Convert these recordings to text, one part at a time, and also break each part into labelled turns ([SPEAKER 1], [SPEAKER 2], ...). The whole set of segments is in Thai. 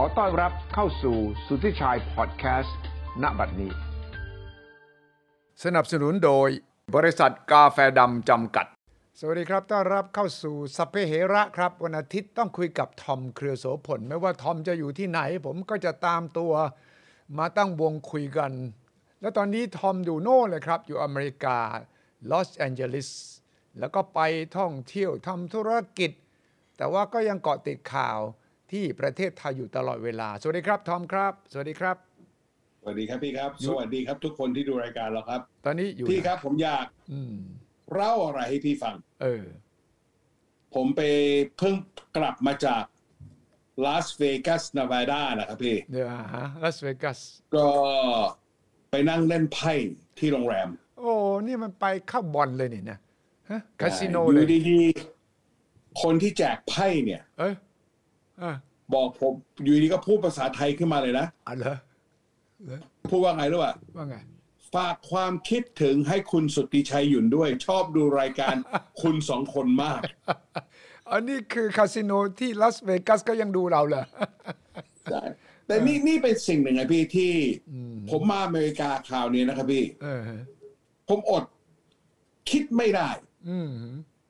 [SPEAKER 1] อต้อนรับเข้าสู่สุทธิชัยพอดแคสต์ณบัดนี้ สนับสนุนโดยบริษัทกาแฟดำจำกัด
[SPEAKER 2] สวัสดีครับ ต้อนรับเข้าสู่สัพเพเหระครับ วันอาทิตย์ต้องคุยกับทอมเครือโสผล ไม่ว่าทอมจะอยู่ที่ไหน ผมก็จะตามตัวมาตั้งวงคุยกัน แล้วตอนนี้ทอมอยู่โน่นเลยครับ อยู่อเมริกาลอสแอนเจลิสแล้วก็ไปท่องเที่ยวทำธุรกิจ แต่ว่าก็ยังเกาะติดข่าวที่ประเทศไทยอยู่ตลอดเวลา สวัสดีครับทอมครับ สวัสดีครับ
[SPEAKER 3] สวัสดีครับพี่ครับ สวัสดีครับทุกคนที่ดูรายการเราครับ
[SPEAKER 2] ตอนนี้อยู่
[SPEAKER 3] พี่ครับผมอยาก
[SPEAKER 2] อืม
[SPEAKER 3] เล่าอะไรให้พี่ฟัง
[SPEAKER 2] เออ
[SPEAKER 3] ผมไปเพิ่งกลับมาจากลาสเวกัสนา v a ดานะครับพี่
[SPEAKER 2] เดี๋ยวฮะลาสเวกัส
[SPEAKER 3] ก็ไปนั่งเล่นไพ่ที่โรงแรม
[SPEAKER 2] โอ้ นี่มันไปเข้าบอลเลยนี่นะฮะคาสิโนเล
[SPEAKER 3] อย ยู่ดีๆ คนที่แจกไพ่เนี่ย
[SPEAKER 2] เอ้ยอะ
[SPEAKER 3] บอกผมอยู่ดีก็พูดภาษาไทยขึ้นมาเลยนะ
[SPEAKER 2] อ่ะเหรอเหรอ
[SPEAKER 3] พูดว่าไงรู้ป่ะ
[SPEAKER 2] ว่าไง
[SPEAKER 3] ฝากความคิดถึงให้คุณสุติชัยหยุ่นด้วย ชอบดูรายการ คุณสองคนมาก
[SPEAKER 2] อันนี้คือคาสิโนที่ลาสเวกัสก็ยังดูเราเหรอ
[SPEAKER 3] ใช่แต่นี่นี่เป็นสิ่งหนึ่งไงพี่ที่ ผมมาอเมริกาคราวนี้นะครับพี่
[SPEAKER 2] เออ
[SPEAKER 3] ผมอดคิดไม่ได้
[SPEAKER 2] อืม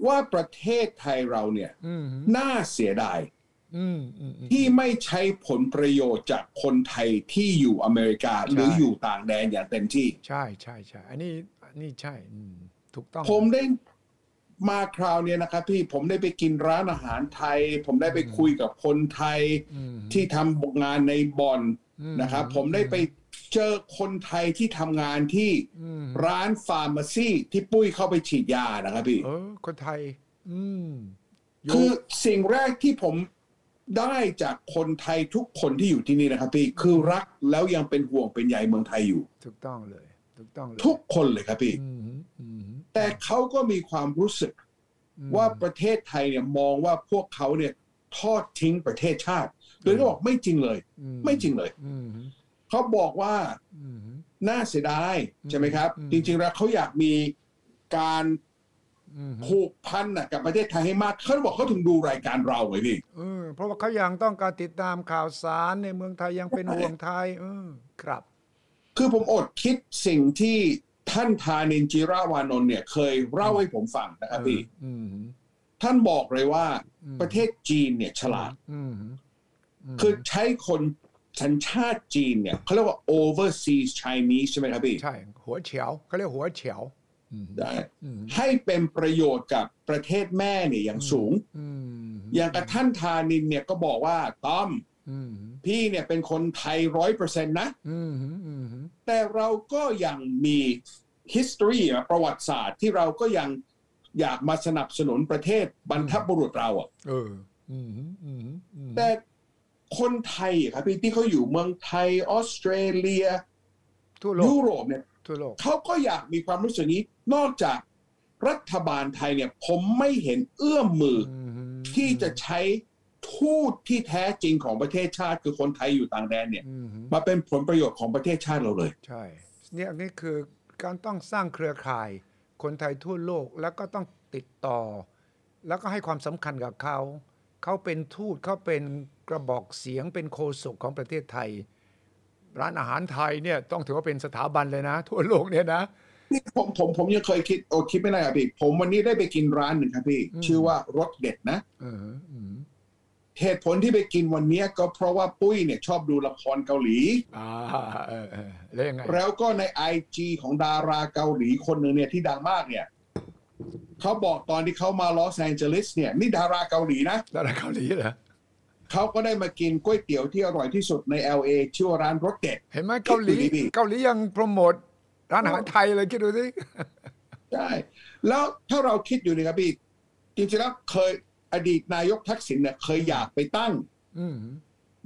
[SPEAKER 3] ว่าประเทศไทยเราเนี่ย
[SPEAKER 2] อืม
[SPEAKER 3] น่าเสียดาย
[SPEAKER 2] อืมอืมอืม
[SPEAKER 3] ที่ไม่ใช้ผลประโยชน์จากคนไทยที่อยู่อเมริกา หรืออยู่ต่างแดนอย่างเต็มที่
[SPEAKER 2] ใช่ใช่ใช่อันนี้ อันนี้ใช่อืมถูกต้อง
[SPEAKER 3] ผมได้มาคราวเนี้ยนะครับพี่ผมได้ไปกินร้านอาหารไทย ผมได้ไปคุยกับคนไทย
[SPEAKER 2] อืม
[SPEAKER 3] ที่ทำงานในบ่อน
[SPEAKER 2] อืม
[SPEAKER 3] นะครับ ผมได้ไปเจอคนไทยที่ทำงานที่
[SPEAKER 2] อืม
[SPEAKER 3] ร้านฟาร์มาซีที่ปุ้ยเข้าไปฉีดยานะครับพี่
[SPEAKER 2] เออ คนไทย อืมยู่
[SPEAKER 3] คือสิ่งแรกที่ผมได้จากคนไทยทุกคนที่อยู่ที่นี่นะครับพี่คือรักแล้วยังเป็นห่วงเป็นใยเมืองไทยอยู่
[SPEAKER 2] ถูกต้องเลย ถูกต้องเลย
[SPEAKER 3] ทุกคนเลยครับพี่
[SPEAKER 2] อืมอืม
[SPEAKER 3] แต่เขาก็มีความรู้สึก
[SPEAKER 2] อืม
[SPEAKER 3] ว่าประเทศไทยเนี่ยมองว่าพวกเขาเนี่ยทอดทิ้งประเทศชาติ โดยที่บอกไม่จริงเลย
[SPEAKER 2] อืม
[SPEAKER 3] ไม่จริงเลย
[SPEAKER 2] อืม
[SPEAKER 3] เขาบอกว่า
[SPEAKER 2] อืม
[SPEAKER 3] น่าเสียดายใช่ไหมครับ
[SPEAKER 2] อืม
[SPEAKER 3] จริงๆแล้วเขาอยากมีการ
[SPEAKER 2] อืม
[SPEAKER 3] ผูกพันน่ะกับประเทศไทยให้มากเขาบอกเขาถึงดูรายการเราไงพี่
[SPEAKER 2] เออเพราะว่าเขายังต้องการติดตามข่าวสารในเมืองไทยยังเป็นห่วงไทยเออครับ
[SPEAKER 3] คือผมอดคิดสิ่งที่ท่านธานินจิราวานนท์เนี่ยเคยเล่าให้ผมฟังนะครับพี่
[SPEAKER 2] อืม
[SPEAKER 3] ท่านบอกเลยว่า
[SPEAKER 2] อืม
[SPEAKER 3] ประเทศจีนเนี่ยฉลาด
[SPEAKER 2] อืมอืม
[SPEAKER 3] คือใช้คนสัญชาติจีนเนี่ยเขาเรียกว่า overseas Chinese ใช่ไหมครับพี่
[SPEAKER 2] ใช่ หัวเฉียวเขาเรียกหัวเฉียวอืม
[SPEAKER 3] ได้
[SPEAKER 2] อืม
[SPEAKER 3] ให้เป็นประโยชน์กับประเทศแม่เนี่ยอย่างสูง
[SPEAKER 2] อืม
[SPEAKER 3] อย่างกับท่านธานินเนี่ยก็บอกว่าต้อม
[SPEAKER 2] อืม
[SPEAKER 3] พี่เนี่ยเป็นคนไทยร้อยเปอร์เซ็นต์นะ
[SPEAKER 2] อืมอืม
[SPEAKER 3] แต่เราก็ยังมี history อะประวัติศาสตร์ที่เราก็ยังอยากมาสนับสนุนประเทศบรรพบุรุษเราอ่ะ
[SPEAKER 2] เอออืมอืมอืม
[SPEAKER 3] แต่คนไทยอะครับพี่ที่เขาอยู่เมืองไทยออสเตรเลีย
[SPEAKER 2] ทั่วโล
[SPEAKER 3] ยุ
[SPEAKER 2] ก
[SPEAKER 3] โรปเนี่ย
[SPEAKER 2] ทั่วโลก
[SPEAKER 3] เขาก็อยากมีความรู้สึกนี้ นอกจากรัฐบาลไทยเนี่ย ผมไม่เห็นเอื้อมมืออ
[SPEAKER 2] อืม
[SPEAKER 3] ที่จะใช้ทูตที่แท้จริงของประเทศชาติ คือคนไทยอยู่ต่างแดนเนี่ย
[SPEAKER 2] อืม
[SPEAKER 3] มาเป็นผลประโยชน์ของประเทศชาติเราเลย
[SPEAKER 2] ใช่ เนี่ยนี่คือการต้องสร้างเครือข่าย คนไทยทั่วโลกแล้วก็ต้องติดต่อ แล้วก็ให้ความสำคัญกับเขา เขาเป็นทูตเขาเป็นกระบอกเสียงเป็นโคศกของประเทศไทย ร้านอาหารไทยเนี่ยต้องถือว่าเป็นสถาบันเลยนะ ทั่วโลกเนี่ยนะ
[SPEAKER 3] นี่ผมผมผมยังเคยคิดโอ้คิดไม่ได้ครับพี่ ผมวันนี้ได้ไปกินร้านหนึ่งครับพี่
[SPEAKER 2] อืม
[SPEAKER 3] ชื่อว่ารสเด็ดนะ
[SPEAKER 2] เอออืม
[SPEAKER 3] เหตุผลที่ไปกินวันเนี้ยก็เพราะว่าปุ้ยเนี่ยชอบดูละครเกาหลี
[SPEAKER 2] อ่าเออเออแล้วยังไง
[SPEAKER 3] แล้วก็ในไอจของดาราเกาหลีคนหนึ่งเนี่ยที่ดังมากเนี่ยเขาบอกตอนที่เขามาลอสแองเจลิสเนี่ยนี่ดาราเกาหลีนะ
[SPEAKER 2] ดาราเกาหลีเหรอ
[SPEAKER 3] เขาก็ได้มากินก๋วยเตี๋ยวที่อร่อยที่สุดใน LA ชื่อว่าร้านรสเด็ด
[SPEAKER 2] เห็นไหมเกาหลี
[SPEAKER 3] คิดดูดิ
[SPEAKER 2] เกาหลียังโปรโมทร้านอาหารไทยเลยคิดดูสิ
[SPEAKER 3] ใช่แล้วถ้าเราคิดอยู่เนี่ยครับพี่จริงๆแล้วเคยอดีตนายกทักษิณเนี่ยเคยอยากไปตั้ง
[SPEAKER 2] อืม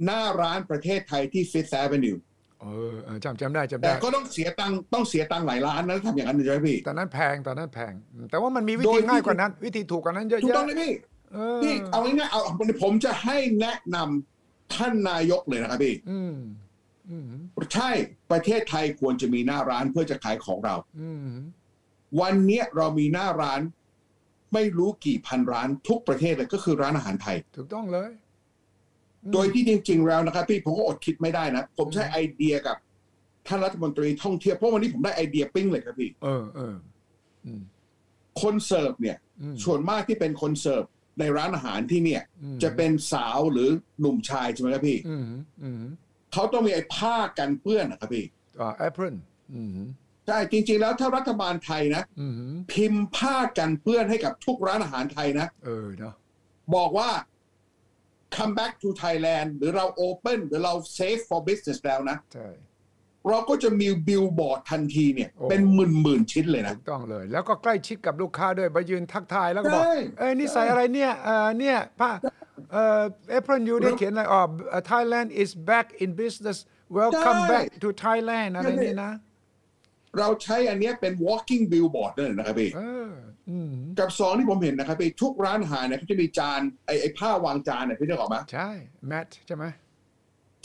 [SPEAKER 3] หน้าร้านประเทศไทยที่ Fifth Avenue
[SPEAKER 2] เออเออจำจำได้จำ
[SPEAKER 3] แต่
[SPEAKER 2] ได้
[SPEAKER 3] ก็ต้องเสียตังค์ต้องเสียตังค์หลายล้านนะถ้าทำอย่างนั้นใช่ไหมพี่
[SPEAKER 2] ตอนนั้นแพงตอนนั้นแพงอืมแต่ว่ามันมีวิ
[SPEAKER 3] โด
[SPEAKER 2] ธี
[SPEAKER 3] ยที่
[SPEAKER 2] ง่ายกว่านั้น วิธีถูกกว่านั้นเยอะ
[SPEAKER 3] ถูก
[SPEAKER 2] แยะ
[SPEAKER 3] ต้องเลยพี่
[SPEAKER 2] เออ
[SPEAKER 3] พี่เอาง่ายๆเอาผมจะให้แนะนำท่านนายกเลยนะครับพี่
[SPEAKER 2] อืมอืม
[SPEAKER 3] ใช่ประเทศไทยควรจะมีหน้าร้านเพื่อจะขายของเรา
[SPEAKER 2] อืม
[SPEAKER 3] วันเนี้ยเรามีหน้าร้าน ไม่รู้กี่พันร้านทุกประเทศเลยก็คือร้านอาหารไทย
[SPEAKER 2] ถูกต้องเลย
[SPEAKER 3] โดยที่จริง ๆ แล้วนะครับพี่ผมก็อดคิดไม่ได้นะ ผมใช้ไอเดียกับท่านรัฐมนตรีท่องเที่ยวเพราะวันนี้ผมได้ไอเดียปิ้งเลยครับพี่
[SPEAKER 2] เออเออ
[SPEAKER 3] คนเสิร์ฟเนี่ย
[SPEAKER 2] อืม
[SPEAKER 3] ส่วนมากที่เป็นคนเสิร์ฟในร้านอาหารที่เนี่ย
[SPEAKER 2] อืม
[SPEAKER 3] จะเป็นสาวหรือหนุ่มชายใช่ไหมครับพี่
[SPEAKER 2] อืมอืม
[SPEAKER 3] เขาต้องมีไอ้ผ้ากันเปื้อนนะครับพี่
[SPEAKER 2] อ่าแอปเปิลอืม
[SPEAKER 3] ใช่จริง ๆ แล้วถ้ารัฐบาลไทยนะ
[SPEAKER 2] อืม
[SPEAKER 3] พิมพ์ผ้ากันเปื้อนให้กับทุกร้านอาหารไทยนะ
[SPEAKER 2] เออเนาะ
[SPEAKER 3] บอกว่า come back to Thailand หรือเรา open หรือเรา safe for business แล้วนะ
[SPEAKER 2] ใช่
[SPEAKER 3] เราก็จะมีบิลบอร์ดทันทีเนี่ย
[SPEAKER 2] โอ้
[SPEAKER 3] เป็นหมื่นหมื่นๆชิ้นเลยนะ
[SPEAKER 2] ถูกต้องเลย แล้วก็ใกล้ชิดกับลูกค้าด้วยไปยืนทักทายแล้วก็บอก
[SPEAKER 3] ใช่
[SPEAKER 2] เอ้ยนี่ใส่อะไรเนี่ยเออเนี่ยผ้าเออแอปเปิลยูได้
[SPEAKER 3] แล้ว
[SPEAKER 2] เขียนอะไรอ๋อ Thailand is back in business welcome
[SPEAKER 3] ใช่
[SPEAKER 2] back to Thailand อะไรนี่นะ
[SPEAKER 3] เราใช้อันเนี้ยเป็น walking billboard นั่นแหละนะครับพี่
[SPEAKER 2] เออ อืม
[SPEAKER 3] กับสองที่ผมเห็นนะครับพี่ทุกร้านอาหารเนี่ยเขาจะมีจานไอ้ไอ้ผ้าวางจานเนี่ยพี่นึกออกไหม
[SPEAKER 2] ใช่ แมทใช่ไหม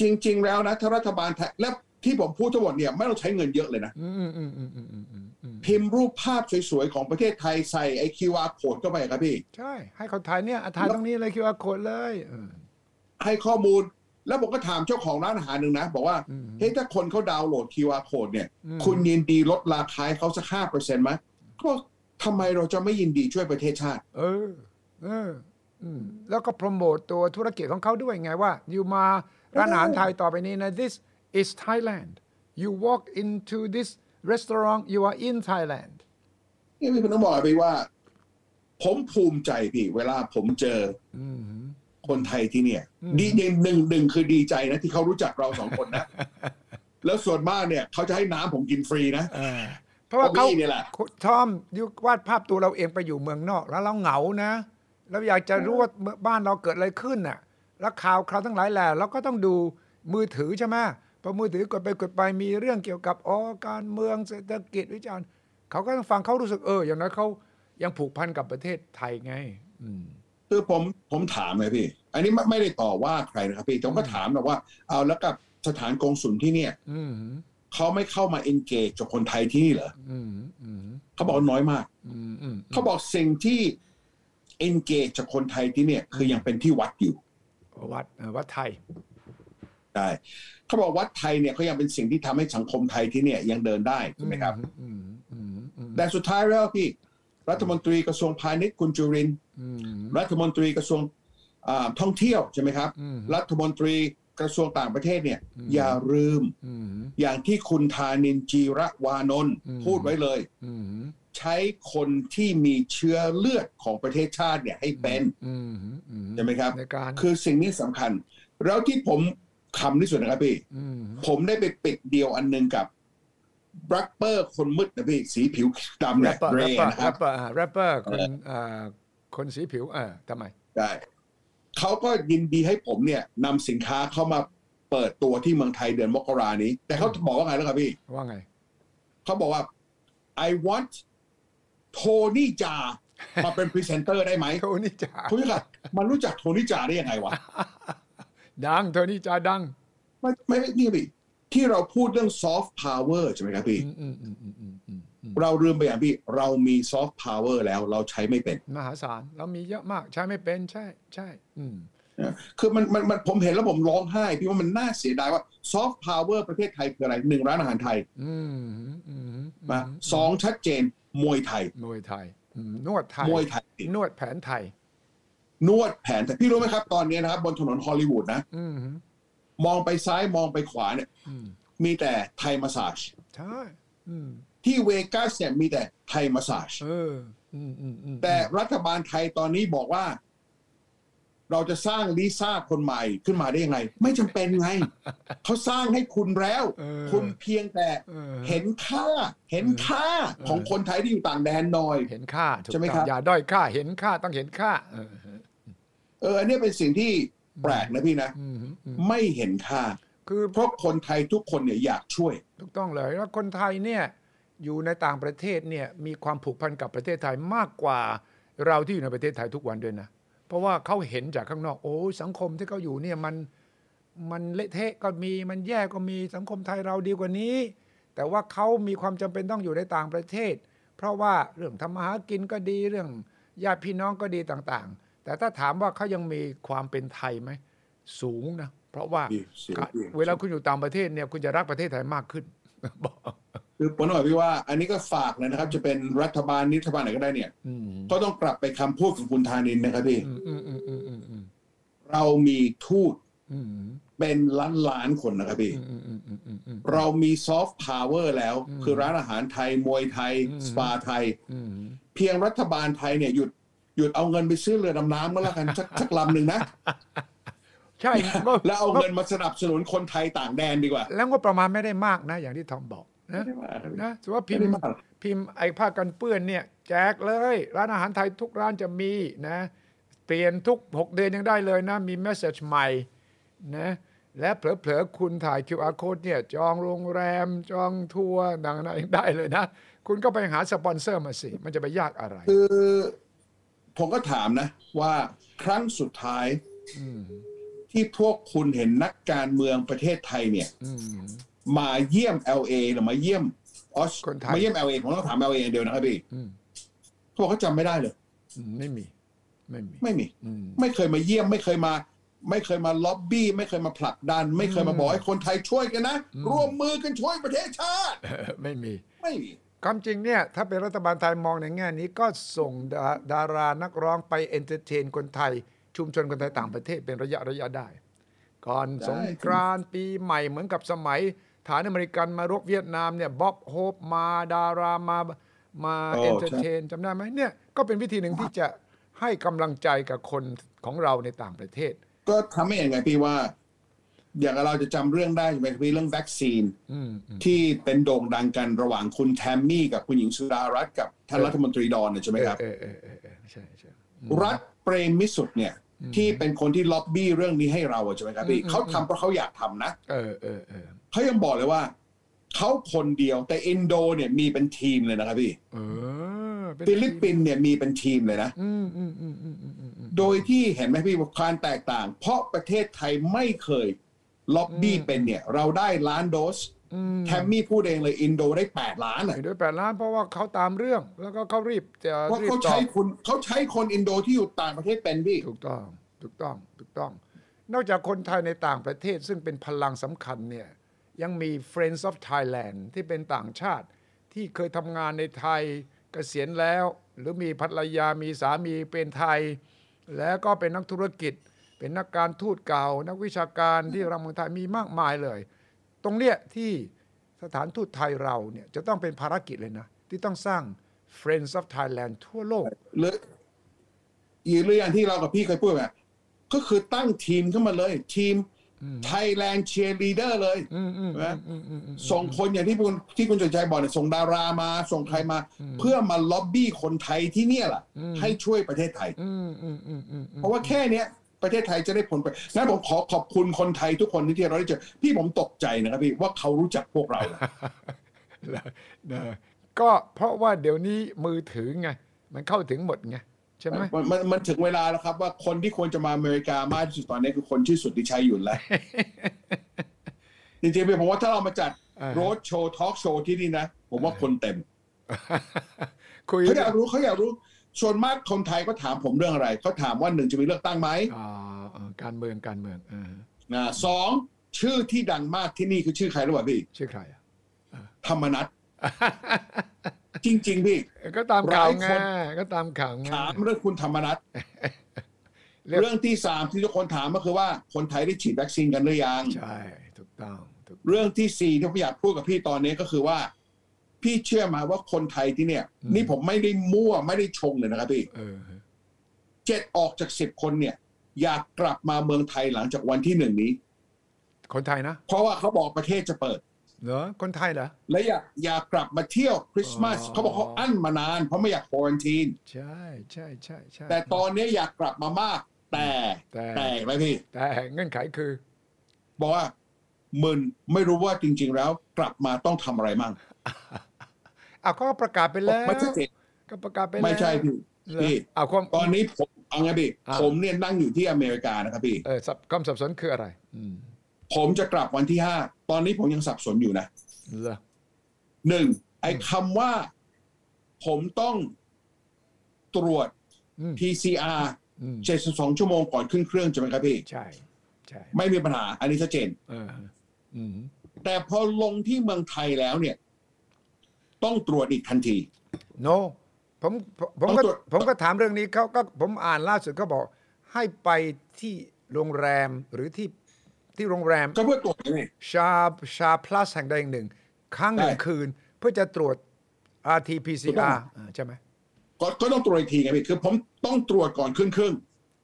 [SPEAKER 3] จริง ๆ แล้วนะถ้ารัฐบาลไทยและที่ผมพูดทั้งหมดเนี่ยไม่ต้องใช้เงินเยอะเลยนะ
[SPEAKER 2] อืมอืมอืมอืมอืมอืมอืม
[SPEAKER 3] พิมพ์รูปภาพสวย ๆ ของประเทศไทยใส่ไอ้ QR code เข้าไปครับพี่
[SPEAKER 2] ใช่ ให้เขาถ่ายเนี่ยอ่ะถ่ายตรงนี้เลยคิวอาโคดเลยเออ
[SPEAKER 3] ให้ข้อมูลแล้วผมก็ถามเจ้าของร้านอาหารหนึ่งนะ บอกว่า
[SPEAKER 2] อืม
[SPEAKER 3] เฮ้ยถ้าคนเขาดาวน์โหลด QR code เนี่ย
[SPEAKER 2] อืม
[SPEAKER 3] คุณยินดีลดราคาให้เขาสักห้าเปอร์เซ็นต์ไหมเขาบอกทำไมเราจะไม่ยินดีช่วยประเทศชาติ
[SPEAKER 2] เออ เออ อืม แล้วก็โปรโมตตัวธุรกิจของเขาด้วยไงว่า อยู่มาร้านอาหารไทยต่อไปนี้นะ this is Thailand you walk into this restaurant you are in Thailand
[SPEAKER 3] นี่พี่ผมต้องบอกไปว่า ผมภูมิใจพี่ เวลาผมเจออคนไทยที่เนี่ย ดีหนึ่งหนึ่งหนึ่งคือดีใจนะที่เขารู้จักเราสองคนนะ แล้วส่วนมากเนี่ย เขาจะให้น้ำผมกินฟรีนะ
[SPEAKER 2] เพราะว่าเขา
[SPEAKER 3] ก็มีนี่แหละ
[SPEAKER 2] ทอมยูวาดภาพตัวเราเองไปอยู่เมืองนอก แล้วเราเหงานะ เราอยากจะรู้ว่าบ้านเราเกิดอะไรขึ้นน่ะ แล้วข่าวคราวทั้งหลายแหล่เราก็ต้องดูมือถือใช่ไหมพอมือถือกดไปกดไปมีเรื่องเกี่ยวกับอ๋อการเมืองเศรษฐกิจวิจารณ์เขาก็ต้องฟังเขารู้สึกเออ อย่างน้อยเขายังผูกพันกับประเทศไทยไง อืม
[SPEAKER 3] คือผมผมถามเลยพี่ อันนี้ไม่ไม่ได้ต่อว่าใครนะครับพี่แต่ผมก็ถามนะว่า เอาแล้วกับสถานกงสุลที่เนี่ย
[SPEAKER 2] อืม
[SPEAKER 3] เขาไม่เข้ามา engage กับคนไทยที่นี่เหรอ
[SPEAKER 2] อืมอืม
[SPEAKER 3] เขาบอกน้อยมาก
[SPEAKER 2] อืมอืม
[SPEAKER 3] เขาบอกสิ่งที่ engage กับคนไทยที่เนี่ย คือยังเป็นที่วัดอยู่
[SPEAKER 2] วัดเออวัดไทย
[SPEAKER 3] ได้เขาบอกวัดไทยเนี่ยเขายังเป็นสิ่งที่ทำให้สังคมไทยที่เนี่ยยังเดินได้ใช่ไหมครับ
[SPEAKER 2] อืมอืมอืม
[SPEAKER 3] แต่สุดท้ายแล้วพี่รัฐมนตรีกระทรวงพาณิชย์คุณจุรินทร์
[SPEAKER 2] อืม
[SPEAKER 3] รัฐมนตรีกระทรวงอ่าท่องเที่ยวใช่ไหมครับ
[SPEAKER 2] อืม
[SPEAKER 3] รัฐมนตรีกระทรวงต่างประเทศเนี่ย อย่าลืม
[SPEAKER 2] อืม
[SPEAKER 3] อย่างที่คุณธานินจีระวานนท์
[SPEAKER 2] อืม
[SPEAKER 3] พูดไว้เลย
[SPEAKER 2] อืม
[SPEAKER 3] ใช้คนที่มีเชื้อเลือดของประเทศชาติเนี่ยให้เป็น
[SPEAKER 2] อืมอืม
[SPEAKER 3] ใช่ไหมครับ
[SPEAKER 2] ในการ
[SPEAKER 3] คือสิ่งนี้สำคัญ แล้วที่ผมคำที่สุดนะครับพี่
[SPEAKER 2] อืม
[SPEAKER 3] ผมได้ไปปิดเดียวอันหนึงกับแร็ปเปอร์คนมืดนะพี่ สีผิวดำ
[SPEAKER 2] แร
[SPEAKER 3] เนี่ย
[SPEAKER 2] ปเปอร์
[SPEAKER 3] เร
[SPEAKER 2] แรป
[SPEAKER 3] ย์
[SPEAKER 2] เปอร์
[SPEAKER 3] นะค
[SPEAKER 2] แร
[SPEAKER 3] รับ
[SPEAKER 2] ปเปอร์อ่าแรปเปอร์คนอ่าคนสีผิวเออทำไม
[SPEAKER 3] ได้เขาก็ยินดีให้ผมเนี่ยนำสินค้าเข้ามาเปิดตัวที่เมืองไทยเดือนมกรานี้ แต่เขาบอกว่าไงแล้วครับพี่
[SPEAKER 2] ว่าไง
[SPEAKER 3] เขาบอกว่า I want โทนี่จามาเป็นพรีเซนเตอร์ได้ไหม
[SPEAKER 2] โทนี่จ่า
[SPEAKER 3] คุณผู้ชมมันรู้จักโทนี่จาได้ยังไงวะ
[SPEAKER 2] ดังโทนี่จ่าดัง
[SPEAKER 3] ไม่ไม่ไม่นี่พี่ที่เราพูดเรื่องซอฟต์พาวเวอร์ใช่ไหมครับพี่
[SPEAKER 2] อืมอืมอืมอืมอืมอืมอืม
[SPEAKER 3] เราลืมไปอย่างพี่ เรามีซอฟต์พาวเวอร์แล้วเราใช้ไม่เป็น
[SPEAKER 2] มหาศาลเรามีเยอะมากใช้ไม่เป็นใช่ ใช่ อืม
[SPEAKER 3] นะคือมันมันมันผมเห็นแล้วผมร้องไห้ พี่ว่ามันน่าเสียดายว่าซอฟต์พาวเวอร์ประเทศไทยคืออะไรหนึ่งร้านอาหารไทย
[SPEAKER 2] อืมอืม
[SPEAKER 3] มาสองชัดเจน มวยไทย
[SPEAKER 2] มวยไทยอืมนวดไทย
[SPEAKER 3] มวยไทย
[SPEAKER 2] นวดแผนไทย
[SPEAKER 3] นวดแผนแต่พี่รู้ไหมครับ ตอนนี้นะครับ บนถนนฮอลลีวูดนะ
[SPEAKER 2] อืม
[SPEAKER 3] มองไปซ้ายมองไปขวาเนี่ย
[SPEAKER 2] อืม
[SPEAKER 3] มีแต่ไทยมาสาจ
[SPEAKER 2] ใช่อืม
[SPEAKER 3] ที่เวกัสเนี่ยมีแต่ไทยมาสาจ
[SPEAKER 2] เอออืมอืมอืม
[SPEAKER 3] แต่รัฐบาลไทยตอนนี้บอกว่า เราจะสร้างลิซ่าคนใหม่ขึ้นมาได้ยังไง ไม่จำเป็น ไง เขาสร้างให้คุณแล้ว คุณเพียงแต่เห็นค่า เห็นค่าของคนไทยที่อยู่ต่างแดนหน่อย
[SPEAKER 2] เห็นค่าถูก
[SPEAKER 3] ใช่ไหม
[SPEAKER 2] ต้อ
[SPEAKER 3] ครับ
[SPEAKER 2] งอย่าด้อยค่าเห็นค่าต้องเห็นค่าเออ
[SPEAKER 3] เอออันเนี้ยเป็นสิ่งที่แปลกนะพี่นะ
[SPEAKER 2] อืมอืม
[SPEAKER 3] ไม่เห็นค่า
[SPEAKER 2] คือ
[SPEAKER 3] เพราะคนไทยทุกคนเนี่ยอยากช่วย
[SPEAKER 2] ถูกต้องเลยแล้วคนไทยเนี่ยอยู่ในต่างประเทศเนี่ยมีความผูกพันกับประเทศไทยมากกว่าเราที่อยู่ในประเทศไทยทุกวันด้วยนะ เพราะว่าเขาเห็นจากข้างนอกโอ้ยสังคมที่เขาอยู่เนี่ยมันมันเละเทะก็มีมันแย่ก็มีสังคมไทยเราดีกว่านี้ แต่ว่าเขามีความจำเป็นต้องอยู่ในต่างประเทศ เพราะว่าเรื่องทำมาหากินก็ดีเรื่องญาติพี่น้องก็ดีต่างๆ แต่ถ้าถามว่าเขายังมีความเป็นไทยไหม สูงนะ เพราะว่า
[SPEAKER 3] ดีเสียงดี
[SPEAKER 2] เวลาคุณอยู่ต่างประเทศเนี่ยคุณจะรักประเทศไทยมากขึ้น บอก
[SPEAKER 3] คือผมบอกพี่ว่าอันนี้ก็ฝากเลยนะครับ จะเป็นรัฐบาลนิรัฐบาลไหนก็ได้เนี่ย
[SPEAKER 2] อืม
[SPEAKER 3] ก็ต้องกลับไปคำพูดของคุณธานินนะครับพี่
[SPEAKER 2] อืมอืมอืมอืมอืมอืม
[SPEAKER 3] เรามีทูต
[SPEAKER 2] อืม
[SPEAKER 3] เป็นล้านล้านๆคนนะครับพี่
[SPEAKER 2] อืมอืมอืมอืมอืม
[SPEAKER 3] เรามีซอฟต์พาวเวอร์แล้ว
[SPEAKER 2] อืม
[SPEAKER 3] คือร้านอาหารไทย มวยไทย
[SPEAKER 2] อืม
[SPEAKER 3] สปาไทย
[SPEAKER 2] อืม
[SPEAKER 3] เพียงรัฐบาลไทยเนี่ยหยุดหยุดเอาเงินไปซื้อเรือดำน้ำก็แล้วกันสักสักลำหนึ่งนะ
[SPEAKER 2] ใช่ก็
[SPEAKER 3] แล้วเอาเงินมาสนับสนุนคนไทยต่างแดนดีกว่า
[SPEAKER 2] แล้วงบประมาณไม่ได้มากนะ อย่างที่ทอมบอกนะนะถือว่าพิ
[SPEAKER 3] ไม่
[SPEAKER 2] มพ์
[SPEAKER 3] ได้มาก
[SPEAKER 2] พิมพ์ไอ้ผ้ากันเปื้อนเนี่ย แจกเลย ร้านอาหารไทยทุกร้านจะมีนะ เปลี่ยนทุก 6 เดือนยังได้เลยนะ มีเมสเซจใหม่นะและเผลอๆ คุณถ่าย QR code เนี่ย จองโรงแรม จองทัวร์ดังนั้นได้เลยนะ คุณก็ไปหาสปอนเซอร์มาสิ มันจะไปยากอะไร
[SPEAKER 3] คือผมก็ถามนะ ว่าครั้งสุดท้ายที่พวกคุณเห็นนักการเมืองประเทศไทยเนี่ย
[SPEAKER 2] อืม
[SPEAKER 3] มาเยี่ยม LA หรือมาเยี่ยมออส
[SPEAKER 2] คนไทย
[SPEAKER 3] มาเยี่ยม LA ผมต้องถาม LA อย่างเดียวนะครับพี่
[SPEAKER 2] อืม
[SPEAKER 3] เขาบอกเขาจำไม่ได้เลย
[SPEAKER 2] อืมไม่มี ไม่มี
[SPEAKER 3] ไม่มี
[SPEAKER 2] อืม
[SPEAKER 3] ไม่เคยมาเยี่ยมไม่เคยมา ไม่เคยมาล็อบบี้ ไม่เคยมาผลักดัน ไม่เคยมาบอกให้คนไทยช่วยกันนะ
[SPEAKER 2] อืม
[SPEAKER 3] ร่วมมือกันช่วยประเทศชาติ
[SPEAKER 2] ไม่มี
[SPEAKER 3] ไม่มี
[SPEAKER 2] ความจริงเนี่ยถ้าเป็นรัฐบาลไทยมองในแง่นี้ก็ส่งดาดารานักร้องไปเอนเตอร์เทนคนไทย ชุมชนคนไทยต่างประเทศเป็นระยะระยะได้ ก่อนสงกรานต์ปีใหม่เหมือนกับสมัย ฐานอเมริกันมารบเวียดนามเนี่ยบ๊อบโฮปมาดารามามาเอนเตอร์เทนจำได้ไหมเนี่ยก็เป็นวิธีหนึ่งที่จะให้กำลังใจกับคนของเราในต่างประเทศ
[SPEAKER 3] ก็ทำให้อย่างไงพี่ว่า อย่างเราจะจำเรื่องได้ใช่ไหมครับพี่เรื่องวัคซีน
[SPEAKER 2] อืมอืม
[SPEAKER 3] ที่เป็นโด่งดังกันระหว่างคุณแทมมี่กับคุณหญิงสุดารัตน์กับท่าน
[SPEAKER 2] เออ
[SPEAKER 3] รัฐมนตรีดอนนะใช่ไหมครับ
[SPEAKER 2] เออเออเออเออใช่ใช่
[SPEAKER 3] รัฐเปรมมิสุทธิ์เนี่ย ที่เป็นคนที่ล็อบบี้เรื่องนี้ให้เราอะใช่ไหมครับพี่
[SPEAKER 2] อืม
[SPEAKER 3] เขาทำเพราะเขาอยากทำนะ
[SPEAKER 2] เออเออเออ
[SPEAKER 3] เขายังบอกเลยว่า เขาคนเดียวแต่อินโดเนี่ยมีเป็นทีมเลยนะครับพี่
[SPEAKER 2] เออเป็น
[SPEAKER 3] ฟิลิปปินส์เนี่ยมีเป็นทีมเลยนะ
[SPEAKER 2] อืมอืมอืมอืมอืมอืม
[SPEAKER 3] โดยที่เห็นไหมพี่ว่าความแตกต่าง เพราะประเทศไทยไม่เคยล็อบบี้เป็นเนี่ย เราได้ล้านโดส
[SPEAKER 2] อืม
[SPEAKER 3] แทมมี่พูดเองเลยอินโดได้ 8 ล้านอ่ะ
[SPEAKER 2] เห็นด้วยแปดล้านเพราะว่าเขาตามเรื่องแล้วก็เขารีบจะ
[SPEAKER 3] เพราะ
[SPEAKER 2] รีบ
[SPEAKER 3] เขา
[SPEAKER 2] ตอ
[SPEAKER 3] ใช้
[SPEAKER 2] บ
[SPEAKER 3] คนเขาใช้คนอินโดที่อยู่ต่างประเทศเป็นพี่
[SPEAKER 2] ถูกต้องถูกต้องถูกต้อง นอกจากคนไทยในต่างประเทศซึ่งเป็นพลังสำคัญเนี่ยยังมี Friends of Thailand ที่เป็นต่างชาติ ที่เคยทำงานในไทยเกษียณแล้ว หรือมีภรรยามีสามีเป็นไทย แล้วก็เป็นนักธุรกิจ เป็นนักการทูตเก่า นักวิชาการที่รังเมืองไทยมีมากมายเลย ตรงเนี้ยที่สถานทูตไทยเราเนี่ยจะต้องเป็นภารกิจเลยนะ ที่ต้องสร้าง Friends of Thailand ทั่วโลก
[SPEAKER 3] หรืออีกเรื่องที่เรากับพี่เคยพูดแบบก็คือตั้งทีมขึ้นมาเลย ทีมไทยแลนด์เชียร์ลีเดอร์เลยนะส่งคนอย่างที่คุณที่คุณจนใจบอกเนี่ยส่งดารามา ส่งใครมา เพื่อมาล็อบบี้คนไทยที่เนี่ยล่ะ ให้ช่วยประเทศไทย
[SPEAKER 2] อืมอืมอืมอืมอืม
[SPEAKER 3] เพราะว่าแค่เนี้ยประเทศไทยจะได้ผลไปงั้นผมขอขอบคุณคนไทยทุกคนที่เราได้เจอพี่ผมตกใจนะครับพี่ว่าเขารู้จักพวกเรานะ
[SPEAKER 2] แล้วนะก็เพราะว่าเดี๋ยวนี้มือถือไง มันเข้าถึงหมดไง ใช่ไหม
[SPEAKER 3] มันมันมันถึงเวลาแล้วครับ ว่าคนที่ควรจะมาอเมริกามากที่สุดตอนนี้คือคนชื่อสุดดิชัยหยุ่น แล้ว จริงๆพี่ผมว่าถ้าเรามาจัด
[SPEAKER 2] อ่า
[SPEAKER 3] โรดโชว์ทอล์กโชว์ที่นี่นะ ผมว่าคนเต็ม
[SPEAKER 2] คุย
[SPEAKER 3] เขาอยากรู้เขาอยากรู้ส่วนมากคนไทยก็ถามผมเรื่องอะไร เขาถามว่าหนึ่งจะมีเลือกตั้งไหม
[SPEAKER 2] อ่าเออการเมืองการเมืองเออ
[SPEAKER 3] นะสองชื่อที่ดังมากที่นี่คือชื่อใครรู้ป่ะพี่
[SPEAKER 2] ชื่อใครอ่ะ
[SPEAKER 3] ธรรมนัตจริง ๆ พี่
[SPEAKER 2] ก็ตามข่าวไง
[SPEAKER 3] หลายคน
[SPEAKER 2] ก็ตามข่าวไง
[SPEAKER 3] ถามเรื่องคุณธรรมนัต
[SPEAKER 2] เรื่อง
[SPEAKER 3] เรื่องที่สามที่ทุกคนถามก็คือว่าคนไทยได้ฉีดวัคซีนกันหรือยัง
[SPEAKER 2] ใช่ถูกต้องถูก
[SPEAKER 3] เรื่องที่สี่ที่ผมอยากพูดกับพี่ตอนนี้ก็คือว่า พี่เชื่อไหมาว่าคนไทยที่เนี่ย
[SPEAKER 2] อืม
[SPEAKER 3] นี่ผมไม่ได้มั่วไม่ได้ชงเลยนะครับพี่
[SPEAKER 2] เออ
[SPEAKER 3] เจ็ดออกจากสิบคนเนี่ย อยากกลับมาเมืองไทยหลังจากวันที่หนึ่งนี้
[SPEAKER 2] คนไทยนะ
[SPEAKER 3] เพราะว่าเขาบอกประเทศจะเปิด
[SPEAKER 2] เหรอคนไทยเหรอ
[SPEAKER 3] และอยากอยากกลับมาเที่ยวคริสต์มาส
[SPEAKER 2] อ๋อ
[SPEAKER 3] เขาบอกเขาอั้นมานานเพราะไม่อยากควอนทีน
[SPEAKER 2] ใช่ใช่ใช่ใช่
[SPEAKER 3] แต่ตอนนี้อยากกลับมามาก แต่
[SPEAKER 2] แต่
[SPEAKER 3] แต่ไหมพี่
[SPEAKER 2] แต่เงื่อนไขคือ
[SPEAKER 3] บอกว่ามึนไม่รู้ว่าจริง ๆ แล้ว กลับมาต้องทำอะไรมั่ง
[SPEAKER 2] เอาเขาก็ประกาศไปแล้ว
[SPEAKER 3] ไม่ใช่สิ
[SPEAKER 2] ก็ประกาศไปแล้ว
[SPEAKER 3] ไม่ใช่พี่
[SPEAKER 2] เหรอ
[SPEAKER 3] พี่
[SPEAKER 2] เอาความ
[SPEAKER 3] ตอนนี้ผมเอาไงพี่
[SPEAKER 2] อ่า
[SPEAKER 3] ผมเนี่ยนั่งอยู่ที่อเมริกานะครับพี่
[SPEAKER 2] เออสับความสับสนคืออะไร อืม
[SPEAKER 3] ผมจะกลับวันที่ห้าตอนนี้ผมยังสับสนอยู่นะ
[SPEAKER 2] เหรอ
[SPEAKER 3] หนึ่งไอ้คำว่า ผมต้องตรวจ
[SPEAKER 2] อืม
[SPEAKER 3] PCR
[SPEAKER 2] อืม
[SPEAKER 3] 72 ชั่วโมงก่อนขึ้นเครื่องใช่ไหมครับพี่
[SPEAKER 2] ใช่ ใช่
[SPEAKER 3] ไม่มีปัญหา อันนี้ชัดเจน
[SPEAKER 2] เอออืม
[SPEAKER 3] แต่พอลงที่เมืองไทยแล้วเนี่ย ต้องตรวจอีกทันที
[SPEAKER 2] โนผมผมผมก็
[SPEAKER 3] ต้องตรวจ
[SPEAKER 2] ผมก็ถามเรื่องนี้เขาก็ผมอ่านล่าสุดเขาบอก ให้ไปที่โรงแรมหรือที่ที่โรงแรม
[SPEAKER 3] ก็เพื่อตรวจไง
[SPEAKER 2] ชาชาพลัสแห่งใดแห่งหนึ่งครั้งหนึ่ง
[SPEAKER 3] ใช่
[SPEAKER 2] คืน เพื่อจะตรวจ
[SPEAKER 3] ถูกต้
[SPEAKER 2] RT-PCR
[SPEAKER 3] อง
[SPEAKER 2] อ่าใช่ไหม
[SPEAKER 3] ก็ก็ต้องตรวจอีกทีไงพี่คือผมต้องตรวจก่อนขึ้นเครื่อง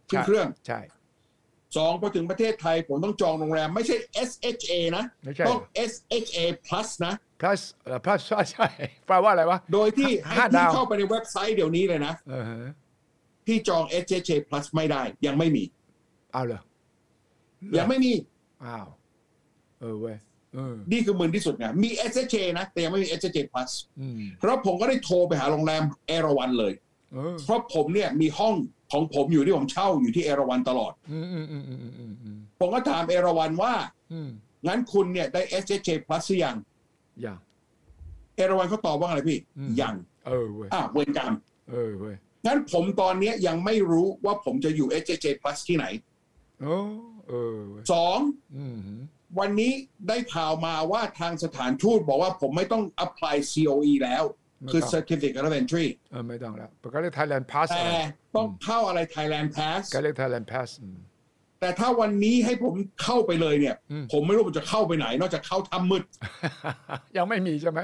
[SPEAKER 3] ขึ้นเครื่อง
[SPEAKER 2] ใช่
[SPEAKER 3] สองพอถึงประเทศไทยผมต้องจองโรงแรมไม่ใช่ SHA นะ
[SPEAKER 2] ไม่ใช่
[SPEAKER 3] ต้อง SHA plus นะ
[SPEAKER 2] plus เอ่อ plus ใช่ แปลว่าอะไรวะ
[SPEAKER 3] โดยที่
[SPEAKER 2] ห้า
[SPEAKER 3] ให้ที่
[SPEAKER 2] ดาว
[SPEAKER 3] เข้าไปในเว็บไซต์เดี๋ยวนี้เลยนะ
[SPEAKER 2] เออฮะ
[SPEAKER 3] ที่จอง SHA plus ไม่ได้ ยังไม่มี
[SPEAKER 2] เอาเลย
[SPEAKER 3] ยังไม่มี
[SPEAKER 2] อ้าวเออเว้ยเออ
[SPEAKER 3] นี่คือมึนที่สุดนะมี SHA นะ แต่ยังไม่มี SHA plus
[SPEAKER 2] อืม
[SPEAKER 3] เพราะผมก็ได้โทรไปหาโรงแรมเอราวันเลย
[SPEAKER 2] เออ
[SPEAKER 3] เพราะผมเนี่ยมีห้องของผมอยู่ที่ผมเช่าอยู่ที่เอราวันตลอด
[SPEAKER 2] อืมอืมอืมอืมอืมอืมอืม
[SPEAKER 3] ผมก็ถามเอราวันว่า
[SPEAKER 2] อืม
[SPEAKER 3] งั้นคุณเนี่ยได้ SHA plus หรือยัง
[SPEAKER 2] อย่าง
[SPEAKER 3] เอราวันเขาตอบว่าอะไรพี่
[SPEAKER 2] อืม
[SPEAKER 3] ยัง
[SPEAKER 2] เออเว้ย
[SPEAKER 3] อ่ะเวรกรรม
[SPEAKER 2] เออเว้ย
[SPEAKER 3] งั้นผมตอนเนี้ยยังไม่รู้ว่าผมจะอยู่ SJJ Plus ที่ไหน
[SPEAKER 2] โอ้เออเว้ย
[SPEAKER 3] สอง
[SPEAKER 2] อืม
[SPEAKER 3] วันนี้ได้ข่าวมาว่าทางสถานทูตบอกว่าผมไม่ต้อง apply COE แล้ว คือ Certificate of Entry
[SPEAKER 2] เออไม่ต้องแล้วก็เรียก Thailand Pass
[SPEAKER 3] แต่ต้องเข้าอะไร Thailand Pass
[SPEAKER 2] ก็เรียก Thailand Pass อืม
[SPEAKER 3] แต่ถ้าวันนี้ให้ผมเข้าไปเลยเนี่ย
[SPEAKER 2] อืม
[SPEAKER 3] ผมไม่รู้ผมจะเข้าไปไหน นอกจากเข้าทำมืด
[SPEAKER 2] ยังไม่มีใช่ไหม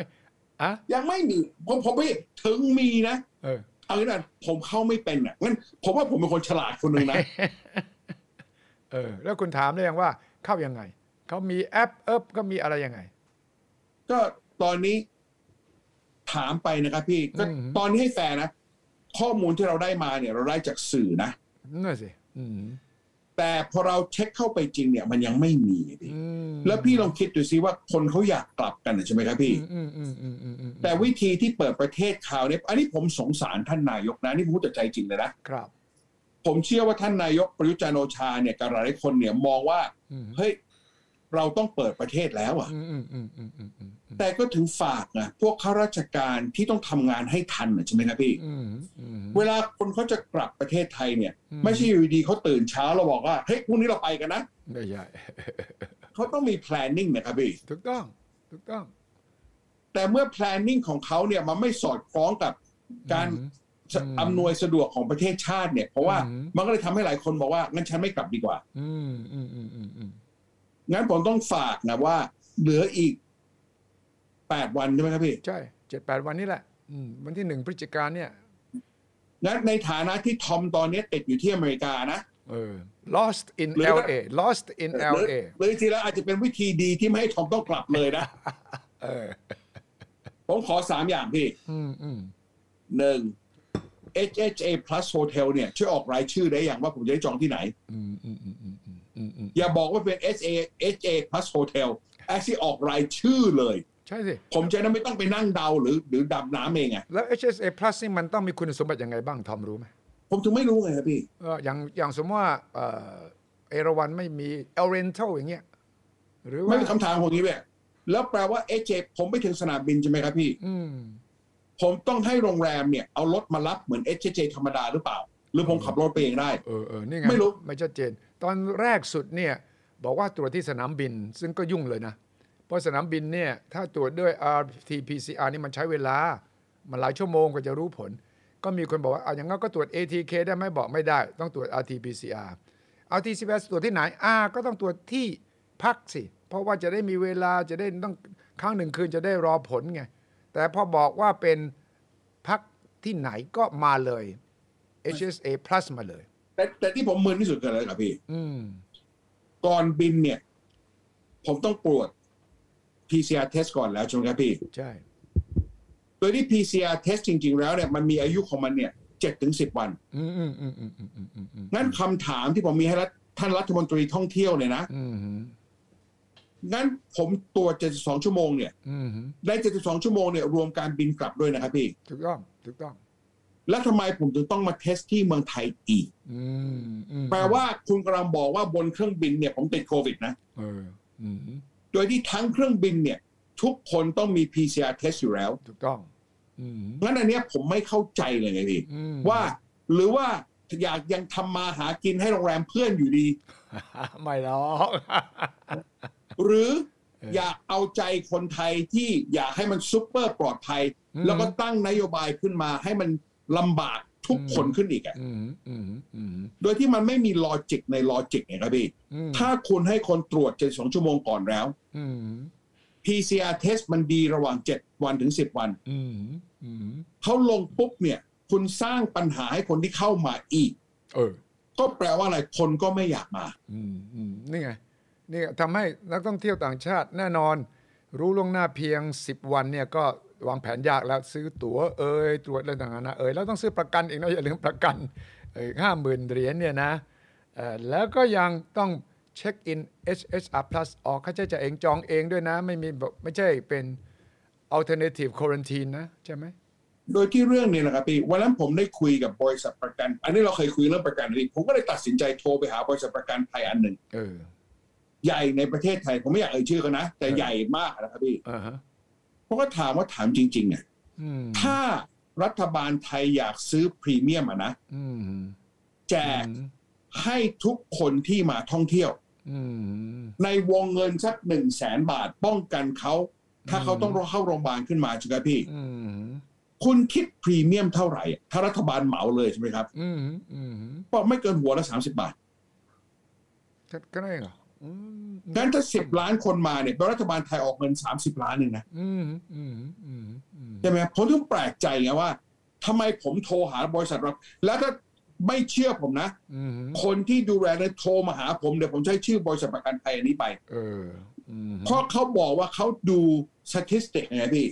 [SPEAKER 2] อ่ะ
[SPEAKER 3] ยังไม่มีผมผมไม่ถึงมีนะ
[SPEAKER 2] เออ
[SPEAKER 3] เอางี้นะผมเข้าไม่เป็นอ่ะงั้นผมว่าผมเป็นคนฉลาดคนหนึ่งนะ
[SPEAKER 2] เออแล้วคุณถามได้ยังว่าเข้ายังไง เขามีแอปเอิบก็มีอะไรยังไง
[SPEAKER 3] ก็ตอนนี้ถามไปนะครับพี่ก็
[SPEAKER 2] อืม
[SPEAKER 3] ตอนนี้ให้แฟร์นะ ข้อมูลที่เราได้มาเนี่ย เราได้จากสื่อนะ
[SPEAKER 2] นั่นสิอืม
[SPEAKER 3] แต่พอเราเช็คเข้าไปจริงเนี่ย มันยังไม่มีพี่
[SPEAKER 2] อืม
[SPEAKER 3] แล้วพี่ลองคิดดูซิว่าคนเขาอยากกลับกันน่ะใช่ไหมครับพี่
[SPEAKER 2] อืมอืมอืมอืมอืมอืม
[SPEAKER 3] แต่วิธีที่เปิดประเทศข่าวเนี่ยอันนี้ผมสงสารท่านนายกนะนี่ผมพูดจากใจจริงเลยนะครับ ผมเชื่อว่าท่านนายกประยุทธ์จันทร์โอชาเนี่ยกับหลายๆคนเนี่ยมองว่า
[SPEAKER 2] อืม
[SPEAKER 3] เฮ้ยเราต้องเปิดประเทศแล้วอะ
[SPEAKER 2] อืมอืมอืมอืมอืมอืมอืม
[SPEAKER 3] แต่ก็ถึงฝากนะพวกข้าราชการที่ต้องทำงานให้ทันน่ะใช่ไหมครับพี่
[SPEAKER 2] อืมอืม
[SPEAKER 3] เวลาคนเขาจะกลับประเทศไทยเนี่ย
[SPEAKER 2] อืม
[SPEAKER 3] ไม่ใช่อยู่ดีๆเขาตื่นเช้าแล้วบอกว่าเฮ้ยพรุ่งนี้เราไปกันนะ
[SPEAKER 2] ไม่ใช่
[SPEAKER 3] เขาต้องมี planning นะครับพี่
[SPEAKER 2] ถูกต้องถูกต้อง
[SPEAKER 3] แต่เมื่อ planning ของเขาเนี่ยมันไม่สอดคล้องกับการ
[SPEAKER 2] อืม
[SPEAKER 3] อำนวยสะดวกของประเทศชาติเนี่ยเพราะว่า
[SPEAKER 2] อืม
[SPEAKER 3] มันก็เลยทำให้หลายคนบอกว่างั้นฉันไม่กลับดีกว่า
[SPEAKER 2] อืมอืมอืมอืมอืม
[SPEAKER 3] งั้นผมต้องฝากนะว่า เหลืออีกแปดวันใช่ไหมครับพี่
[SPEAKER 2] ใช่เจ็ดแปดวันนี้แหละอืมวันที่หนึ่งพฤศจิกาเนี่ย
[SPEAKER 3] งั้นในฐานะที่ทอมตอนนี้ติดอยู่ที่อเมริกานะ
[SPEAKER 2] เออ lost in
[SPEAKER 3] หรือว่า
[SPEAKER 2] LA lost in
[SPEAKER 3] หรือ
[SPEAKER 2] LA
[SPEAKER 3] หรือจริงๆแล้วอาจจะเป็นวิธีดีที่ไม่ให้ทอมต้องกลับเลยนะ
[SPEAKER 2] เออ
[SPEAKER 3] ผมขอสามอย่างพี่
[SPEAKER 2] อืมอืม
[SPEAKER 3] หนึ่ง HHA plus hotel เนี่ยช่วยออกรายชื่อได้อย่างว่าผมจะได้จองที่ไหน
[SPEAKER 2] อืมอืมอืมอืมอืมอืมอืม
[SPEAKER 3] อย่าบอกว่าเป็น SA HA plus hotel แอซี่ออกรายชื่อเลย
[SPEAKER 2] ใช่สิ
[SPEAKER 3] ผมจะได้ไม่ต้องไปนั่งเดาหรือ หรือดำน้ำเองไง
[SPEAKER 2] แล้ว HSA Plus นี่มันต้องมีคุณสมบัติยังไงบ้างทอมรู้ไหม
[SPEAKER 3] ผมถึงไม่รู้ไงครับพี่
[SPEAKER 2] เอ่ออย่างอย่างสมมติว่าเอ่อเอราวันไม่มีเอ r เรนเทลอย่างเงี้ยหรือว่า
[SPEAKER 3] ไม่มีคำถามของนี้แบบแล้วแปลว่า HA ผมไปถึงสนามบินใช่ไหมครับพี่
[SPEAKER 2] อืม
[SPEAKER 3] ผมต้องให้โรงแรมเนี่ย เอารถมารับเหมือน HJ ธรรมดาหรือเปล่า หรือผมขับรถไปเองได้
[SPEAKER 2] เออเออนี่ไง
[SPEAKER 3] ไม่รู้
[SPEAKER 2] ไม่ชัดเจน ตอนแรกสุดเนี่ย บอกว่าตรวจที่สนามบิน ซึ่งก็ยุ่งเลยนะ เพราะสนามบินเนี่ย ถ้าตรวจด้วย RT-PCR นี่มันใช้เวลา มันหลายชั่วโมงกว่าจะรู้ผล ก็มีคนบอกว่าเอาอย่างงั้นก็ตรวจ ATK ได้ไหมบอกไม่ได้ ต้องตรวจ RT-PCR RT-PCR ตรวจที่ไหนอ่าก็ต้องตรวจที่พักสิ เพราะว่าจะได้มีเวลาจะได้ต้องครั้งหนึ่งคืนจะได้รอผลไง แต่พอบอกว่าเป็นพักที่ไหนก็มาเลย HSA plus มาเลย
[SPEAKER 3] แต่แต่ที่ผมมึนที่สุดคืออะไรครับพี่
[SPEAKER 2] อืม
[SPEAKER 3] ก่อนบินเนี่ย ผมต้องตรวจ PCR test ก่อนแล้วใช่ไหมครับพี่
[SPEAKER 2] ใช่
[SPEAKER 3] โดยที่ PCR test จริง ๆ แล้วเนี่ยมันมีอายุของมันเนี่ยเจ็ดถึงสิบวัน
[SPEAKER 2] อืมอืมอืมอืมอืมอืมอืมอืม
[SPEAKER 3] งั้นคำถามที่ผมมีให้รัฐท่านรัฐมนตรีท่องเที่ยวเนี่ยนะ
[SPEAKER 2] อืม
[SPEAKER 3] งั้นผมตรวจ72 ชั่วโมงเนี่ย
[SPEAKER 2] อืม
[SPEAKER 3] ได้ 72 ชั่วโมงเนี่ยรวมการบินกลับด้วยนะครับพี่
[SPEAKER 2] ถูกต้องถูกต้อง
[SPEAKER 3] แล้วทำไมผมถึงต้องมาเทสที่เมืองไทยอีก
[SPEAKER 2] อืมอืม
[SPEAKER 3] แปลว่าคุณกำลังบอกว่าบนเครื่องบินเนี่ยผมติดโควิดนะ
[SPEAKER 2] เอออืม
[SPEAKER 3] โดยที่ทั้งเครื่องบินเนี่ย ทุกคนต้องมี PCR test อยู่แล้ว
[SPEAKER 2] ถูกต้อง อืม
[SPEAKER 3] งั้นอันเนี้ยผมไม่เข้าใจเลยไงพี่
[SPEAKER 2] อืม
[SPEAKER 3] ว่าหรือว่า อยากยังทำมาหากินให้โรงแรมเพื่อนอยู่ดี
[SPEAKER 2] ไม่หรอก
[SPEAKER 3] หรืออยากเอาใจคนไทยที่อยากให้มันซุปเปอร์ปลอดภัย
[SPEAKER 2] อืม
[SPEAKER 3] แล้วก็ตั้งนโยบายขึ้นมาให้มันลำบากทุกคนขึ้นอีกอะ
[SPEAKER 2] อืมอืมอืม
[SPEAKER 3] โดยที่มันไม่มีลอจิกในลอจิกไงครับพี่
[SPEAKER 2] อืม
[SPEAKER 3] ถ้าคุณให้คนตรวจ 72 ชั่วโมงก่อนแล้ว
[SPEAKER 2] อืม
[SPEAKER 3] PCR test มันดีระหว่าง 7 วันถึง 10 วัน
[SPEAKER 2] อืมอืม
[SPEAKER 3] เขาลงปุ๊บเนี่ย คุณสร้างปัญหาให้คนที่เข้ามาอีก
[SPEAKER 2] เออ
[SPEAKER 3] ก็แปลว่าอะไรคนก็ไม่อยากมา
[SPEAKER 2] อืมอืมนี่ไงนี่ทำให้นักท่องเที่ยวต่างชาติแน่นอน รู้ล่วงหน้าเพียง 10 วันเนี่ยก็วางแผนยากแล้วซื้อตั๋วเอ่ยตรวจอะไรต่างๆนะเอ่ยแล้วต้องซื้อประกันอีกนะอย่าลืมประกันห้าหมื่นเหรียญเนี่ยนะเอ่อแล้วก็ยังต้องเช็คอิน HSR Plus ออกค่าใช้จ่ายเองจองเองด้วยนะ ไม่มีแบบไม่ใช่เป็น alternative quarantine นะ ใช่ไหม
[SPEAKER 3] โดยที่เรื่องนี้นะครับพี่วันนั้นผมได้คุยกับบริษัทประกัน อันนี้เราเคยคุยเรื่องประกันนี่ผมก็เลยตัดสินใจโทรไปหาบริษัทประกันไทยอันหนึ่ง
[SPEAKER 2] เออ
[SPEAKER 3] ใหญ่ในประเทศไทย ผมไม่อยากเอ่ยชื่อเขานะ แต่ใหญ่มากนะครับพี่
[SPEAKER 2] อ่าฮะ
[SPEAKER 3] ผมก็ถามว่าถามจริงๆอ่ะ
[SPEAKER 2] อืม
[SPEAKER 3] ถ้ารัฐบาลไทยอยากซื้อพรีเมียมอะนะ
[SPEAKER 2] อืม
[SPEAKER 3] แจกให้ทุกคนที่มาท่องเที่ยว
[SPEAKER 2] อืม
[SPEAKER 3] ในวงเงินสักหนึ่งแสนบาทป้องกันเขาถ้าเขาต้องเข้าโรงพยาบาลขึ้นมาใช่ไหมพี่
[SPEAKER 2] อืม
[SPEAKER 3] คุณคิดพรีเมียมเท่าไหร่อะถ้ารัฐบาลเหมาเลยใช่ไหมครับ
[SPEAKER 2] อืมอืม
[SPEAKER 3] ก็ไม่เกินหัวละสามสิบบาท
[SPEAKER 2] ก็ได้เหรออืม
[SPEAKER 3] งั้นถ้าสิบล้านคนมาเนี่ยรัฐบาลไทยออกเงินสามสิบล้านหนึ่งนะ
[SPEAKER 2] อืมอืมอืมอืม
[SPEAKER 3] ใช่ไหมผมถึงแปลกใจไงว่าทำไมผมโทรหาบริษัทรับแล้วถ้าไม่เชื่อผมนะ
[SPEAKER 2] อืม
[SPEAKER 3] คนที่ดูแลเนี่ยโทรมาหาผมเดี๋ยวผมใช้ชื่อบริษัทประกันภัยอันนี้ไป
[SPEAKER 2] เอออืม
[SPEAKER 3] เพราะเขาบอกว่าเขาดูสถิติไงพี่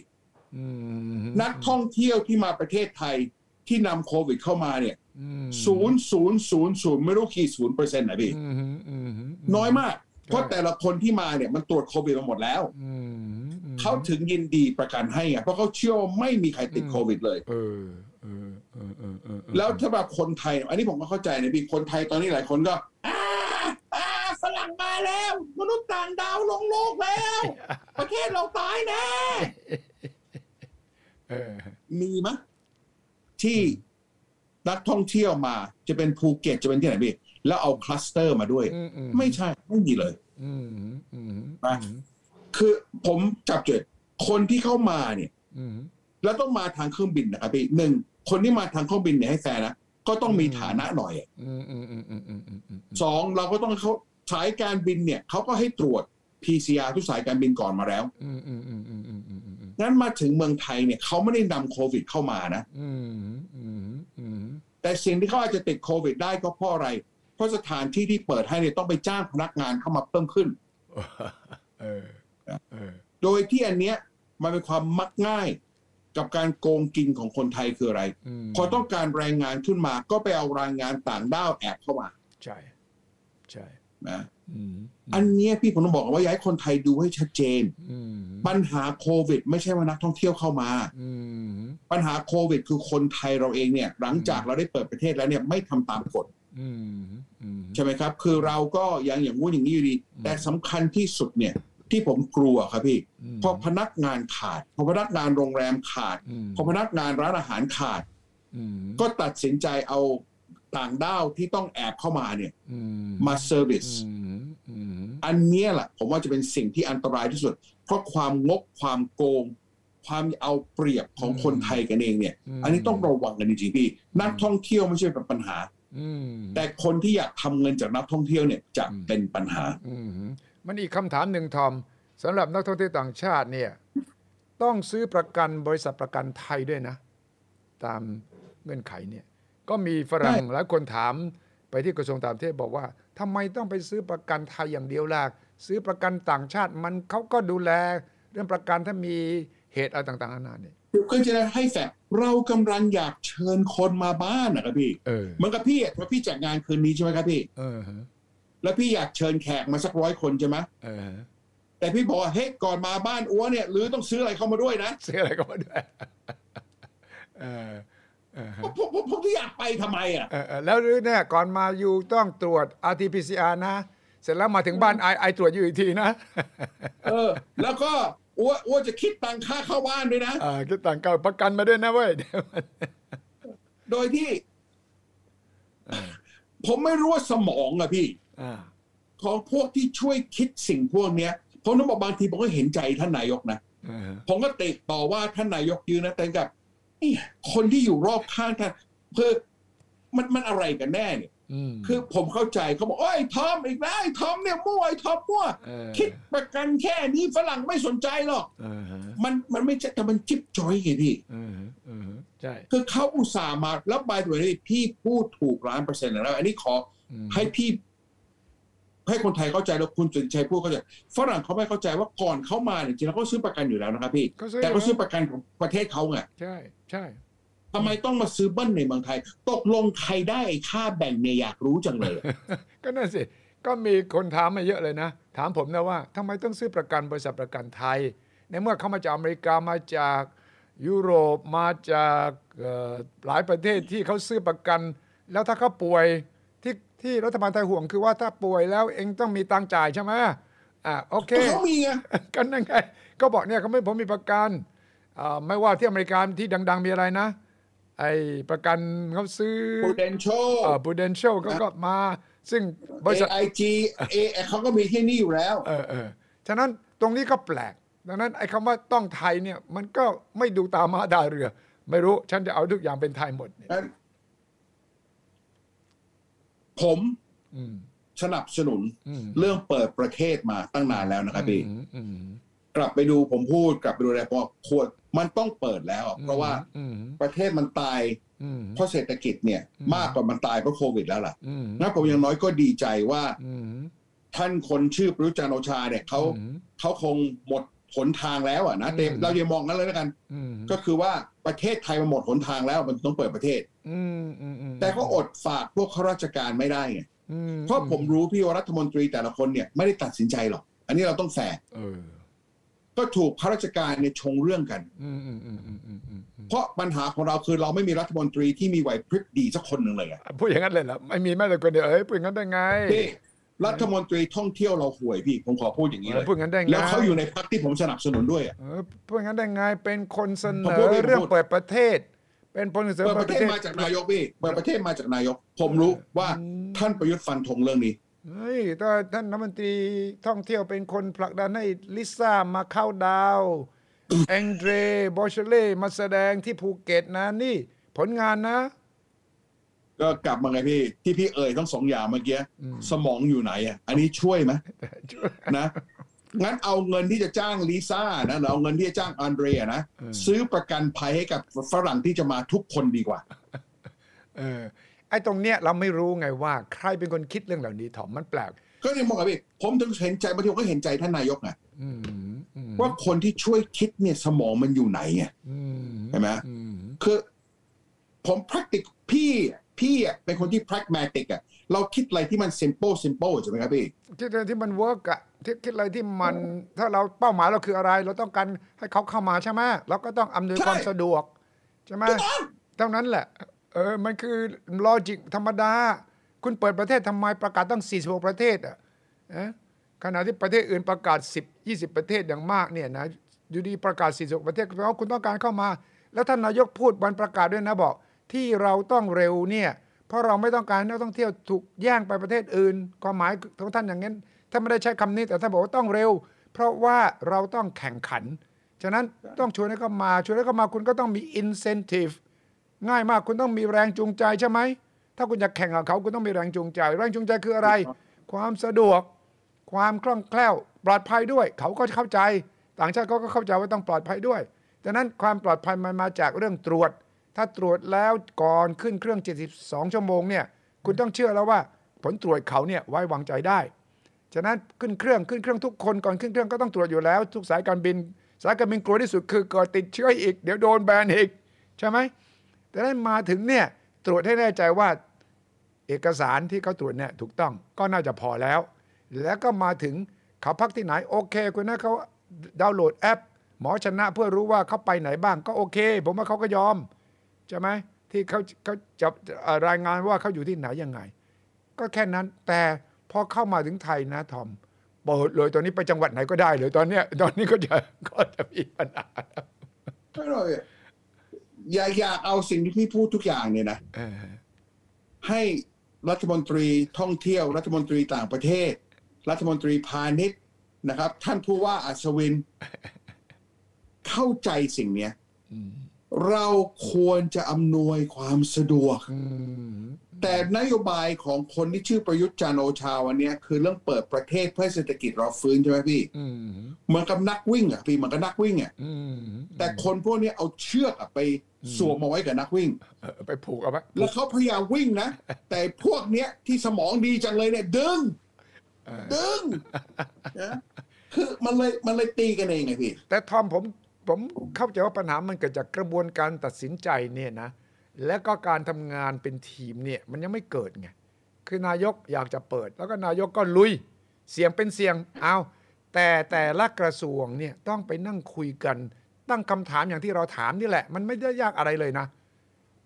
[SPEAKER 2] อืม
[SPEAKER 3] นักท่องเที่ยวที่มาประเทศไทยที่นำโควิดเข้ามาเนี่ย
[SPEAKER 2] อืม
[SPEAKER 3] ศูนย์ศูนย์ศูนย์ศูนย์ไม่รู้กี่ศูนย์เปอร์เซ็นต์นะพี่
[SPEAKER 2] อืมอืม
[SPEAKER 3] น้อยมาก เพราะแต่ละคนที่มาเนี่ยมันตรวจโควิดมาหมดแล้ว
[SPEAKER 2] อืมอืม
[SPEAKER 3] เขาถึงยินดีประกันให้ไงเพราะเขาเชื่อว่าไม่มีใครติดโควิดเลย
[SPEAKER 2] เออเออเออเออเออเออ
[SPEAKER 3] แล้วสำหรับคนไทย อันนี้ผมก็เข้าใจนะพี่คนไทยตอนนี้หลายคนก็อาอาฝรั่งมาแล้ว มนุษย์ต่างดาวลงโลกแล้ว ประเทศเราตายแน่
[SPEAKER 2] เออ
[SPEAKER 3] มีมะที่นักท่องเที่ยวมา จะเป็นภูเก็ตจะเป็นที่ไหนพี่แล้วเอาคลัสเตอร์มาด้วย
[SPEAKER 2] อืมอืม
[SPEAKER 3] ไม่ใช่ไม่มีเลย
[SPEAKER 2] อืมอืม
[SPEAKER 3] นะ คือผมจับจุดคนที่เข้ามาเนี่ย
[SPEAKER 2] อืม
[SPEAKER 3] แล้วต้องมาทางเครื่องบินนะครับพี่หนึ่งคนที่มาทางเครื่องบินเนี่ยให้แฟร์นะก็ต้องมีฐานะหน่อยอะ
[SPEAKER 2] อืมอืมอืมอืมอืมอืมอืม
[SPEAKER 3] สองเราก็ต้องเขาสายการบินเนี่ยเขาก็ให้ตรวจ PCR ทุกสายการบินก่อนมาแล้ว
[SPEAKER 2] อืมอืมอืมอืมอืมอืมอืมอืม
[SPEAKER 3] งั้นมาถึงเมืองไทยเนี่ยเขาไม่ได้นำโควิดเข้ามานะ
[SPEAKER 2] อืมอืมอืม
[SPEAKER 3] แต่สิ่งที่เขาอาจจะติดโควิดได้ก็เพราะอะไร เพราะสถานที่ที่เปิดให้เนี่ยต้องไปจ้างพนักงานเข้ามาเพิ่มขึ้น
[SPEAKER 2] เออเออ
[SPEAKER 3] โดยที่อันเนี้ยมันเป็นความมักง่ายกับการโกงกินของคนไทยคืออะไร
[SPEAKER 2] ม
[SPEAKER 3] พอต้องการแรงงานขึ้นมา ก็ไปเอาแรงงานต่างด้าวแอบเข้ามา
[SPEAKER 2] ใช่ใช่
[SPEAKER 3] นะ
[SPEAKER 2] อืม
[SPEAKER 3] อันเนี้ยพี่ผมต้องบอกว่าอยากให้คนไทยดูให้ชัดเจน
[SPEAKER 2] อืม
[SPEAKER 3] ปัญหาโควิด ไม่ใช่ว่านักท่องเที่ยวเข้ามา
[SPEAKER 2] อืม
[SPEAKER 3] ปัญหาโควิด คือคนไทยเราเองเนี่ยหลังจากเราได้เปิดประเทศแล้วเนี่ยไม่ทำตามกฎ
[SPEAKER 2] อืมอืม
[SPEAKER 3] ใช่ไหมครับ คือเราก็ยังอย่างงู้นอย่างนี้อยู่ดี แต่สำคัญที่สุดเนี่ยที่ผมกลัวครับพี่พอพนักงานขาดพอพนักงานโรงแรมขาด
[SPEAKER 2] อืม
[SPEAKER 3] พอพนักงานร้านอาหารขาด
[SPEAKER 2] อืม
[SPEAKER 3] ก็ตัดสินใจเอาต่างด้าวที่ต้องแอบเข้ามาเนี่ย
[SPEAKER 2] อืม
[SPEAKER 3] มาเซอร์วิส
[SPEAKER 2] อืมอืม
[SPEAKER 3] อันเนี้ยแหละผมว่าจะเป็นสิ่งที่อันตรายที่สุด เพราะความงกความโกง ความเอาเปรียบของคนไทยกันเองเนี่ย อันนี้ต้องระวังกันจริงๆพี่นักท่องเที่ยวไม่ใช่เป็นปัญหา
[SPEAKER 2] อืม
[SPEAKER 3] แต่คนที่อยากทำเงินจากนักท่องเที่ยวเนี่ยจะเป็นปัญหา
[SPEAKER 2] อืมมันอีกคำถามหนึ่งทอมสำหรับนักท่องเที่ยวต่างชาติเนี่ย ต้องซื้อประกันบริษัทประกันไทยด้วยนะ ตามเงื่อนไขเนี่ย ก็มีฝรั่ง
[SPEAKER 3] ใช่
[SPEAKER 2] หลายคนถามไปที่กระทรวงต่างประเทศบอกว่าทำไมต้องไปซื้อประกันไทยอย่างเดียวล่ะซื้อประกันต่างชาติมันเขาก็ดูแล เรื่องประกันถ้ามีเหตุอะไรต่างๆนานาเนี่ย
[SPEAKER 3] ก็จะได้ให้แฝงเรากำลังอยากเชิญคนมาบ้านนะครับพี่
[SPEAKER 2] เออ
[SPEAKER 3] เหมือนกับพี่อะถ้าพี่จัดงานคืนนี้ใช่ไหมครับพี่
[SPEAKER 2] เออฮะ
[SPEAKER 3] แล้วพี่อยากเชิญแขกมาสักร้อยคนใช่ไหม
[SPEAKER 2] เออฮะ
[SPEAKER 3] แต่พี่บอกว่าเฮ้ยก่อนมาบ้านอัวเนี่ยหรือต้องซื้ออะไรเข้ามาด้วยนะ
[SPEAKER 2] ซื้ออะไรก็มาด้วยเออเออฮะ
[SPEAKER 3] ผมผมผมผมจะอยากไปทำไมอ่ะ
[SPEAKER 2] เออเออแล้วหรือเนี่ยก่อนมาอยู่ต้องตรวจ RT-PCR นะ เสร็จแล้วมาถึงบ้านไอไอตรวจอยู่อีกที นะ
[SPEAKER 3] เออแล้วก็อ้วอ้วจะคิดตังค่าเข้าบ้านด้วยนะ
[SPEAKER 2] เออคิดต่างกันประกันมาด้วยนะเว้ยเดี๋ยวมัน
[SPEAKER 3] โดยที่ ผมไม่รู้ว่าสมองอะพี่
[SPEAKER 2] อ่า
[SPEAKER 3] ของพวกที่ช่วยคิดสิ่งพวกเนี้ยผมต้องบอกบางทีผมก็เห็นใจท่านนายกนะ
[SPEAKER 2] เออ
[SPEAKER 3] ผมก็ติดต่อว่าท่านนายกยืนนะแต่กับเนี่ยคนที่อยู่รอบข้างท่านเพื่อมันมันอะไรกันแน่เนี่ย
[SPEAKER 2] อืม
[SPEAKER 3] คือผมเข้าใจเขาบอกโอ้ยทอมอีกแล้วไอ้ทอมเนี่ยมั่วไอ้ทอมมั่ว
[SPEAKER 2] เออ
[SPEAKER 3] คิดประกันแค่นี้ฝรั่งไม่สนใจหรอก
[SPEAKER 2] เออฮะ
[SPEAKER 3] มันมันไม่ใช่แต่มันจิ๊บจอยไงพี่
[SPEAKER 2] เออฮะเออฮะใช่
[SPEAKER 3] คือเขาอุตส่าห์มาแล้วบายตัวนี้พี่พูดถูกร้านเปอร์เซ็นต์แล้ว อันนี้ขอ
[SPEAKER 2] อืม
[SPEAKER 3] ให้พี่ ให้คนไทยเข้าใจแล้วคุณสุนชัยพูดเข้าใจฝรั่งเขาไม่เข้าใจว่าก่อนเข้ามาเนี่ยจริงๆแล้วเขาซื้อประกันอยู่แล้วนะครับพี่
[SPEAKER 2] ก็ซื้อ
[SPEAKER 3] แต่เขาซื้อประกันของประเทศเขาไง
[SPEAKER 2] ใช่ใช่
[SPEAKER 3] ทำไมต้องมาซื้อเบิ้ลในเมืองไทย ตกลงใครได้ไอ้ค่าแบ่งเนี่ยอยากรู้จังเลย
[SPEAKER 2] ก็นั่นสิก็มีคนถามมาเยอะเลยนะ ถามผมนะว่าทำไมต้องซื้อประกันบริษัทประกันไทย ในเมื่อเขามาจากอเมริกามาจากยุโรปมาจากเอ่อหลายประเทศที่เขาซื้อประกัน แล้วถ้าเขาป่วยที่ที่รัฐบาลไทยห่วงคือว่าถ้าป่วยแล้วเองต้องมีตังค์จ่ายใช่ไหมอ่าโอเค
[SPEAKER 3] ก็เขามีไง
[SPEAKER 2] กันนั่นไงก็บอกเนี่ยเขาไม่ผมมีประกันอ่าไม่ว่าที่อเมริกาที่ดัง ๆ มีอะไรนะ ไอประกันเขาซื้อ
[SPEAKER 3] โปรเดนโช
[SPEAKER 2] เอ่อ Prudential เขาก็มา ซึ่งบริษัท
[SPEAKER 3] AIG เอเขาก็มีที่นี่อยู่แล้ว
[SPEAKER 2] เออเออฉะนั้นตรงนี้ก็แปลก ดังนั้นไอ้คำว่าต้องไทยเนี่ย มันก็ไม่ดูตามาดาเรือ ไม่รู้ ฉันจะเอาทุกอย่างเป็นไทยหมดเนี่ย
[SPEAKER 3] ผม
[SPEAKER 2] อืม
[SPEAKER 3] สนับสนุน
[SPEAKER 2] อืม
[SPEAKER 3] เรื่องเปิดประเทศมาตั้งนานแล้วนะครับพี่
[SPEAKER 2] อืมอืม
[SPEAKER 3] กลับไปดูผมพูดกลับไปดูอะไรพอควรมันต้องเปิดแล้วอะเพราะว่า
[SPEAKER 2] อืม
[SPEAKER 3] ประเทศมันตาย
[SPEAKER 2] อืม
[SPEAKER 3] เพราะเศรษฐกิจเนี่ย มากกว่ามันตายเพราะโควิดแล้วล่ะ
[SPEAKER 2] อืม
[SPEAKER 3] งั้นผมอยังน้อยก็ดีใจว่า
[SPEAKER 2] อืม
[SPEAKER 3] ท่านคนชื่อประยุทธ์จันทร์โอชาเนี่ยเขา
[SPEAKER 2] อืม
[SPEAKER 3] เขาคงหมดหนทางแล้วอ่ะนะเต็ม
[SPEAKER 2] อืม
[SPEAKER 3] เราอย่ามองนั้นเลยแล้วกัน
[SPEAKER 2] อืม
[SPEAKER 3] ก็คือว่าประเทศไทยมันหมดหนทางแล้วมันต้องเปิดประเทศ
[SPEAKER 2] อืมอืมอืม
[SPEAKER 3] แต่ก็อดฝากพวกข้าราชการไม่ได้ไง
[SPEAKER 2] อื
[SPEAKER 3] เพราะผมรู้พี่ว่ารัฐมนตรีแต่ละคนเนี่ยไม่ได้ตัดสินใจหรอก อันนี้เราต้องแฝง
[SPEAKER 2] เออ
[SPEAKER 3] ก็ถูกข้าราชการเนี่ยชงเรื่องกัน
[SPEAKER 2] อืมอืมอืมอืมอืมอืม
[SPEAKER 3] เพราะปัญหาของเราคือเราไม่มีรัฐมนตรีที่มีไหวพริบดีสักคนหนึ่งเลยอะ
[SPEAKER 2] พูดอย่างนั้นเลยเหรอไม่มีแม้แต่คนเดียวเอ้ยพูดอย่างนั้นได้ไง
[SPEAKER 3] พี่รัฐมนตรีท่องเที่ยวเราห่วยพี่ ผมขอพูดอย่างนี้เลย
[SPEAKER 2] พูดอย่างนั้นได้ไง
[SPEAKER 3] แล้วเขาอยู่ในพรรคที่ผมสนับสนุนด้วยอะ
[SPEAKER 2] เออพูดอย่างนั้นได้ไงเป็นคนเสน
[SPEAKER 3] ผม
[SPEAKER 2] อ
[SPEAKER 3] พูดไม่
[SPEAKER 2] เรื่อง
[SPEAKER 3] ผมพูด
[SPEAKER 2] เปิดประเทศ เป็นคนเสนอ
[SPEAKER 3] เปิดป
[SPEAKER 2] เปิด
[SPEAKER 3] ระ
[SPEAKER 2] ประเท
[SPEAKER 3] เทศ
[SPEAKER 2] ศ
[SPEAKER 3] มาจากนายกพี่เปิดประเทศมาจากนายก ผมรู้ว่าท่านประยุทธ์ฟันธงเรื่องนี้
[SPEAKER 2] เฮ้ยถ้าท่านรัฐมนตรีท่องเที่ยวเป็นคนผลักดันให้ลิซ่ามาเข้าดาวแองเดรบอชเล่มาแสดงที่ภูเก็ตนะนี่ ผลงานนะ
[SPEAKER 3] ก็กลับมาไงพี่ ที่พี่เอ่ยทั้งสองอย่างเมื่อกี้สมองอยู่ไหนอ่ะอันนี้ช่วยไหมนะ งั้นเอาเงินที่จะจ้างลิซ่านะหรือเอาเงินที่จะจ้างอันเดรียนะซื้อประกันภัยให้กับฝรั่งที่จะมาทุกคนดีกว่า
[SPEAKER 2] เออไอ้ตรงเนี้ยเราไม่รู้ไงว่า ใครเป็นคนคิดเรื่องเหล่านี้ถอมมันแปลก
[SPEAKER 3] ก็เนี่ยมองกับพี่ผมถึงเห็นใจบางทีผมก็เห็นใจท่านนายกไง
[SPEAKER 2] อืมอืม
[SPEAKER 3] ว่าคนที่ช่วยคิดเนี่ยสมองมันอยู่ไหนไง
[SPEAKER 2] อืม
[SPEAKER 3] เห็นไหม
[SPEAKER 2] อืม
[SPEAKER 3] คือผม practic พี่พี่อ่ะเป็นคนที่ pragmatic อ่ะเราคิดอะไรที่มัน simple simple ใช่ไหมครับพี่
[SPEAKER 2] คิดอะไรที่มันเวิร์กอะคิดคิดอะไรที่มัน ถ้าเราเป้าหมายเราคืออะไร เราต้องการให้เขาเข้ามาใช่ไหมเราก็ต้องอำนวย
[SPEAKER 3] ใช่
[SPEAKER 2] ความสะดวก ใช่ไหม
[SPEAKER 3] ถูกต้อง
[SPEAKER 2] เท่านั้นแหละ เออ มันคือลอจิกธรรมดา คุณเปิดประเทศทำไมประกาศตั้ง 46 ประเทศอะเอ๊ะขณะที่ประเทศอื่นประกาศ 10 20 ประเทศอย่างมากเนี่ยนะ อยู่ดีประกาศ 46 ประเทศเพราะคุณต้องการเข้ามา แล้วท่านนายกพูดวันประกาศด้วยนะบอก ที่เราต้องเร็วเนี่ย เพราะเราไม่ต้องการให้นักท่องเที่ยวถูกแย่งไปประเทศอื่น ความหมายของท่านอย่างนั้นท่านไม่ได้ใช้คำนี้แต่ท่านบอกว่าต้องเร็ว เพราะว่าเราต้องแข่งขัน ฉะนั้นต้องชวนให้เข้ามาชวนให้เข้ามาคุณก็ต้องมี incentive ง่ายมากคุณต้องมีแรงจูงใจใช่ไหม ถ้าคุณอยากแข่งกับเขาคุณต้องมีแรงจูงใจ แรงจูงใจคืออะไร ความสะดวก ความคล่องแคล่ว ปลอดภัยด้วย เขาก็เข้าใจ ต่างชาติเขาก็เข้าใจว่าต้องปลอดภัยด้วยดังนั้นความปลอดภัยมันมาจากเรื่องตรวจ ถ้าตรวจแล้วก่อนขึ้นเครื่อง 72 ชั่วโมงเนี่ย คุณต้องเชื่อแล้วว่า ผลตรวจเขาเนี่ยไว้วางใจได้ ฉะนั้นขึ้นเครื่องขึ้นเครื่องทุกคนก่อนขึ้นเครื่องก็ต้องตรวจอยู่แล้ว ทุกสายการบิน สายการบินกลัวที่สุดคือเกิดติดเชื้ออีก เดี๋ยวโดนแบนอีก ใช่ไหมแต่ได้นมาถึงเนี่ยตรวจให้แน่ใจว่า เอกสารที่เขาตรวจเนี่ยถูกต้องก็น่าจะพอแล้ว แล้วก็มาถึงเขาพักที่ไหนโอเคคุณนะเขาดาวน์โหลดแอป หมอชนะเพื่อรู้ว่าเขาไปไหนบ้างก็โอเค ผมว่าเขาก็ยอม ใช่ไหมที่เขาเขาจะเอ่อรายงานว่าเขาอยู่ที่ไหนยังไง ก็แค่นั้นแต่พอเข้ามาถึงไทยนะทอมเปิดเลยตอนนี้ไปจังหวัดไหนก็ได้เลยตอนเนี้ยตอนนี้ก็จะ ก็จะมีปัญหา
[SPEAKER 3] ไม่หรอกอย่าอยากเอาสิ่งที่พี่พูดทุกอย่างเนี่ยนะ
[SPEAKER 2] เออ
[SPEAKER 3] ให้ รัฐมนตรีท่องเที่ยว รัฐมนตรีต่างประเทศ รัฐมนตรีพาณิชย์นะครับ ท่านผู้ว่าอัศวิน เข้าใจสิ่งเนี้ยเราควรจะอำนวยความสะดวก แต่นโยบายของคนที่ชื่อประยุทธ์จันทร์โอชาวันเนี้ยคือเรื่องเปิดประเทศเพื่อให้เศรษฐกิจเราฟื้นใช่ไหมพี่
[SPEAKER 2] อืม
[SPEAKER 3] เหมือนกับนักวิ่งอ่ะพี่เหมือนกับนักวิ่งอ่ะ
[SPEAKER 2] อืม
[SPEAKER 3] แต่คนพวกเนี้ยเอาเชือกอะไปสวมเอาไว้กับนักวิ่ง
[SPEAKER 2] เออไปผูกเอาไหม
[SPEAKER 3] แล้วเขาพยายามวิ่งนะ แต่พวกเนี้ยที่สมองดีจังเลยเนี่ย ดึง ดึ งนะคือมันเลยมันเลยตีกันเองไงพี่
[SPEAKER 2] แต่ทอมผมผมเข้าใจว่าปัญหามันเกิดจากกระบวนการตัดสินใจเนี่ยนะ และก็การทำงานเป็นทีมเนี่ย มันยังไม่เกิดไง คือนายกอยากจะเปิด แล้วก็นายกก็ลุย เสียงเป็นเสียงเอาแต่แต่ละกระทรวงเนี่ยต้องไปนั่งคุยกัน ตั้งคำถามอย่างที่เราถามนี่แหละ มันไม่ได้ยากอะไรเลยนะ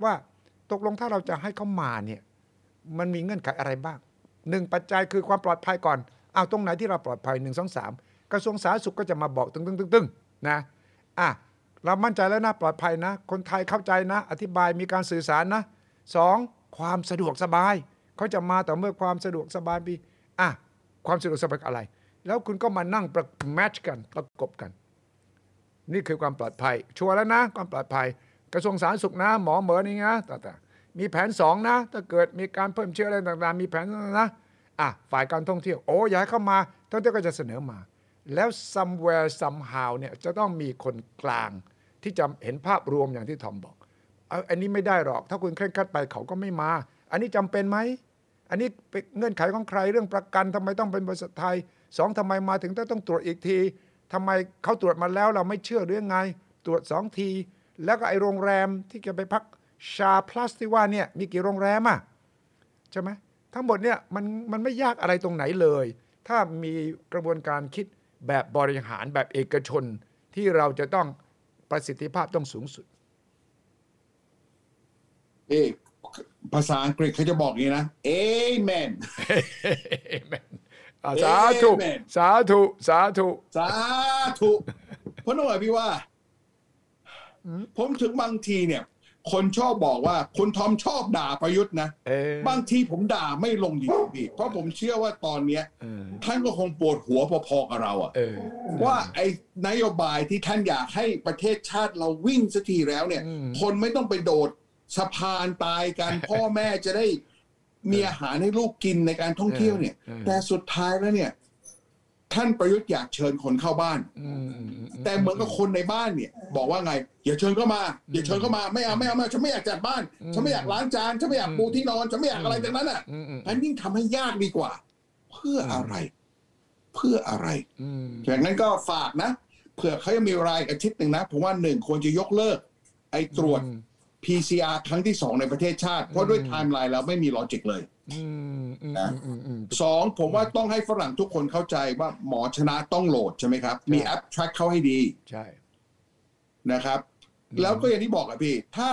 [SPEAKER 2] ว่าตกลงถ้าเราจะให้เขามาเนี่ย มันมีเงื่อนไขอะไรบ้างหนึ่งปัจจัยคือความปลอดภัยก่อนเอาตรงไหนที่เราปลอดภัยหนึ่งสองสามกระทรวงสาธารณสุขก็จะมาบอกตึงตึงตึงตึงนะอ่ะเรามั่นใจแล้วนะปลอดภัยนะ คนไทยเข้าใจนะ อธิบายมีการสื่อสารนะสองความสะดวกสบายเขาจะมาแต่อเมื่อความสะดวกสบายมีอ่ะความสะดวกสบายอะไร แล้วคุณก็มานั่งประแมทช์กันประกบกัน นี่คือความปลอดภัย ชัวร์แล้วนะ ความปลอดภัย กระทรวงสาธารณสุขนะ หมอเหมอนี่นะต่างๆมีแผนสองนะ ถ้าเกิดมีการเพิ่มเชื้ออะไรต่างๆ มีแผนนะอ่ะฝ่ายการท่องเที่ยว โอ้อยากให้เข้ามาท่องเที่ยวก็จะเสนอมา แล้ว somewhere somehow เนี่ยจะต้องมีคนกลางที่จะเห็นภาพรวมอย่างที่ทอมบอกเอาอันนี้ไม่ได้หรอก ถ้าคุณเคร่งครัดไปเขาก็ไม่มา อันนี้จำเป็นไหม อันนี้เป็นเงื่อนไขของใครเรื่องประกันทำไมต้องเป็นบริษัทไทยสองทำไมมาถึงต้องตรวจอีกทีทำไมเขาตรวจมาแล้วเราไม่เชื่อหรือยังไง ตรวจสองที แล้วก็ไอโรงแรมที่แกไปพักชาพลัสที่ว่าเนี่ยมีกี่โรงแรมอ่ะ ใช่ไหมทั้งหมดเนี่ยมันมันไม่ยากอะไรตรงไหนเลย ถ้ามีกระบวนการคิดแบบบริหารแบบเอกชนที่เราจะต้องประสิทธิภาพต้องสูงสุด
[SPEAKER 3] เอกภาษาอังกฤษเขาจะบอกอย่างนี้นะ Amen
[SPEAKER 2] เอเมนอ่ะสาธุ
[SPEAKER 3] เอเมน
[SPEAKER 2] สาธุสาธุ
[SPEAKER 3] สาธุเพราะหน่อยพี่ว่า ผมถึงบางทีเนี่ย คนชอบบอกว่าคุณทอมชอบด่าประยุทธ์นะ
[SPEAKER 2] เออ
[SPEAKER 3] บางทีผมด่าไม่ลงดีๆพี่เพราะผมเชื่อว่าตอนเนี้ย
[SPEAKER 2] เออ
[SPEAKER 3] ท่านก็คงปวดหัวพอๆกับเราอะ
[SPEAKER 2] เออ
[SPEAKER 3] ว่าไอ้นโยบายที่ท่านอยากให้ประเทศชาติเราวิ่งสักทีแล้วเนี่ย
[SPEAKER 2] อืม
[SPEAKER 3] คนไม่ต้องไปโดดสะพานตายกัน พ่อแม่จะได้มีอาหารให้ลูกกินในการท่องเที่ยวเนี่ย แต่สุดท้ายแล้วเนี่ย ท่านประยุทธ์อยากเชิญคนเข้าบ้าน
[SPEAKER 2] อืมอืมอืม
[SPEAKER 3] แต่เหมือนกับคนในบ้านเนี่ย บอกว่าไงอย่าเชิญเข้ามาอย่าเชิญเข้ามาไม่เอาไม่เอาไม่เอาฉันไม่อยากจัดบ้านฉันไม่อยากล้างจานฉันไม่อยากปูที่นอนฉันไม่อยากอะไรทั้งนั้นอ่ะ
[SPEAKER 2] อืมอืม
[SPEAKER 3] อันยิ่งทำให้ยากดีกว่า เพื่ออะไร เพื่ออะไร
[SPEAKER 2] อืม
[SPEAKER 3] อย่างนั้นก็ฝากนะเผื่อเขายังมีรายอาทิตย์หนึ่งนะผมว่าหนึ่งควรจะยกเลิก ไอ้ตรวจ PCR ครั้งที่สองในประเทศชาติ เพราะด้วยไทม์ไลน์แล้วไม่มีลอจิกเลย
[SPEAKER 2] อืมอืมอืมอืม
[SPEAKER 3] สองผมว่าต้องให้ฝรั่งทุกคนเข้าใจว่าหมอชนะต้องโหลดใช่ไหมครับ มี
[SPEAKER 2] ใช่
[SPEAKER 3] แอป track เข้าให้ดี
[SPEAKER 2] ใช่
[SPEAKER 3] นะครับ แล้วก็อย่างที่บอกอะพี่ ถ้า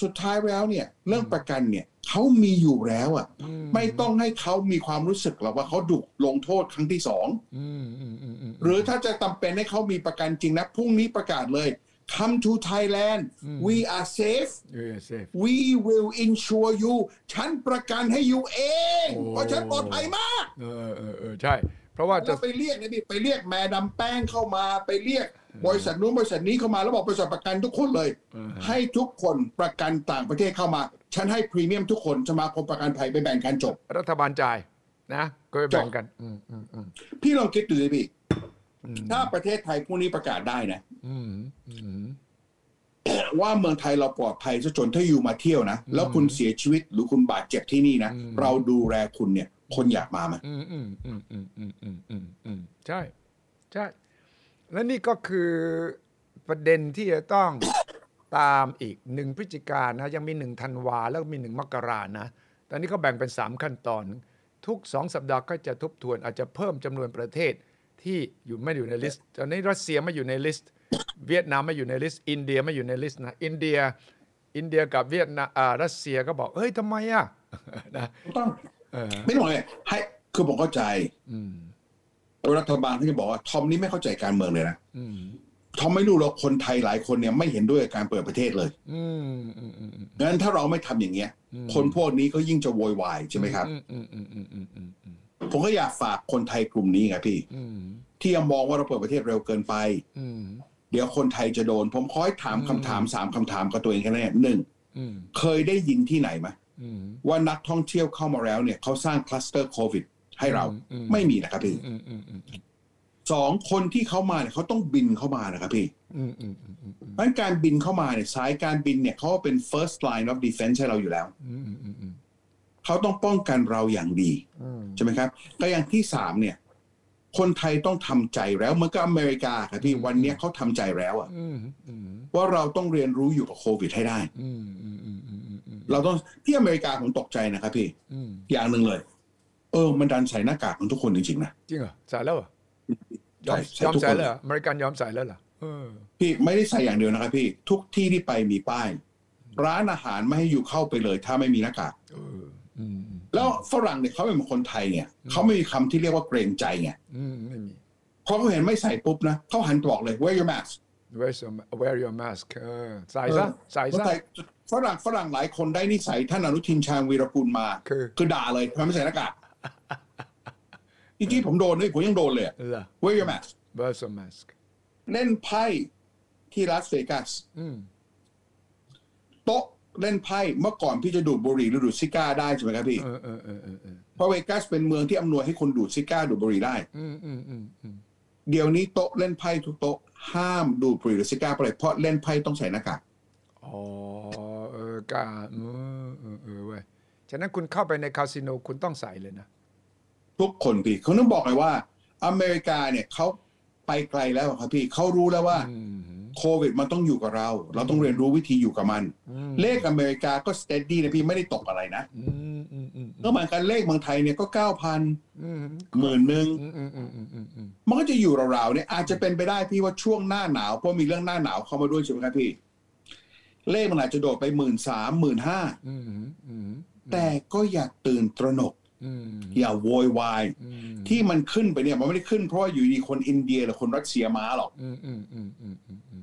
[SPEAKER 3] สุดท้ายแล้วเนี่ย เรื่องประกันเนี่ยเขามีอยู่แล้วอะไม่ต้องให้เขามีความรู้สึกหรอกว่าเขาดุลงโทษครั้งที่สอง
[SPEAKER 2] อืมอืมอืมอืม
[SPEAKER 3] หรือถ้าจะจำเป็นให้เขามีประกันจริงนะ พรุ่งนี้ประกาศเลย come to Thailand
[SPEAKER 2] อืม
[SPEAKER 3] we are safe
[SPEAKER 2] เออ safe
[SPEAKER 3] we will insure you ฉันประกันให้อยู่เอง
[SPEAKER 2] โอ้
[SPEAKER 3] เพราะฉันปลอดภัยมาก
[SPEAKER 2] เออเออเออใช่ เพราะว่าจะ
[SPEAKER 3] แล้วไปเรียกนะพี่ไปเรียกแม่ดำแป้งเข้ามาไปเรียก บริษัทนู้นบริษัทนี้เข้ามาแล้วบอกบริษัทประกันทุกคนเลย ให้ทุกคนประกันต่างประเทศเข้ามา ฉันให้พรีเมียมทุกคนสมาคมประกันภัยไปแบ่งกันจบ
[SPEAKER 2] รัฐบาลจ่ายนะก็ไปแบ่งกันอืมอืมอืม
[SPEAKER 3] พี่ลองคิดดูสิพี่ถ้าประเทศไทยพรุ่งนี้ประกาศได้นะ
[SPEAKER 2] อืมอืม
[SPEAKER 3] ว่าเมืองไทยเราปลอดภัยซะจนถ้าอยู่มาเที่ยวนะ แล้วคุณเสียชีวิตหรือคุณบาดเจ็บที่นี่นะ เราดูแลคุณเนี่ย คนอยากมาไหม
[SPEAKER 2] อืมอืมอืมอืมอืมอืมอืมอืมใช่ใช่ และนี่ก็คือประเด็นที่จะต้อง ตามอีกหนึ่งพฤศจิกายนนะ ยังมีหนึ่งธันวาแล้วก็มีหนึ่งมกรานะ ตอนนี้ก็แบ่งเป็น 3 ขั้นตอน ทุก 2 สัปดาห์ก็จะทบทวนอาจจะเพิ่มจำนวนประเทศที่อยู่ไม่อยู่ในลิสต์ตอนนี้รัสเซียไม่อยู่ในลิสต์ เวียดนามไม่อยู่ในลิสต์ อินเดียไม่อยู่ในลิสต์นะอินเดียอินเดียกับเวียดนามอ่ารัสเซียก็บอกเฮ้ยทำไมอ่ะ นะ
[SPEAKER 3] ต้อง
[SPEAKER 2] เออ
[SPEAKER 3] ไม่ต้องเลยให้คือผมเข้าใจ
[SPEAKER 2] อืม
[SPEAKER 3] รัฐบาลที่จะบอกว่าทอมนี่ไม่เข้าใจการเมืองเลยนะ
[SPEAKER 2] อืม
[SPEAKER 3] ทอมไม่รู้หรอกคนไทยหลายคนเนี่ยไม่เห็นด้วยกับการเปิดประเทศเลย
[SPEAKER 2] อืมอืมอืมอืม
[SPEAKER 3] งั้นถ้าเราไม่ทำอย่างเงี้ย คนพวกนี้ก็ยิ่งจะโวยวายใช่ไหมครับ
[SPEAKER 2] อืมอืมอืมอืมอืมอืมอืม
[SPEAKER 3] ผมก็อยากฝากคนไทยกลุ่มนี้ไงพี่
[SPEAKER 2] อืม
[SPEAKER 3] ที่ยังมองว่าเราเปิดประเทศเร็วเกินไป
[SPEAKER 2] อืม
[SPEAKER 3] เดี๋ยวคนไทยจะโดน ผมขอให้ถามคำถามสามคำถามกับตัวเองแค่นั้นเนี่ยหนึ่ง
[SPEAKER 2] อืม
[SPEAKER 3] เคยได้ยินที่ไหนไหม
[SPEAKER 2] อืม
[SPEAKER 3] ว่านักท่องเที่ยวเข้ามาแล้วเนี่ยเขาสร้างคลัสเตอร์โควิดให้เรา
[SPEAKER 2] อืม
[SPEAKER 3] ไม่มีนะครับพี่
[SPEAKER 2] อืมอืมอืมอืม
[SPEAKER 3] สองคนที่เขามาเนี่ยเขาต้องบินเข้ามานะครับพี่
[SPEAKER 2] อืมอืมอืมอืมอืม
[SPEAKER 3] เพราะฉะนั้นการบินเข้ามาเนี่ยสายการบินเนี่ยเขาเป็น first line of defense ให้เราอยู่แล้ว
[SPEAKER 2] อืมอืมอืม
[SPEAKER 3] เขาต้องป้องกันเราอย่างดี
[SPEAKER 2] อืม
[SPEAKER 3] ใช่ไหมครับก็อย่างที่สามเนี่ย คนไทยต้องทำใจแล้วเหมือนกับอเมริกาครับพี่
[SPEAKER 2] อืม
[SPEAKER 3] วันเนี้ยเขาทำใจแล้วอะ
[SPEAKER 2] อืมอืม
[SPEAKER 3] ว่าเราต้องเรียนรู้อยู่กับโควิดให้ได้
[SPEAKER 2] อืมอืมอืมอืมอืมอืม
[SPEAKER 3] เราต้องที่อเมริกาผมตกใจนะครับพี่
[SPEAKER 2] อืม
[SPEAKER 3] อย่างหนึ่งเลย เออ มันดันใส่หน้ากากของทุกคนจริงๆนะ
[SPEAKER 2] จริงเหรอใส่แล้วเหรอยอม
[SPEAKER 3] ใส่
[SPEAKER 2] ยอม
[SPEAKER 3] ทุกคน
[SPEAKER 2] ใส่แล้วเหรออเมริกันยอมใส่แล้วเหรอเออ
[SPEAKER 3] พี่ไม่ได้ใส่อย่างเดียวนะครับพี่ ทุกที่ที่ไปมีป้าย ร้านอาหารไม่ให้อยู่เข้าไปเลย ถ้าไม่มีหน้ากาก
[SPEAKER 2] เอออืมอืม
[SPEAKER 3] แล้วฝรั่งเนี่ยเขาเป็นคนไทยเนี่ยเขาไม่มีคำที่เรียกว่าเกรงใจไง
[SPEAKER 2] อืมไม่มี
[SPEAKER 3] พอเขาเห็นไม่ใส่ปุ๊บนะเขาหันบอกเลย wear your mask
[SPEAKER 2] Where's your ma- wear your mask เออใส่ซะใส่ซะ
[SPEAKER 3] ใส่ฝรั่งฝรั่งหลายคนได้นิสัยท่านอนุทินชาญวีรกูลมา
[SPEAKER 2] คือ
[SPEAKER 3] ด่าเลยทำไมไม่ใส่หน้า กากจริงๆผมโดนเลยผมยังโดนเลยอะ
[SPEAKER 2] เหรอ
[SPEAKER 3] wear your mask
[SPEAKER 2] Wear your mask
[SPEAKER 3] เล่นไพ่ที่ลาสเวกัส
[SPEAKER 2] อืม
[SPEAKER 3] โต๊ะเล่นไพ่เมื่อก่อนพี่จะดูดบุหรี่หรือดูดซิก้าได้ใช่ไหมครับพี่
[SPEAKER 2] เออเออเออเออเออ
[SPEAKER 3] เพราะเวกัสเป็นเมืองที่อำนวยให้คนดูดซิก้าดูดบุหรี่ได้
[SPEAKER 2] อืมอืมอืมอืม
[SPEAKER 3] เดี๋ยวนี้โต๊ะเล่นไพ่ทุกโต๊ะห้ามดูดบุหรี่หรือซิก้าไปเลยเพราะเล่นไพ่ต้องใส่หน้ากาก
[SPEAKER 2] อ๋อเออกาเออเออเออเว้ยฉะนั้นคุณเข้าไปในคาสิโนคุณต้องใส่เลยนะ
[SPEAKER 3] ทุกคนพี่เขาต้องบอกเลยว่า อเมริกาเนี่ยเขาไปไกลแล้วอะครับพี่เขารู้แล้วว่า
[SPEAKER 2] อืม
[SPEAKER 3] โควิดมันต้องอยู่กับเรา เราต้องเรียนรู้วิธีอยู่กับมัน เลขอเมริกาก็สเตดดี้นะพี่ไม่ได้ตกอะไรนะ
[SPEAKER 2] อืมอืมอืม
[SPEAKER 3] ก็เหมือนกันเลขเมืองไทยเนี่ยก็เก้าพัน
[SPEAKER 2] อืม
[SPEAKER 3] หมื่นหนึ่ง
[SPEAKER 2] อืมอืมอืมอืมอืมอืม
[SPEAKER 3] มันก็จะอยู่ราวๆเนี่ยอาจจะเป็นไปได้พี่ว่าช่วงหน้าหนาวเพราะมีเรื่องหน้าหนาวเข้ามาด้วยใช่ไหมครับพี่ เลขมันอาจจะโดดไปหมื่นสามหมื่นห้า
[SPEAKER 2] อืมอืม
[SPEAKER 3] แต่ก็อย่าตื่นตระหนก
[SPEAKER 2] อืม
[SPEAKER 3] อย่าโวยวาย
[SPEAKER 2] อืม
[SPEAKER 3] ที่มันขึ้นไปเนี่ยมันไม่ได้ขึ้นเพราะว่าอยู่ดีคนอินเดียหรือคนรัสเซียมาหรอก
[SPEAKER 2] อืมอืมอืมอืมอืมอืม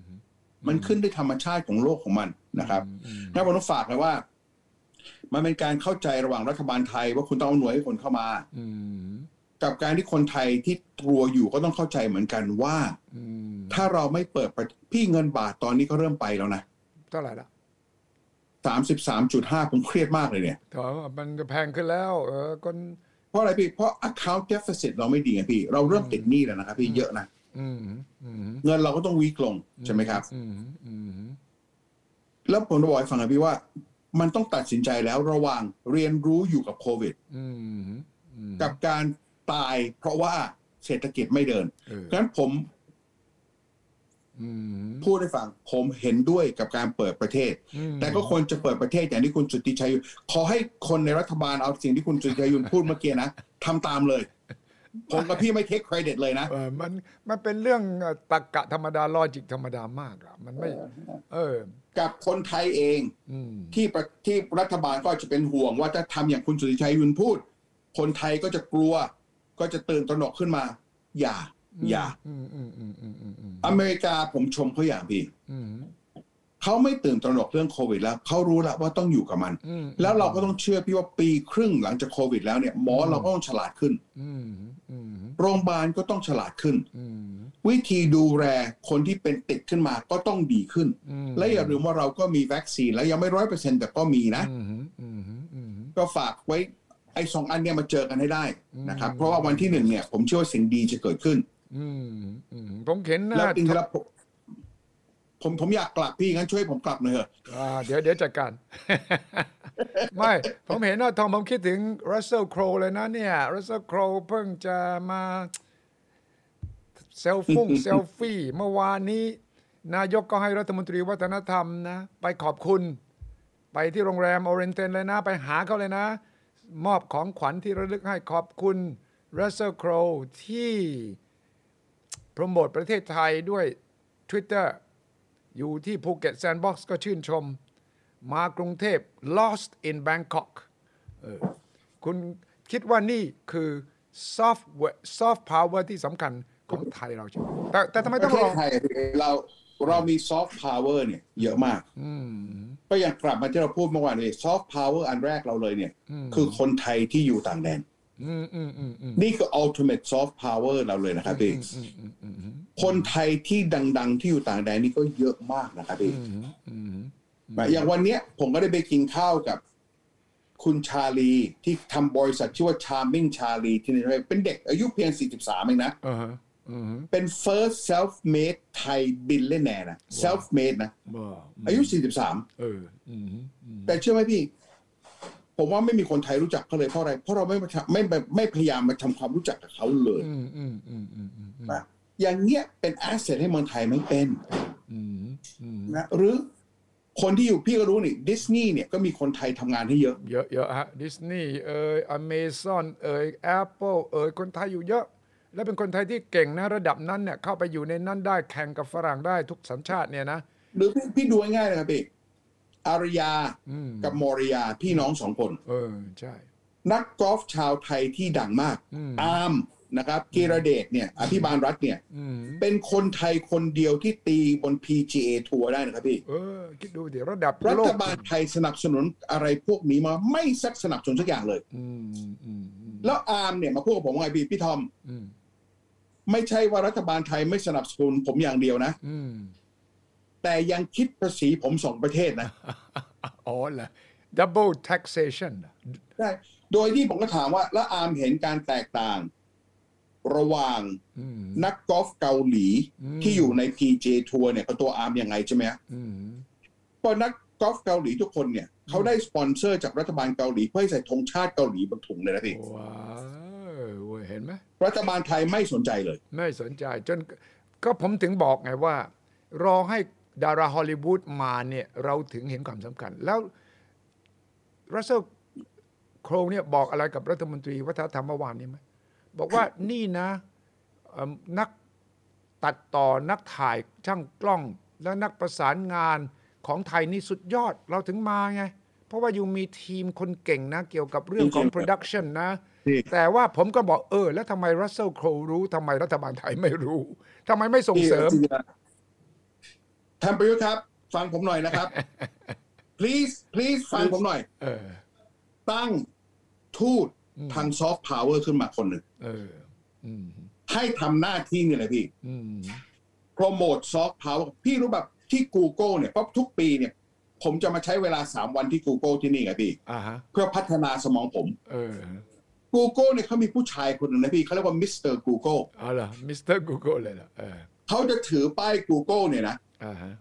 [SPEAKER 3] มันขึ้นด้วยธรรมชาติของโลกของมันนะครับงั้นผมต้องฝากเลยว่า มันเป็นการเข้าใจระหว่างรัฐบาลไทย ว่าคุณต้องเอาหน่วยให้คนเข้ามา
[SPEAKER 2] อืม
[SPEAKER 3] กับการที่คนไทยที่กลัวอยู่ก็ต้องเข้าใจเหมือนกันว่า
[SPEAKER 2] อืม
[SPEAKER 3] ถ้าเราไม่เปิดประพี่เงินบาทตอนนี้ก็เริ่มไปแล้วนะ
[SPEAKER 2] เท่าไหร่ละ
[SPEAKER 3] สามสิบสามจุดห้าผมเครียดมากเลยเนี่ย
[SPEAKER 2] ถามว่ามันจะแพงขึ้นแล้ว เออคน
[SPEAKER 3] เพราะอะไรพี่ เพราะ account deficit เราไม่ดีไงพี่ เราเริ่มติดหนี้แล้วนะครับพี่เยอะนะ
[SPEAKER 2] อืมอืม
[SPEAKER 3] เงินเราก็ต้องวีกลง ใช่ไหมครับ
[SPEAKER 2] อืมอืม
[SPEAKER 3] แล้วผมจะบอกให้ฟังนะพี่ว่า มันต้องตัดสินใจแล้วระหว่างเรียนรู้อยู่กับโควิด
[SPEAKER 2] อืมอืม
[SPEAKER 3] กับการตาย เพราะว่าเศรษฐกิจไม่เดิน
[SPEAKER 2] เออ
[SPEAKER 3] งั้นผม
[SPEAKER 2] อืม
[SPEAKER 3] พูดให้ฟัง ผมเห็นด้วยกับการเปิดประเทศ
[SPEAKER 2] อืม
[SPEAKER 3] แต่ก็ควรจะเปิดประเทศอย่างที่คุณจุติชัยยุนขอให้คนในรัฐบาลเอาสิ่งที่คุณจุติชัยยุนพูดเมื่อกี้นะทำตามเลย ผมกับพี่ไม่เทคเครดิตเลยนะ
[SPEAKER 2] เออมันมันเป็นเรื่องเอ่อตรรกะธรรมดาลอจิกธรรมดามากอะมันไม่ เออ
[SPEAKER 3] กับคนไทยเอง
[SPEAKER 2] อืม
[SPEAKER 3] ที่ประที่รัฐบาลก็อาจจะเป็นห่วง ว่าถ้าทำอย่างคุณสุริชัยยุนพูด คนไทยก็จะกลัว ก็จะตื่นตระหนกขึ้นมา อย่า อย่า
[SPEAKER 2] อืมอืมอืมอืมอืมอืม
[SPEAKER 3] อเมริกาผมชมเขาอย่างพี่
[SPEAKER 2] อืม
[SPEAKER 3] เขาไม่ตื่นตระหนกเรื่องโควิดแล้วเขารู้แล้วว่าต้องอยู่กับมัน
[SPEAKER 2] อืม
[SPEAKER 3] แล้วเราก็ต้องเชื่อพี่ว่าปีครึ่งหลังจากโควิดแล้วเนี่ยหมอเราก็ต้องฉลาดขึ้น
[SPEAKER 2] อืมอืม
[SPEAKER 3] โรงพยาบาลก็ต้องฉลาดขึ้น
[SPEAKER 2] อืม
[SPEAKER 3] วิธีดูแลคนที่เป็นติดขึ้นมาก็ต้องดีขึ้น
[SPEAKER 2] อืม
[SPEAKER 3] และอย่าลืมว่าเราก็มีวัคซีนแล้วยังไม่ร้อยเปอร์เซ็นต์แต่ก็มีนะ
[SPEAKER 2] อืมอืมอืม
[SPEAKER 3] ก็ฝากไว้ไอ้สองอันเนี่ยมาเจอกันให้ได้นะครับ
[SPEAKER 2] อืม
[SPEAKER 3] เพราะว่าวันที่หนึ่งเนี่ยผมเชื่อว่าสิ่งดีจะเกิดขึ้น
[SPEAKER 2] อืมอืมผมเห็นห
[SPEAKER 3] แล้ว
[SPEAKER 2] น้า
[SPEAKER 3] จริงๆแล้วผมผมผมอยากกลับพี่งั้นช่วยผมกลับหน่อยเถอะ
[SPEAKER 2] อ่าเดี๋ยวเดี๋ยวจัดการ ไม่ผมเห็นหน้าทองผมคิดถึงรัสเซลโครเลยนะเนี่ยรัสเซลโครเพิ่งจะมาเซลฟุ่งเซลฟี่ เมื่อวานนี้ นายกก็ให้รัฐมนตรีวัฒนธรรมนะ ไปขอบคุณ ไปที่โรงแรมออเรนเทนเลยนะ ไปหาเขาเลยนะ มอบของขวัญที่ระลึกให้ขอบคุณรัสเซลโครที่โปรโมทประเทศไทยด้วย Twitter อยู่ที่ภูเก็ตแซนด์บ็อกซ์ก็ชื่นชม มากรุงเทพ lost in Bangkok เออคุณคิดว่านี่คือ soft soft power ที่สำคัญ ของไทยเราใช่ไหมแต่แต่ทำไม
[SPEAKER 3] ป
[SPEAKER 2] ต้อ
[SPEAKER 3] ระ
[SPEAKER 2] งรอ
[SPEAKER 3] เทศไทยเราเรามีซอฟต์พาวเวอร์เนี่ยเยอะมาก
[SPEAKER 2] อืม
[SPEAKER 3] ก็ยังกลับมาที่เราพูดเมื่อวานเลยซอฟต์พาวเวอร์อันแรกเราเลยเนี่ย
[SPEAKER 2] อืม
[SPEAKER 3] คือคนไทยที่อยู่ต่างแดน
[SPEAKER 2] อืมอืมอืมอืม
[SPEAKER 3] นี่คือ ultimate soft power เราเลยนะครับพี่
[SPEAKER 2] อืมอืมอืมอืม
[SPEAKER 3] คนไทยที่ดัง ๆ ที่อยู่ต่างแดนนี่ก็เยอะมากนะครับพี่
[SPEAKER 2] อืม
[SPEAKER 3] อย่างวันเนี้ยผมก็ได้ไปกินข้าวกับ คุณชาลีที่ทำบริษัทชื่อว่า Charming Charlie ที่นี่เป็นเด็กอายุเพียง 43 เองนะ
[SPEAKER 2] อ่าฮะอืม
[SPEAKER 3] เป็น first self made Thai billionaire นะ self made นะ
[SPEAKER 2] บ่
[SPEAKER 3] อายุ
[SPEAKER 2] เอออืมอืม
[SPEAKER 3] 43 แต่เชื่อไหมพี่ ผมว่าไม่มีคนไทยรู้จักเขาเลยเพราะอะไร เพราะเราไม่มาทำไม่ไม่ไม่พยายามมาทำความรู้จักกับเขาเลย
[SPEAKER 2] อืมอืมอืมอืมอืมอืม
[SPEAKER 3] นะอย่างเงี้ยเป็นแอสเซทให้เมืองไทยไม่เป็น
[SPEAKER 2] อืมอืม
[SPEAKER 3] นะหรือคนที่อยู่พี่ก็รู้นี่ดิสนีย์เนี่ยก็มีคนไทยทำงานให้เยอะ
[SPEAKER 2] เยอะเยอะฮะดิสนีย์เอ่ยอเมซอนเอ่ยแอปเปิลเอ่ยคนไทยอยู่เยอะ และเป็นคนไทยที่เก่งนะระดับนั้นเนี่ยเข้าไปอยู่ในนั้นได้แข่งกับฝรั่งได้ทุกสัญชาติเนี่ยนะ
[SPEAKER 3] หรือพี่พี่ดูง่ายๆนะครับพี่อารยา
[SPEAKER 2] อืม
[SPEAKER 3] กับมอริยาพี่น้องสองคน
[SPEAKER 2] เออใช่
[SPEAKER 3] นักกอล์ฟชาวไทยที่ดังมาก
[SPEAKER 2] อืม
[SPEAKER 3] อามนะครับกีรเดชเนี่ยอภิบาลรัฐเนี่ย
[SPEAKER 2] อืม
[SPEAKER 3] เป็นคนไทยคนเดียวที่ตีบน PGA ทัวร์ได้นะครับพี่
[SPEAKER 2] เออ คิดดูเดี๋ยวระดับ
[SPEAKER 3] รั
[SPEAKER 2] โล
[SPEAKER 3] ฐ
[SPEAKER 2] ก
[SPEAKER 3] บาลไทยสนับสนุนอะไรพวกนี้มาไม่สักสนับสนุนสักอย่างเลย
[SPEAKER 2] อืมอืมอืม
[SPEAKER 3] แล้วอาร์มเนี่ยมาพูดกับผมว่าไงพี่พี่ทอม
[SPEAKER 2] อืม
[SPEAKER 3] ไม่ใช่ว่ารัฐบาลไทยไม่สนับสนุนผมอย่างเดียวนะ
[SPEAKER 2] อืม
[SPEAKER 3] แต่ยังคิดภาษีผมสองประเทศนะ
[SPEAKER 2] อ๋อเหรอ double taxation เหรอ
[SPEAKER 3] ได้ โดยที่ผมก็ถามว่า แล้วอาร์มเห็นการแตกต่าง ระหว่าง
[SPEAKER 2] อืม
[SPEAKER 3] นักกอล์ฟเกาหลี
[SPEAKER 2] อืม
[SPEAKER 3] ที่อยู่ใน PJ ทัวร์เนี่ยกับตัวอาร์มยังไงใช่ไหมฮะ
[SPEAKER 2] อืม
[SPEAKER 3] เพราะนักกอล์ฟเกาหลีทุกคนเนี่ยเขาได้สปอนเซอร์จากรัฐบาลเกาหลีเพื่อให้ใส่ธงชาติเกาหลีบนถุงเลยนะพี่
[SPEAKER 2] ว้าวเว้ยเห็นไหม
[SPEAKER 3] รัฐบาลไทยไม่สนใจเลย
[SPEAKER 2] ไม่สนใจจนก็ผมถึงบอกไงว่า รอให้ดาราฮอลลีวูดมาเนี่ย เราถึงเห็นความสำคัญ แล้วรัสเซลโครวเนี่ยบอกอะไรกับรัฐมนตรีวัฒนธรรมเมื่อวานนี้ไหมบอกว่านี่นะเอิ่มนักตัดต่อนักถ่ายช่างกล้อง และนักประสานงานของไทยนี่สุดยอดเราถึงมาไง เพราะว่าอยู่มีทีมคนเก่งนะ เกี่ยวกับเรื่องของ
[SPEAKER 3] จริงๆค
[SPEAKER 2] โป
[SPEAKER 3] รับ
[SPEAKER 2] รดักชันนะ
[SPEAKER 3] นี่
[SPEAKER 2] แต่ว่าผมก็บอกเออ แล้วทำไมรัสเซลโครว์รู้ทำไมรัฐบาลไทยไม่รู้ทำไมไม่ส่งเสริม
[SPEAKER 3] ท่านประยุทธ์ครับ ฟังผมหน่อย นะครับ please please ฟังผมหน่อย
[SPEAKER 2] เออ
[SPEAKER 3] ตั้งทูตทางซอฟต์พาวเวอร์ขึ้นมาคนหนึ่ง
[SPEAKER 2] เออ อืม
[SPEAKER 3] ให้ทำหน้าที่นี่แหละพี่
[SPEAKER 2] อืม
[SPEAKER 3] โปรโมทซอฟต์พาวเวอร์พี่รู้แบบที่ Google เนี่ยเพราะทุกปีเนี่ย ผมจะมาใช้เวลา 3 วันที่ Google ที่นี่ไงพี่
[SPEAKER 2] อ่าฮะ
[SPEAKER 3] เพื่อพัฒนาสมองผม
[SPEAKER 2] เออ
[SPEAKER 3] Google เนี่ยเขามีผู้ชายคนหนึ่งนะพี่เขาเรียกว่ามิสเตอร์ Google
[SPEAKER 2] เอาล่ะมิสเตอร์กูเกิลเลยล่ะเออ
[SPEAKER 3] เขาจะถือป้าย Google เนี่ยนะ
[SPEAKER 2] อ่าฮะ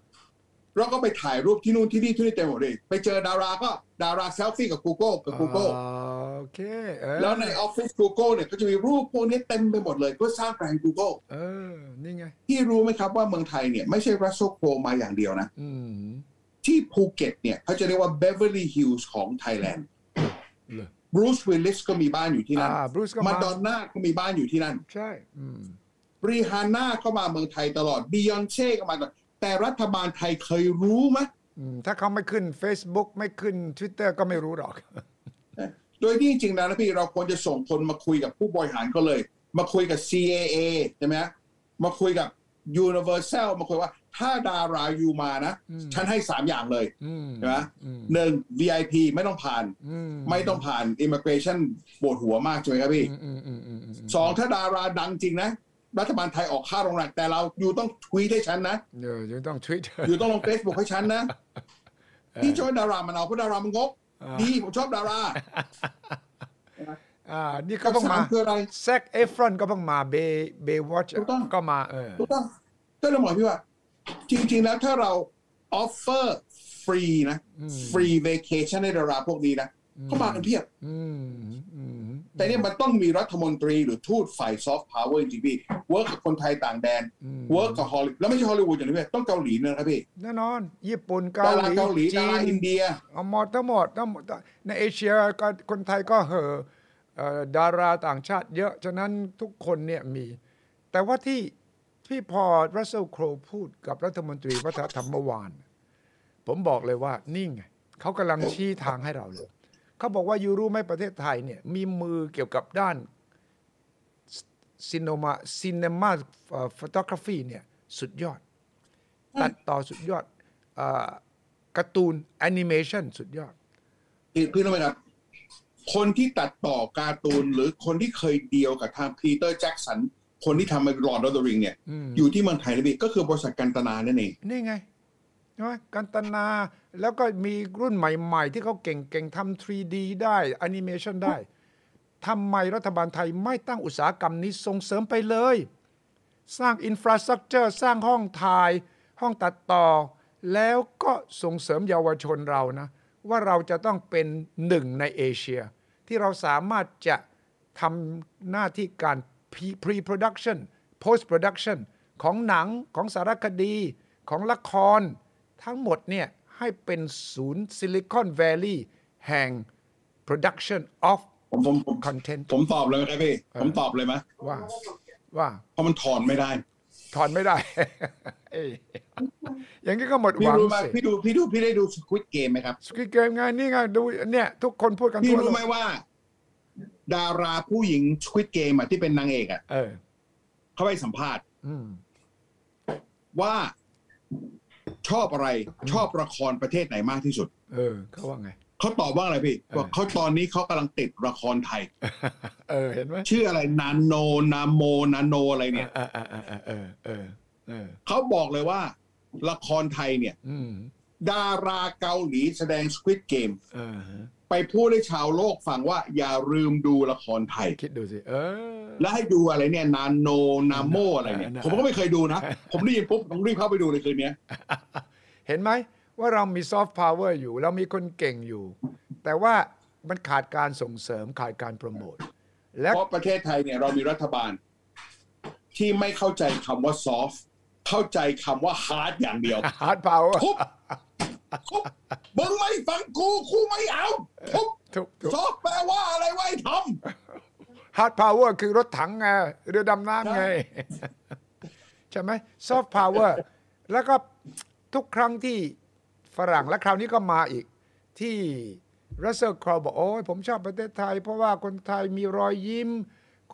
[SPEAKER 3] แล้วก็ไปถ่ายรูปที่นู่นที่นี่ที่นี่เต็มหมดเลย ไปเจอดาราก็ดาราเซลฟี่กับ Google กับ Google
[SPEAKER 2] อ๋อโอเค เออ
[SPEAKER 3] แล้วในออฟฟิศ Google เนี่ยก็จะมีรูปพวกนี้เต็มไปหมดเลยเพื่อสร้างแบรนด์ Google
[SPEAKER 2] เออ นี่ไง
[SPEAKER 3] ที่รู้ไหมครับว่าเมืองไทยเนี่ยไม่ใช่รัสโซโครมาอย่างเดียวนะ
[SPEAKER 2] อืม
[SPEAKER 3] ที่ภูเก็ตเนี่ยเขาจะเรียกว่าเบเวอร์ลีย์ฮิลส์ของไทยแลนด์
[SPEAKER 2] เลย
[SPEAKER 3] บรูซวิลลิสก็มีบ้านอยู่ที่นั่น
[SPEAKER 2] อ่า Bruce ก็มาม
[SPEAKER 3] มาดอนน่าก็มีบ้านอยู่ที่นั่น
[SPEAKER 2] ใช่ อืม
[SPEAKER 3] รีฮาน่าก็มาเมืองไทยตลอดบียอนเช่ก็มาตลอดแต่รัฐบาลไทยเคยรู้ไหม
[SPEAKER 2] อืม ถ้าเขาไม่ขึ้น Facebook ไม่ขึ้น Twitter ก็ไม่รู้หรอก
[SPEAKER 3] โดยที่จริงๆแล้วนะพี่เราควรจะส่งคนมาคุยกับผู้บริหารเขาเลย มาคุยกับ CAA ใช่ไหมฮะมาคุยกับ Universal มาคุยว่าถ้าดาราอยู่มานะ ฉันให้สามอย่างเลย
[SPEAKER 2] อืม
[SPEAKER 3] ใช่ไหมหนึ่ง VIP ไม่ต้องผ่าน
[SPEAKER 2] อืม
[SPEAKER 3] ไม่ต้องผ่าน Immigration ปวดหัวมากใช่ไหมครับพี่
[SPEAKER 2] อืมอืมอืมอืม
[SPEAKER 3] สองถ้าดาราดังจริงนะ รัฐบาลไทยออกค่าโรงแรมแต่เราอยู่ต้องทวีตให้ฉันนะ
[SPEAKER 2] เดี๋ยวจะต้อง tweet
[SPEAKER 3] อยู่ต้องลง Facebook ให้ฉันนะพี่ชอบดารามันเอาเพราะดารามันงก ดีผมชอบดารา
[SPEAKER 2] อ่า นี่ก็ต้องมา
[SPEAKER 3] คำถามคืออะไร
[SPEAKER 2] แซกเอฟรอนก็ต้องมาเบเบวอช
[SPEAKER 3] ถูกต้อง
[SPEAKER 2] ก็มาเออ
[SPEAKER 3] ถูกต้องก็เลยบอกพี่ว่า จริง ๆ แล้วถ้าเรา offer free นะ free vacation ให้ดาราพวกนี้นะเขามากันเพียบ
[SPEAKER 2] อืมอืม
[SPEAKER 3] แต่เนี่ยมันต้องมีรัฐมนตรีหรือทูตฝ่ายซอฟต์พาวเวอร์จริงๆพี่เวิร์กกับคนไทยต่างแดนเวิร์กกับฮอลลีวูดแล้วไม่ใช่ฮอลลีวูดอย่างเดียวพี่ต้องเกาหลีนะครับพี่
[SPEAKER 2] แน่นอน ญี่ปุ่นเกา
[SPEAKER 3] ดา
[SPEAKER 2] ห
[SPEAKER 3] รา
[SPEAKER 2] ลี
[SPEAKER 3] เกาหลี
[SPEAKER 2] จี
[SPEAKER 3] ดาราอิ
[SPEAKER 2] น
[SPEAKER 3] นเดีย
[SPEAKER 2] เอาหมดทั้งหมดทั้งหมดในเอเชียก็คนไทยก็เหอะเอ่อดาราต่างชาติเยอะ ฉะนั้นทุกคนเนี่ยมี แต่ว่าที่ที่พอรัสเซลโครวพูดกับรัฐมนตรีวัฒนธรรมเมื่อวาน ผมบอกเลยว่านี่ไงเขากำลังชี้ทางให้เราเลย เขาบอกว่ายูรู้ไหมประเทศไทยเนี่ยมีมือเกี่ยวกับด้าน ซินโนมาซินเนมาฟอตกราฟีเนี่ยสุดยอด ตัดต่อสุดยอดเอ่อการ์ตูนแอนิเมชันสุดยอด
[SPEAKER 3] พี่พี่รู้ไหมครับ คนที่ตัดต่อการ์ตูน หรือคนที่เคยเดียวกับทางพีเตอร์แจ็กสัน คนที่ทำมาลอร์ดออฟเดอะริงเนี่ย อยู่ที่เมืองไทยนะพี่ก็คือบริษัทกันตนานั่นเอง
[SPEAKER 2] นี่ไงใช่ไหมกันตนา แล้วก็มีรุ่นใหม่ๆ ที่เขาเก่งๆทำ 3D ได้แอนิเมชันได้ทำไมรัฐบาลไทยไม่ตั้งอุตสาหกรรมนี้ส่งเสริมไปเลย สร้างอินฟราสตรักเจอร์สร้างห้องถ่าย ห้องตัดต่อ แล้วก็ส่งเสริมเยาวชนเรานะ ว่าเราจะต้องเป็นหนึ่งในเอเชีย ที่เราสามารถจะทำหน้าที่การ pre- pre-production post-production ของหนังของสารคดีของละคร ทั้งหมดเนี่ย ให้เป็นศูนย์ซิลิคอนแวลลีย์แห่ง production of
[SPEAKER 3] ผมผมผม
[SPEAKER 2] content
[SPEAKER 3] ผมตอบเลยนะพี่ ผมตอบเลยไหม
[SPEAKER 2] ว่าว่า
[SPEAKER 3] เพราะมันถอนไม่ได้
[SPEAKER 2] ถอนไม่ได้ เอ้ยอย่างนี้ก็หมดห
[SPEAKER 3] พี่
[SPEAKER 2] วัง
[SPEAKER 3] รู้ไหม
[SPEAKER 2] สิ
[SPEAKER 3] พี่ดูพี่ดูพี่ได้ดูสควิตเกมไหมครับ
[SPEAKER 2] สกีเกมไงนี่ไงดูเนี่ยทุกคนพูดกัน
[SPEAKER 3] พี่
[SPEAKER 2] ทั่ว
[SPEAKER 3] รู้
[SPEAKER 2] โล
[SPEAKER 3] ไหม
[SPEAKER 2] ก
[SPEAKER 3] ว่า ดาราผู้หญิงสควิตเกมอ่ะที่เป็นนางเอกอ่ะ
[SPEAKER 2] เออ
[SPEAKER 3] เขาไปสัมภาษณ์
[SPEAKER 2] อืม
[SPEAKER 3] ว่าชอบอะไรชอบละครประเทศไหนมากที่สุด
[SPEAKER 2] เออเขาว่าไง
[SPEAKER 3] เขาตอบว่าอะไรพี่บอกเขาตอนนี้เขากำลังติดละครไทย
[SPEAKER 2] เออ เห็นไหม
[SPEAKER 3] ชื่ออะไรนานโนนาโมนาโนอะไรเนี่ย
[SPEAKER 2] เออเออเออเออเออเออเออ
[SPEAKER 3] เขาบอกเลยว่า ละครไทยเนี่ย
[SPEAKER 2] อืม
[SPEAKER 3] ดาราเกาหลีแสดงสควิตเกม
[SPEAKER 2] เออฮะ
[SPEAKER 3] ไปพูดให้ชาวโลกฟังว่า อย่าลืมดูละครไทย
[SPEAKER 2] คิดดูสิ เออ
[SPEAKER 3] แล้วให้ดูอะไรเนี่ย นาโนนาโมอะไรเนี่ย
[SPEAKER 2] อ่า
[SPEAKER 3] ผมก็ไม่เคยดูนะ ผมได้ยินปุ๊บผมรีบเข้าไปดูเลยคืนเนี้ย
[SPEAKER 2] เห็นไหมว่าเรามีซอฟต์พาวเวอร์อยู่ เรามีคนเก่งอยู่ แต่ว่ามันขาดการส่งเสริมขาดการโปรโมท และ
[SPEAKER 3] เพราะประเทศไทยเนี่ยเรามีรัฐบาล ที่ไม่เข้าใจคำว่าซอฟต์เข้าใจคำว่าฮาร์ดอย่างเดียว
[SPEAKER 2] ฮาร์ดพาวเวอร์
[SPEAKER 3] ทุบทุบมึงไม่ฟังกูกูไม่เอาทุบ
[SPEAKER 2] ทุก
[SPEAKER 3] ซอฟต์แปลว่าอะไรไวะไอ้ทอม
[SPEAKER 2] ฮาร์ดพาวเวอร์คือรถถังไงเรือดำน้ำไง ใช่ไหมซอฟต์พาวเวอร์แล้วก็ทุกครั้งที่ฝรั่งและคราวนี้ก็มาอีก ที่รัสเซอร์คราวบอกโอ้ยผมชอบประเทศไทย เพราะว่าคนไทยมีรอยยิ้ม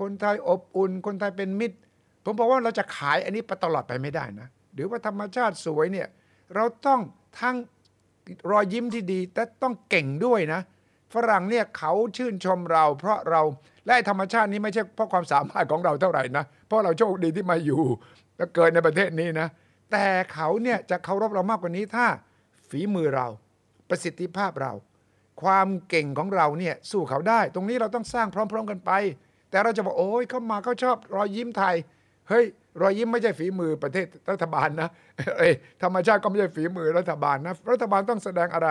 [SPEAKER 2] คนไทยอบอุ่น คนไทยเป็นมิตร ผมบอกว่าเราจะขายอันนี้ไปตลอดไปไม่ได้นะ หรือว่าธรรมชาติสวยเนี่ย เราต้องทั้งรอยยิ้มที่ดี แต่ต้องเก่งด้วยนะ ฝรั่งเนี่ยเขาชื่นชมเรา เพราะเราและไอ้ธรรมชาตินี้ไม่ใช่เพราะความสามารถของเราเท่าไหร่นะ เพราะเราโชคดีที่มาอยู่ และเกิดในประเทศนี้นะ แต่เขาเนี่ยจะเคารพเรามากกว่านี้ถ้าฝีมือเรา ประสิทธิภาพเรา ความเก่งของเราเนี่ยสู้เขาได้ ตรงนี้เราต้องสร้างพร้อม ๆ กันไป แต่เราจะบอกโอ้ยเขามาเขาชอบรอยยิ้มไทย เฮ้ย รอยยิ้มไม่ใช่ฝีมือประเทศรัฐบาลนะ เอ้ยธรรมชาติก็ไม่ใช่ฝีมือรัฐบาลนะ รัฐบาลต้องแสดงอะไร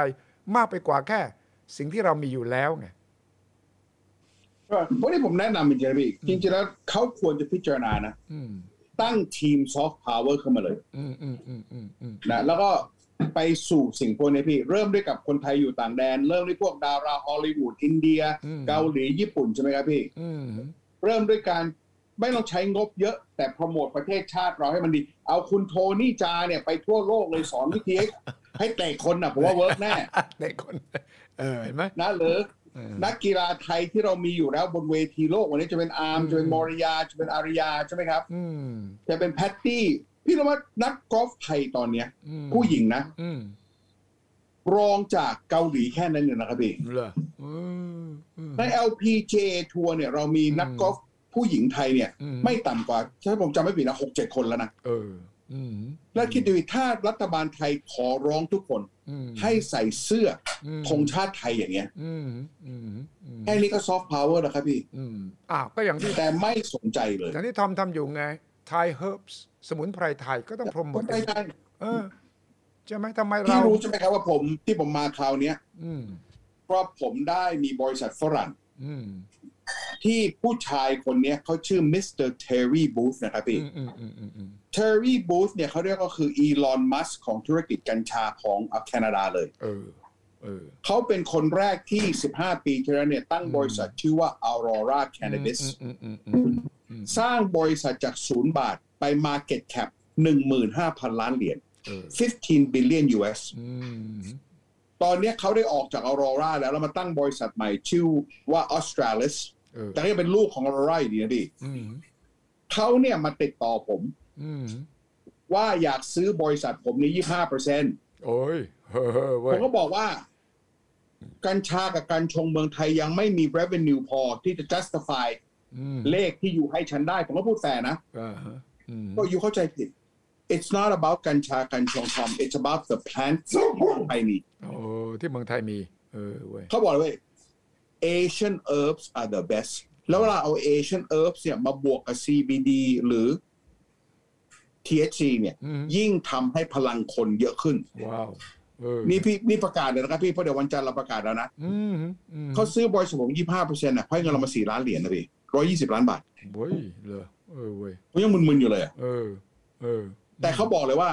[SPEAKER 2] มากไปกว่าแค่ สิ่งที่เรามีอยู่แล้วไง
[SPEAKER 3] วันนี้ผมแนะนำเป็นเจริญจริงๆแล้วเขาควรจะพิจารณานะ
[SPEAKER 2] อืม
[SPEAKER 3] ตั้งทีมซอฟต์พาวเวอร์ขึ้นมาเลย
[SPEAKER 2] อืมอืมอืมอืมอืม
[SPEAKER 3] นะแล้วก็ไปสู่สิ่งพวกนี้พี่ เริ่มด้วยกับคนไทยอยู่ต่างแดน เริ่มด้วยพวกดาราฮอลลีวูดอินเดีย เกาหลีญี่ปุ่นใช่ไหมครับพี่
[SPEAKER 2] อืม
[SPEAKER 3] เริ่มด้วยการไม่ต้องใช้งบเยอะแต่โปรโมทประเทศชาติเราให้มันดี เอาคุณโทนี่จาเนี่ยไปทั่วโลกเลยสอนวิธีให้ให้เตะคนนะผมว่าเวิร์กแน่
[SPEAKER 2] อ่ะเด็กคน เออเห็นไหม
[SPEAKER 3] นะหรือนักกีฬาไทยที่เรามีอยู่แล้วบนเวทีโลกวันนี้จะเป็นอาร์มจะเป็นมอริยาจะเป็นอาริยาใช่ไหมครับ
[SPEAKER 2] อืม
[SPEAKER 3] จะเป็นแพตตี้ พี่รู้ว่านักกอล์ฟไทยตอนเนี้ย
[SPEAKER 2] อืม
[SPEAKER 3] ผู้หญิงนะ
[SPEAKER 2] อืม
[SPEAKER 3] รองจากเกาหลีแค่นั้นเนี่ยนะครับพี่
[SPEAKER 2] เหรออืมอืม
[SPEAKER 3] ใน LPGA ทัวร์เนี่ยเรามีนักกอล์ฟผู้หญิงไทยเนี่ย
[SPEAKER 2] อืม
[SPEAKER 3] ไม่ต่ำกว่าถ้าผมจำไม่ผิดนะหกเจ็ดคนแล้วนะ
[SPEAKER 2] เออ อืม
[SPEAKER 3] แล้วคิดดูดิถ้ารัฐบาลไทยขอร้องทุกคน
[SPEAKER 2] อืม
[SPEAKER 3] ให้ใส่เสื้ออ
[SPEAKER 2] ม
[SPEAKER 3] ธงชาติไทยอย่างเงี้ย
[SPEAKER 2] อืมอืมอืม
[SPEAKER 3] แค่นี้ก็ซอฟต์พาวเวอร์นะครับพี่
[SPEAKER 2] อืมอ้าวก็อย่างที่
[SPEAKER 3] แต่ไม่สนใจเลย
[SPEAKER 2] อย่างที่ทอมทำอยู่ไงไทยเฮิร์บส์สมุนไพรไทยก็ต้องพรโมท
[SPEAKER 3] คนไทยได้
[SPEAKER 2] เออใช่ไหมทำไม
[SPEAKER 3] พี่
[SPEAKER 2] เรา
[SPEAKER 3] รู้ใช่ไหมครับว่าผมที่ผมมาคราวเนี้ย
[SPEAKER 2] อืม
[SPEAKER 3] เพราะผมได้มีบริษัทฝรั่ง
[SPEAKER 2] อืม
[SPEAKER 3] ที่ผู้ชายคนเนี้ยเขาชื่อมิสเตอร์เทอร์รี่บูธนะครับพี่
[SPEAKER 2] อืมอืมอืมอืมอืม
[SPEAKER 3] เทอร์รี่บูธเนี่ยเขาเรียกก็คืออีลอนมัสของธุรกิจกัญชาของแคนาดาเลย
[SPEAKER 2] เออ เออ
[SPEAKER 3] เขาเป็นคนแรกที่ 15 ปีที่แล้วเนี่ยตั้งบริษัทชื่อว่า Aurora Cannabis
[SPEAKER 2] อืมอืมอืม
[SPEAKER 3] สร้างบริษัทจากศูนย์บาทไป Market Cap 15,000 ล้านเหรียญ
[SPEAKER 2] เออ
[SPEAKER 3] 15 billion US
[SPEAKER 2] อืม
[SPEAKER 3] ตอนเนี้ยเขาได้ออกจาก Aurora แล้วแล้วมาตั้งบริษัทใหม่ชื่อว่า Australis
[SPEAKER 2] เออ
[SPEAKER 3] แต่ก็ยังเป็นลูกของ Aurora อยู่ดีนะพี่
[SPEAKER 2] อืม
[SPEAKER 3] เขาเนี่ยมาติดต่อผม
[SPEAKER 2] อืม
[SPEAKER 3] ว่าอยากซื้อบริษัทผมในยี่ห้าเปอร์เซ็นต์
[SPEAKER 2] โอ้ยเฮ้อเฮ้อ
[SPEAKER 3] ผ
[SPEAKER 2] เว้ย
[SPEAKER 3] มก็บอกว่า กัญชากับการชงเมืองไทยยังไม่มี revenue พอที่จะ justify
[SPEAKER 2] อืม
[SPEAKER 3] เลขที่อยู่ให้ฉันได้ ผมก็พูดแต่นะ
[SPEAKER 2] อ่าฮะอืม
[SPEAKER 3] ก็อยู่เข้าใจผิด it's not about กัญชากัญชงทอม it's about the plant ไทยนี่
[SPEAKER 2] โอ้ที่เมืองไทยมี เออเว้ย
[SPEAKER 3] เขาบอกเลยเว้ย Asian herbs are the best แล้วเวลาเอา Asian herbs เนี่ยมาบวกกับ CBD หรือ THC เนี่ย ยิ่งทำให้พลังคนเยอะขึ้น
[SPEAKER 2] ว้าวเออ
[SPEAKER 3] นี่พี่นี่ประกาศเลยนะครับพี่เพราะเดี๋ยววันจันทร์เราประกาศแล้วนะ
[SPEAKER 2] อืมอืม
[SPEAKER 3] เขาซื้อบริษัทผมยี่ห้าเปอร์เซ็นต์นะเพราะเงินเรามาสี่ล้านเหรียญนะพี่ร้อยยี่สิบล้านบาท
[SPEAKER 2] เว้ยเหรอเออเว้ย
[SPEAKER 3] ผมยังมึนๆอยู่เลยอะ
[SPEAKER 2] เออ เออ
[SPEAKER 3] แต่เขาบอกเลยว่า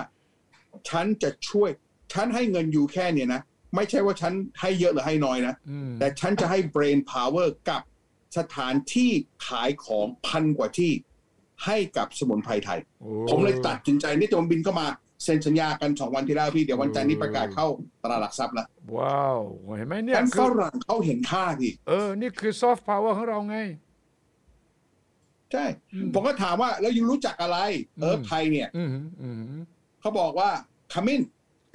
[SPEAKER 3] ฉันจะช่วย ฉันให้เงินอยู่แค่เนี่ยนะ ไม่ใช่ว่าฉันให้เยอะหรือให้น้อยนะ
[SPEAKER 2] อืม
[SPEAKER 3] แต่ฉันจะให้ brain power กับสถานที่ขายของพันกว่าที่ให้กับสมุนไพรไทย
[SPEAKER 2] โอ้
[SPEAKER 3] ผมเลยตัดสินใจนี่จมบินเข้ามาเซ็นสัญญากันสองวันที่แล้วพี่เดี๋ยววันจันทร์นี้ประกาศเข้าตลาดหลักทรัพย์ละ
[SPEAKER 2] ว้าว เห็นไหมเนี่
[SPEAKER 3] แต
[SPEAKER 2] ย
[SPEAKER 3] น
[SPEAKER 2] คื
[SPEAKER 3] ฝ
[SPEAKER 2] อ
[SPEAKER 3] รั่งเขาเห็นค่าพี่
[SPEAKER 2] เออ นี่คือซอฟต์พาวเวอร์ของเราไง
[SPEAKER 3] ใช่
[SPEAKER 2] อืม
[SPEAKER 3] ผมก็ถามว่าแล้วยูรู้จักอะไร
[SPEAKER 2] อืม
[SPEAKER 3] เอิร์ฟไทยเนี่ย
[SPEAKER 2] อืมหืมอืมหืม
[SPEAKER 3] เขาบอกว่าขมิ้น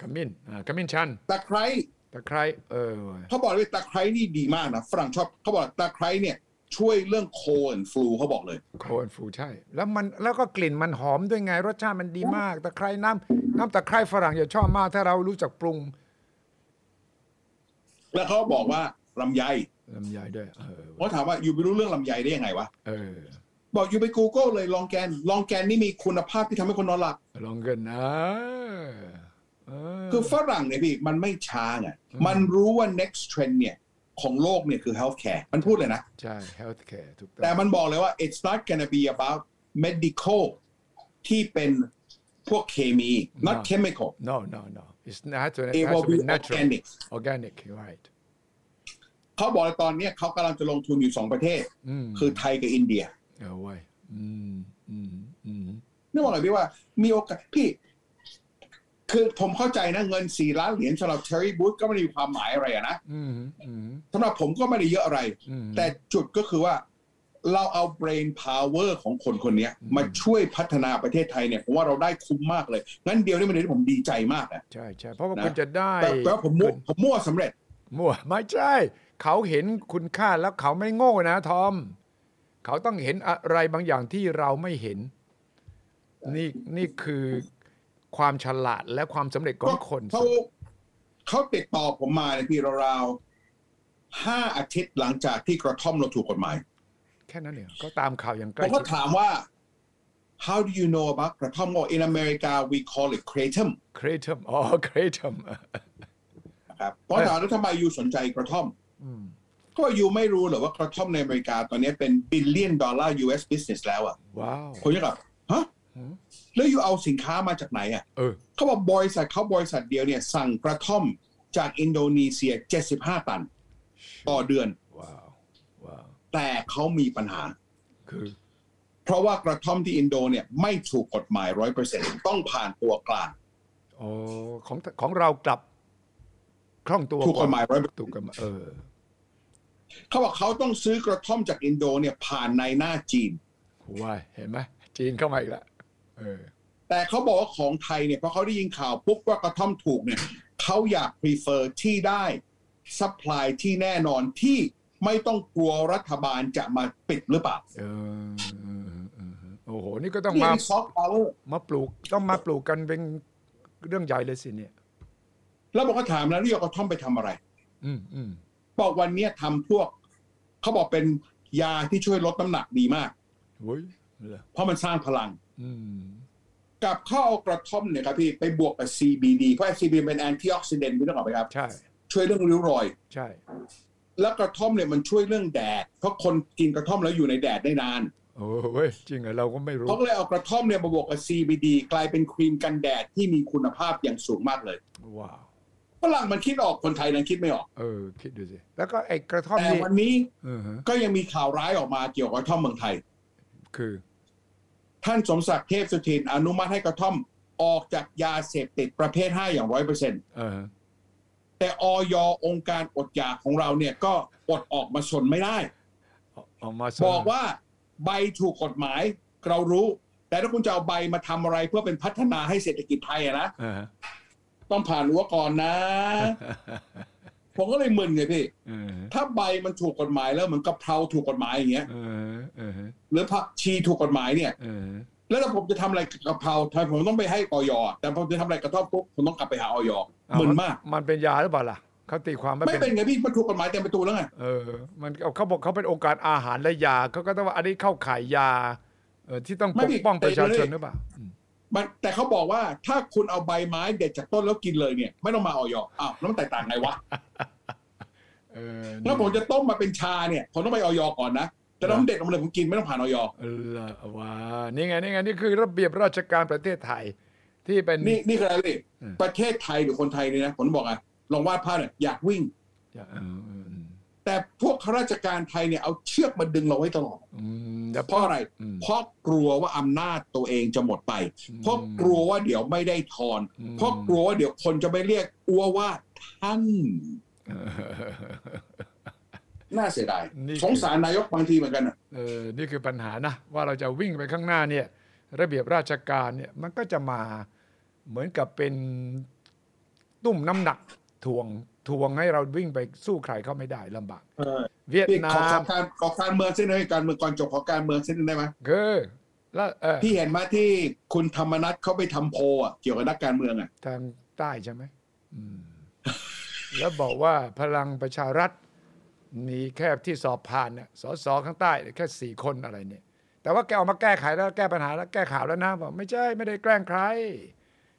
[SPEAKER 2] ขมิ้นอ่าขมิ้นชัน
[SPEAKER 3] ตะไคร้
[SPEAKER 2] ตะไคร้เออเว้ย
[SPEAKER 3] เขาบอกเลยตะไคร้นี่ดีมากนะฝรั่งชอบเขาบอกตะไคร้เนี่ยช่วยเรื่องโคลฟลูเขาบอกเลย
[SPEAKER 2] โคนฟูใช่ แล้วมันแล้วก็กลิ่นมันหอมด้วยไง รสชาติมันดีมากตะไคร้น้ำน้ำตะไคร้ฝรั่งจะชอบมากถ้าเรารู้จักปรุง
[SPEAKER 3] แล้วเขาบอกว่าลำไย
[SPEAKER 2] ลำไยด้วย เออ
[SPEAKER 3] ผม
[SPEAKER 2] เว้ย
[SPEAKER 3] ก็ถามว่ายูไปรู้เรื่องลำไยได้ยังไงวะ
[SPEAKER 2] เออ
[SPEAKER 3] บอกยูไป Google เลยลองแกนลองแกนนี่มีคุณภาพที่ทำให้คนนอนหลับ
[SPEAKER 2] ลองกันนะเออ
[SPEAKER 3] คือฝรั่งเนี่ยพี่มันไม่ช้าไงมันรู้ว่า next trend เนี่ยของโลกเนี่ยคือ healthcare มันพูดเลยนะ
[SPEAKER 2] ใช่ healthcare ถูกต้อ
[SPEAKER 3] แต่
[SPEAKER 2] ง
[SPEAKER 3] มันบอกเลยว่า it's not gonna be about medical ที่เป็นพวกเคมี not chemical
[SPEAKER 2] no no no it's not it
[SPEAKER 3] it
[SPEAKER 2] has
[SPEAKER 3] will
[SPEAKER 2] to
[SPEAKER 3] be
[SPEAKER 2] be natural
[SPEAKER 3] organic
[SPEAKER 2] organic right
[SPEAKER 3] เขาบอกเลยตอนเนี้ยเขากำลังจะลงทุนอยู่สองประเทศ
[SPEAKER 2] อืม
[SPEAKER 3] คือไทยกับอินเดีย
[SPEAKER 2] เออเว้ยอืมอืมอืม
[SPEAKER 3] นี่บอกเลยพี่ว่ามีโอกาสพี่ คือผมเข้าใจนะเงิน 4 ล้านเหรียญสำหรับเชอรี่บูธก็ไม่ได้มีความหมายอะไรอะนะ
[SPEAKER 2] อืมอืม
[SPEAKER 3] สำหรับผมก็ไม่ได้เยอะอะไร
[SPEAKER 2] อืม
[SPEAKER 3] แต่จุดก็คือว่า เราเอา brain power ของคนคนเนี้ย มาช่วยพัฒนาประเทศไทยเนี่ยผมว่าเราได้คุ้มมากเลย งั้นเดียวนี่มันเป็นเรื่องที่ผมดีใจมากนะ
[SPEAKER 2] ใช่ใช่เพราะว่า
[SPEAKER 3] นะ
[SPEAKER 2] คุณจะได้
[SPEAKER 3] แต่แต่ว่าผมมั่ว
[SPEAKER 2] คุณ
[SPEAKER 3] ผมมั่วสำเร็จ
[SPEAKER 2] มั่วไม่ใช่ เขาเห็นคุณค่าแล้วเขาไม่โง่นะทอม เขาต้องเห็นอะไรบางอย่างที่เราไม่เห็น นี่นี่คือความฉลาดและความสำเร็จของคน
[SPEAKER 3] เขาเขาติดต่อผมมาในยพี่ราวๆห้าอาทิตย์หลังจากที่กระท่อมเราถูกกฎหมาย
[SPEAKER 2] แค่นั้นเองก็ตามข่าวอย่างใก
[SPEAKER 3] ผ
[SPEAKER 2] ล้
[SPEAKER 3] ม
[SPEAKER 2] ชิ
[SPEAKER 3] ก็
[SPEAKER 2] ด
[SPEAKER 3] ถามว่า how do you know about กระท่อมบอก in America we call it kratom
[SPEAKER 2] เครทัมอ๋อเครทัม
[SPEAKER 3] นะครับเพราะถามแล้วทำไมยูสนใจกระท่อมก็ยูไม่รู้เหรอว่ากระท่อมในอเมริกาตอนนี้เป็น billion dollar US business แล้วอ่ะ
[SPEAKER 2] ว้าว
[SPEAKER 3] ผมยังแบบฮะแล้วยูเอาสินค้ามาจากไหนอ่ะ
[SPEAKER 2] เออ
[SPEAKER 3] เขาบอกบริษัทเขาบริษัทเดียวเนี่ย สั่งกระท่อมจากอินโดนีเซีย 75 ตัน ต่อเดือน
[SPEAKER 2] ว้าวว้าว
[SPEAKER 3] แต่เขามีปัญหา
[SPEAKER 2] คือ
[SPEAKER 3] เพราะว่ากระท่อมที่อินโดเนี่ยไม่ถูกกฎหมายร้อยเปอร์เซ็นต้องผ่านตัวกลาง
[SPEAKER 2] อ๋อของของเรากลับคล่องตัว
[SPEAKER 3] ถูกกฎหมายร้อย
[SPEAKER 2] ถูกกฎหมายเออ
[SPEAKER 3] เขาบอกเขาต้องซื้อกระท่อมจากอินโดเนี่ยผ่านในหน้าจีน
[SPEAKER 2] ว้ายเห็นไหมจีนเข้ามาอีกแล้วเออ
[SPEAKER 3] แต่เขาบอกว่าของไทยเนี่ยพอเขาได้ยินข่าวปุ๊บว่ากระท่อมถูกเนี่ยเขาอยาก prefer ที่ได้ supply ที่แน่นอนที่ไม่ต้องกลัวรัฐบาลจะมาปิดหรือเปล่า
[SPEAKER 2] เออเออเออเออโอ้โห นี่ก็ต้อง
[SPEAKER 3] ที่
[SPEAKER 2] มา
[SPEAKER 3] ซอฟต์พาวเวอร์
[SPEAKER 2] มาปลูก ต้องมาปลูกกันเป็นเรื่องใหญ่เลยสิเนี่ย
[SPEAKER 3] แล้วบอกเขาถามแล้วเรียกกระท่อมไปทำอะไร
[SPEAKER 2] อืมอืม
[SPEAKER 3] บอกวันเนี้ยทำพวก เขาบอกเป็นยาที่ช่วยลดน้ำหนักดีมาก
[SPEAKER 2] เว้ยเหรอ
[SPEAKER 3] เพราะมันสร้างพลัง
[SPEAKER 2] อืม
[SPEAKER 3] กับข้าวกระท่อมเนี่ยครับพี่ไปบวกกับ CBD เพราะ CBD เป็นแอนตี้ออกซิเดนต์พี่ต้องบอกไปครับ
[SPEAKER 2] ใช่
[SPEAKER 3] ช่วยเรื่องริ้วรอย
[SPEAKER 2] ใช่
[SPEAKER 3] แล้วกระท่อมเนี่ยมันช่วยเรื่องแดด เพราะคนกินกระท่อมแล้วอยู่ในแดดได้นาน
[SPEAKER 2] โอ้เว้ยจริงเหรอเราก็ไม่รู้
[SPEAKER 3] เขาก็เลยเอากระท่อมเนี่ยมาบวกกับ CBD กลายเป็นครีมกันแดดที่มีคุณภาพอย่างสูงมากเลย
[SPEAKER 2] ว้าว
[SPEAKER 3] ฝรั่งมันคิดออกคนไทยยังคิดไม่ออก
[SPEAKER 2] เออ คิดดูสิแล้วก็ไอ้กระท่อม
[SPEAKER 3] แต่
[SPEAKER 2] นี่
[SPEAKER 3] วันนี้
[SPEAKER 2] เออฮะ
[SPEAKER 3] ก็ยังมีข่าวร้ายออกมาเกี่ยวกับกระท่อมเมืองไทย
[SPEAKER 2] คือ
[SPEAKER 3] ท่านสมศักดิ์เทพสุทินอนุมัติให้กระท่อมออกจากยาเสพติดประเภท5อย่างร้อยเปอร์เซ็นต
[SPEAKER 2] เออ
[SPEAKER 3] แต่ออยองค์การอดอยากของเราเนี่ยก็อดออกมาชนไม่ได้
[SPEAKER 2] เอามาส
[SPEAKER 3] บอกว่าใบถูกกฎหมาย เรารู้ แต่ถ้าคุณจะเอาใบมาทำอะไรเพื่อเป็นพัฒนาให้เศรษฐกิจไทยอะนะ
[SPEAKER 2] เออ
[SPEAKER 3] ต้องผ่านรั้วก่อนนะ ผมก็เลยมึนไงพี่
[SPEAKER 2] เออ
[SPEAKER 3] ถ้าใบมันถูกกฎหมายแล้วเหมือนกะเพราถูกกฎหมายอย่างเงี้ย
[SPEAKER 2] เออเออ
[SPEAKER 3] หรือผักชีถูกกฎหมายเนี่ย
[SPEAKER 2] เออ
[SPEAKER 3] แล้วถ้าผมจะทำอะไรกับกะเพราทำไมผมต้องไปให้ออยแต่ผมจะทำอะไรกระท่อมปุ๊บผมต้องกลับไปหาออย
[SPEAKER 2] เอา
[SPEAKER 3] มึนมาก
[SPEAKER 2] มันเป็นยาหรือเปล่าล่ะเขาตีความว่า
[SPEAKER 3] ไม่เป็นไงพี่มันถูกกฎหมายเต็มประตูแล้วไง
[SPEAKER 2] เออ มันเอาเขาบอกเขาเป็นองค์การอาหารและยาเขาก็ต้องว่าอันนี้เข้าขายยาเออที่ต้องปกป้องประชาชนหรือเปล่าอืม
[SPEAKER 3] มันแต่เขาบอกว่าถ้าคุณเอาใบไม้เด็ดจากต้นแล้วกินเลยเนี่ย ไม่ต้องมาออยอ้าวแล้วมันแตกต่างไงวะ
[SPEAKER 2] เออ
[SPEAKER 3] แล้วผมจะต้มมาเป็นชาเนี่ยผมต้องไปออยก่อนนะแต่ถ้าผมเด็ดออกมาเลยผมกินไม่ต้องผ่านออย
[SPEAKER 2] เออว่านี่ไงนี่ไงนี่คือระเบียบราชการประเทศไทย ที่เป็น
[SPEAKER 3] นี่นี่คืออะไรพี่
[SPEAKER 2] อืม
[SPEAKER 3] ประเทศไทยหรือคนไทยเนี่ยนะผมบอกอ่ะลองวาดภาพหน่อยอยากวิ่ง
[SPEAKER 2] อย่าเออเออเออ
[SPEAKER 3] แต่พวกข้าราชการไทยเนี่ยเอาเชือกมาดึงเราไว้ตลอด
[SPEAKER 2] อืมอย่า
[SPEAKER 3] เพราะอะไร
[SPEAKER 2] อืม
[SPEAKER 3] เพราะกลัวว่าอำนาจตัวเองจะหมดไป เพราะกลัวว่าเดี๋ยวไม่ได้ทอน
[SPEAKER 2] อืม
[SPEAKER 3] เพราะกลัวว่าเดี๋ยวคนจะไม่เรียกอัวว่าท่าน
[SPEAKER 2] เออ
[SPEAKER 3] น่าเสียดาย
[SPEAKER 2] นี่คือ
[SPEAKER 3] สงสารนายกบางทีเหมือนกันนะ
[SPEAKER 2] เออนี่คือปัญหานะ ว่าเราจะวิ่งไปข้างหน้าเนี่ยระเบียบราชการเนี่ยมันก็จะมาเหมือนกับเป็นตุ้มน้ำหนักถ่วงถ่วงให้เราวิ่งไปสู้ใครเขาไม่ได้ลำบาก
[SPEAKER 3] เออ
[SPEAKER 2] เวียด
[SPEAKER 3] พี่
[SPEAKER 2] นา
[SPEAKER 3] ขอ
[SPEAKER 2] ม
[SPEAKER 3] คำการขอการเมืองเส้นหนึ่งการเมืองก่อนจบขอการเมืองเส้นหนึ่งได้ไหม
[SPEAKER 2] คือแล้วเออ
[SPEAKER 3] พี่เห็นไหมที่คุณธรรมนัทเขาไปทำโพลอ่ะเกี่ยวกับนักการเมืองอ่ะ
[SPEAKER 2] ทางใต้ใช่ไหมอืมแล้วบอกว่าพลังประชารัฐมีแค่ที่สอบผ่านเนี่ยสสข้างใต้แค่สี่คนอะไรเนี่ย แต่ว่าแกออกมาแก้ไขแล้วแก้ปัญหาแล้วแก้ข่าวแล้วนะบอกไม่ใช่ไม่ได้แกล้งใคร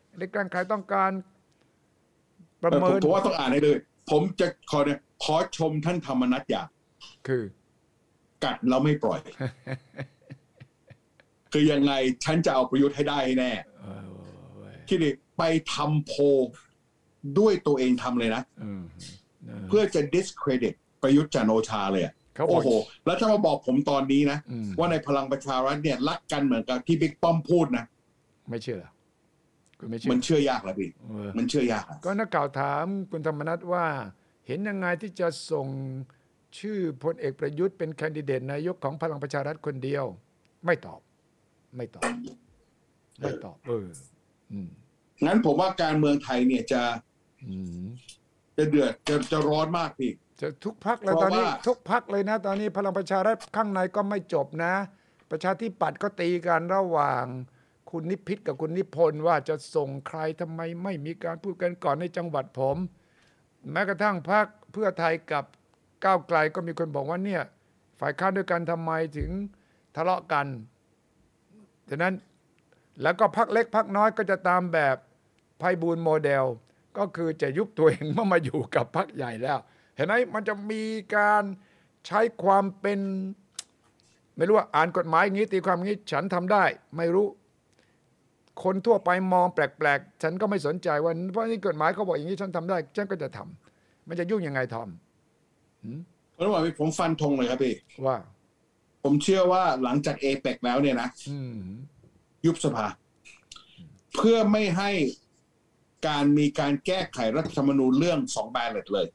[SPEAKER 2] ไม่ได้แกล้งใครต้องการประ
[SPEAKER 3] เออผ
[SPEAKER 2] เมิ
[SPEAKER 3] ม
[SPEAKER 2] น
[SPEAKER 3] ผมว่าต้องอ่านให้เลย ผมจะขอเนี่ยขอชมท่านธรรมนัทอย่าง
[SPEAKER 2] คือ
[SPEAKER 3] กัดแล้วไม่ปล่ อย คือยังไงฉันจะเอาประยุทธ์ให้ได้แน่
[SPEAKER 2] เออ
[SPEAKER 3] คิดดิไปทำโพลด้วยตัวเองทำเลยนะ
[SPEAKER 2] เออเออ
[SPEAKER 3] เพื่อจะ discredit ประยุทธ์จันทร์โอชาเลยอะ
[SPEAKER 2] เขาบอก
[SPEAKER 3] โอ้โห แล้วถ้ามาบอกผมตอนนี้นะ
[SPEAKER 2] อืม
[SPEAKER 3] ว่าในพลังประชารัฐเนี่ย รักกันเหมือนกับที่บิ๊กป้อมพูดนะ
[SPEAKER 2] ไม่เชื่อเหรอคุณไม่เชื่อ
[SPEAKER 3] มันเชื่อยากแล้วพี่
[SPEAKER 2] เออ
[SPEAKER 3] มันเชื่อยากอะ
[SPEAKER 2] ก็นักข่าวถามคุณธรรมนัฐว่า เห็นยังไงที่จะส่งชื่อพลเอกประยุทธ์เป็นแคนดิเดตนายกของพลังประชารัฐคนเดียว ไม่ตอบ ไม่ตอบ ไม่ตอบเอออืม
[SPEAKER 3] งั้นผมว่าการเมืองไทยเนี่ยจะ
[SPEAKER 2] อืม
[SPEAKER 3] จะเดือดจะจะร้อนมากพี่
[SPEAKER 2] จะทุกพักเลย
[SPEAKER 3] เพ
[SPEAKER 2] ตอ
[SPEAKER 3] ราะ
[SPEAKER 2] นนี้
[SPEAKER 3] ว่า
[SPEAKER 2] ทุกพักเลยนะ ตอนนี้พลังประชารัฐข้างในก็ไม่จบนะ ประชาธิปัตย์ก็ตีกันระหว่าง คุณนิพิษกับคุณนิพนธ์ว่าจะส่งใครทำไมไม่มีการพูดกันก่อนในจังหวัดผม แม้กระทั่งพรรคเพื่อไทยกับก้าวไกลก็มีคนบอกว่าเนี่ย ฝ่ายค้านด้วยกันทำไมถึงทะเลาะกันฉะนั้นแล้วก็พรรคเล็กพรรคน้อยก็จะตามแบบไพบูลย์โมเดล ก็คือจะยุบตัวเองเมื่อมาอยู่กับพรรคใหญ่แล้ว เห็นไหมมันจะมีการใช้ความเป็น ไม่รู้ว่าอ่านกฎหมายอย่างนี้ตีความอย่างนี้ฉันทำได้ ไม่รู้ คนทั่วไปมองแปลกๆ ฉันก็ไม่สนใจว่าเพราะนี่กฎหมายเขาบอกอย่างนี้ฉันทำได้ ฉันก็จะทำมันจะยุ่งยังไงทอม
[SPEAKER 3] เพราะว่าพี่ผมฟันธงเลยครับพี่
[SPEAKER 2] ว่า
[SPEAKER 3] ผมเชื่อว่าหลังจากเอเปกแล้วเนี่ยนะ
[SPEAKER 2] อืม
[SPEAKER 3] ยุบสภา เพื่อไม่ให้การมีการแก้ไขรัฐธรรมนูญเรื่องสองแบลเลตเลย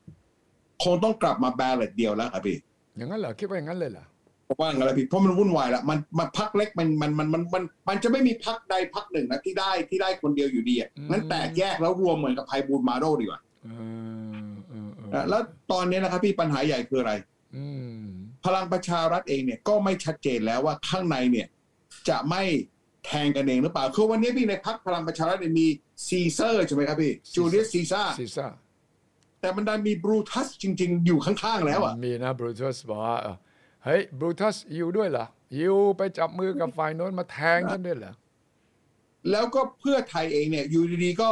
[SPEAKER 3] คงต้องกลับมาแบลเลตเดียวแล้วครับพี่
[SPEAKER 2] อย่างนั้นเหรอคิดว่าอย่างนั้นเลยเหรอ
[SPEAKER 3] ผมว่างั้นแหล้วพี่เพราะมันวุ่นวายละมันมันพักเล็กมันมันมันมันมันมันจะไม่มีพักใดพักหนึ่งนะที่ได้ที่ได้คนเดียวอยู่ดีอ่ะนั้นแตกแยกแล้วรวมเหมือนกับไพบูลย์มาโดดีกว่า
[SPEAKER 2] เออเออเออ
[SPEAKER 3] นะแล้วตอนนี้นะครับ พี่ปัญหาใหญ่คืออะไร
[SPEAKER 2] อืม
[SPEAKER 3] พลังประชารัฐเองเนี่ยก็ไม่ชัดเจนแล้วว่าข้างในเนี่ย จะไม่แทงกันเองหรือเปล่าคือวันนี้พี่ในพักพลังประชารัฐเนี่ยมีซีเซอร์ใช่ไหมครับพี่จูเลียสซีซ่า
[SPEAKER 2] ซีซ่า
[SPEAKER 3] แต่มันได้มีบรูทัสจริง ๆ อยู่ข้างๆแล้วอ่ะ
[SPEAKER 2] มีนะบรูทัสบอกว่าเออเฮ้ยบรูทัสอยู่ด้วยเหรออยู่ไปจับมือกับฝ่ายโน้นมาแทงฉันด้วยเหรอ
[SPEAKER 3] แล้วก็เพื่อไทยเองเนี่ยอยู่ดีๆก็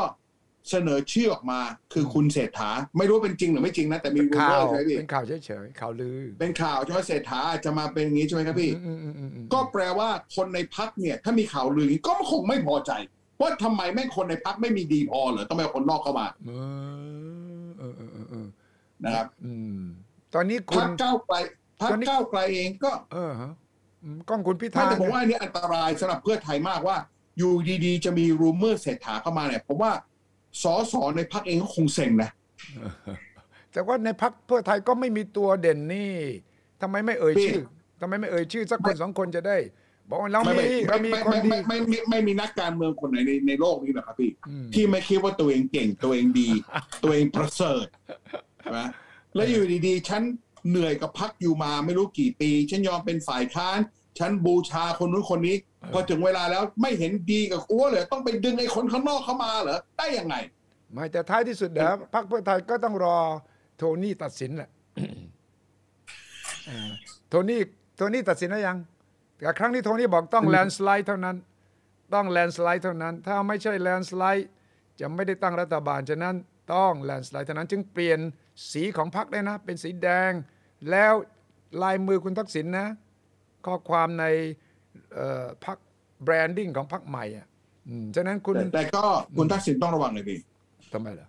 [SPEAKER 3] เสนอชื่อออกมาคือคุณเศรษฐา ไม่รู้ว่าเป็นจริงหรือไม่จริงนะแต่มีรู
[SPEAKER 2] ข่า
[SPEAKER 3] เมอ
[SPEAKER 2] ว
[SPEAKER 3] ร์ใช่ไหมพี่
[SPEAKER 2] เป็นข่าวเฉยๆข่าวลือ
[SPEAKER 3] เป็นข่าวใช่ไหมเศรษฐาจะมาเป็นอย่างนี้ใช่ไหมครับพี่
[SPEAKER 2] อืมอืมอืมอืม
[SPEAKER 3] ก็แปลว่าคนในพักเนี่ย ถ้ามีข่าวลืออย่างนี้ก็คงไม่พอใจว่าทำไมแม่งคนในพักไม่มีดีพอเหรอต้องไปเอาคนนอกเข้ามา
[SPEAKER 2] เออเออเออเออเออ
[SPEAKER 3] นะครับ
[SPEAKER 2] อืมตอนนี้คุ
[SPEAKER 3] พั
[SPEAKER 2] ณ
[SPEAKER 3] กก้าวไกลพัก
[SPEAKER 2] ตอนนี้
[SPEAKER 3] ก้าวไกลเองก็
[SPEAKER 2] เออฮะอืมกล้องคุณพิธา
[SPEAKER 3] ไม่แต่ผมว่าอันนี้อันตรายสำหรับเพื่อไทยมากว่า อยู่ดีๆ จะมีรูมเมอร์เศรษฐาเข้ามาเนี่ยผมว่าสอสอในพักเองก็คงเซ็งนะ
[SPEAKER 2] แต่ว่าในพักเพื่อไทยก็ไม่มีตัวเด่นนี่ทำไมไม่เอ่ย
[SPEAKER 3] พี่
[SPEAKER 2] ชื่อทำไมไม่เอ่ยชื่อสักคนสองคนจะได้ บอกว่าเรา
[SPEAKER 3] ไม่
[SPEAKER 2] มี
[SPEAKER 3] ไม่
[SPEAKER 2] เรา
[SPEAKER 3] ไม่
[SPEAKER 2] มีคน
[SPEAKER 3] ไม่
[SPEAKER 2] ดี
[SPEAKER 3] ไม่ไม่ไม่ไม่ไม่มีนักการเมืองคนไหนในในโลกนี้หรอกครับพี่
[SPEAKER 2] อืม
[SPEAKER 3] ที่ไม่คิดว่าตัวเองเก่งตัวเอง ดี ตัวเองประเสริฐนะแล้วอยู่ดีๆ ฉันเหนื่อยกับพักอยู่มาไม่รู้กี่ปี ฉันยอมเป็นฝ่ายค้าน ฉันบูชาคนนู้นคนนี้ พอถึงเวลาแล้วไม่เห็นดีกับอ้วเลยต้องไปดึงไอ้คนข้างนอกเข้ามาเหรอได้ยังไง
[SPEAKER 2] ไม่แต่ท้ายที่สุดเดี๋ยวพรรคเพื่อไทยก็ต้องรอโทนี่ตัดสินแหละ เออโทนี่โทนี่ตัดสินแล้วยัง แต่ครั้งนี้โทนี่บอกต้องแลนสไลด์เท่านั้น ต้องแลนสไลด์เท่านั้น ถ้าไม่ใช่แลนสไลด์จะไม่ได้ตั้งรัฐบาลฉะนั้นต้องแลนสไลด์เท่านั้น จึงเปลี่ยนสีของพรรคได้นะ เป็นสีแดง แล้วลายมือคุณทักษิณนะ ข้อความในเอ่อพรรคแบรนดิ้งของพรรคใหม่อ่ะอืมฉะนั้นคุณ
[SPEAKER 3] แต่แต่ก็คุณทักษิณต้องระวังเลยพี่
[SPEAKER 2] ทำไมล่ะ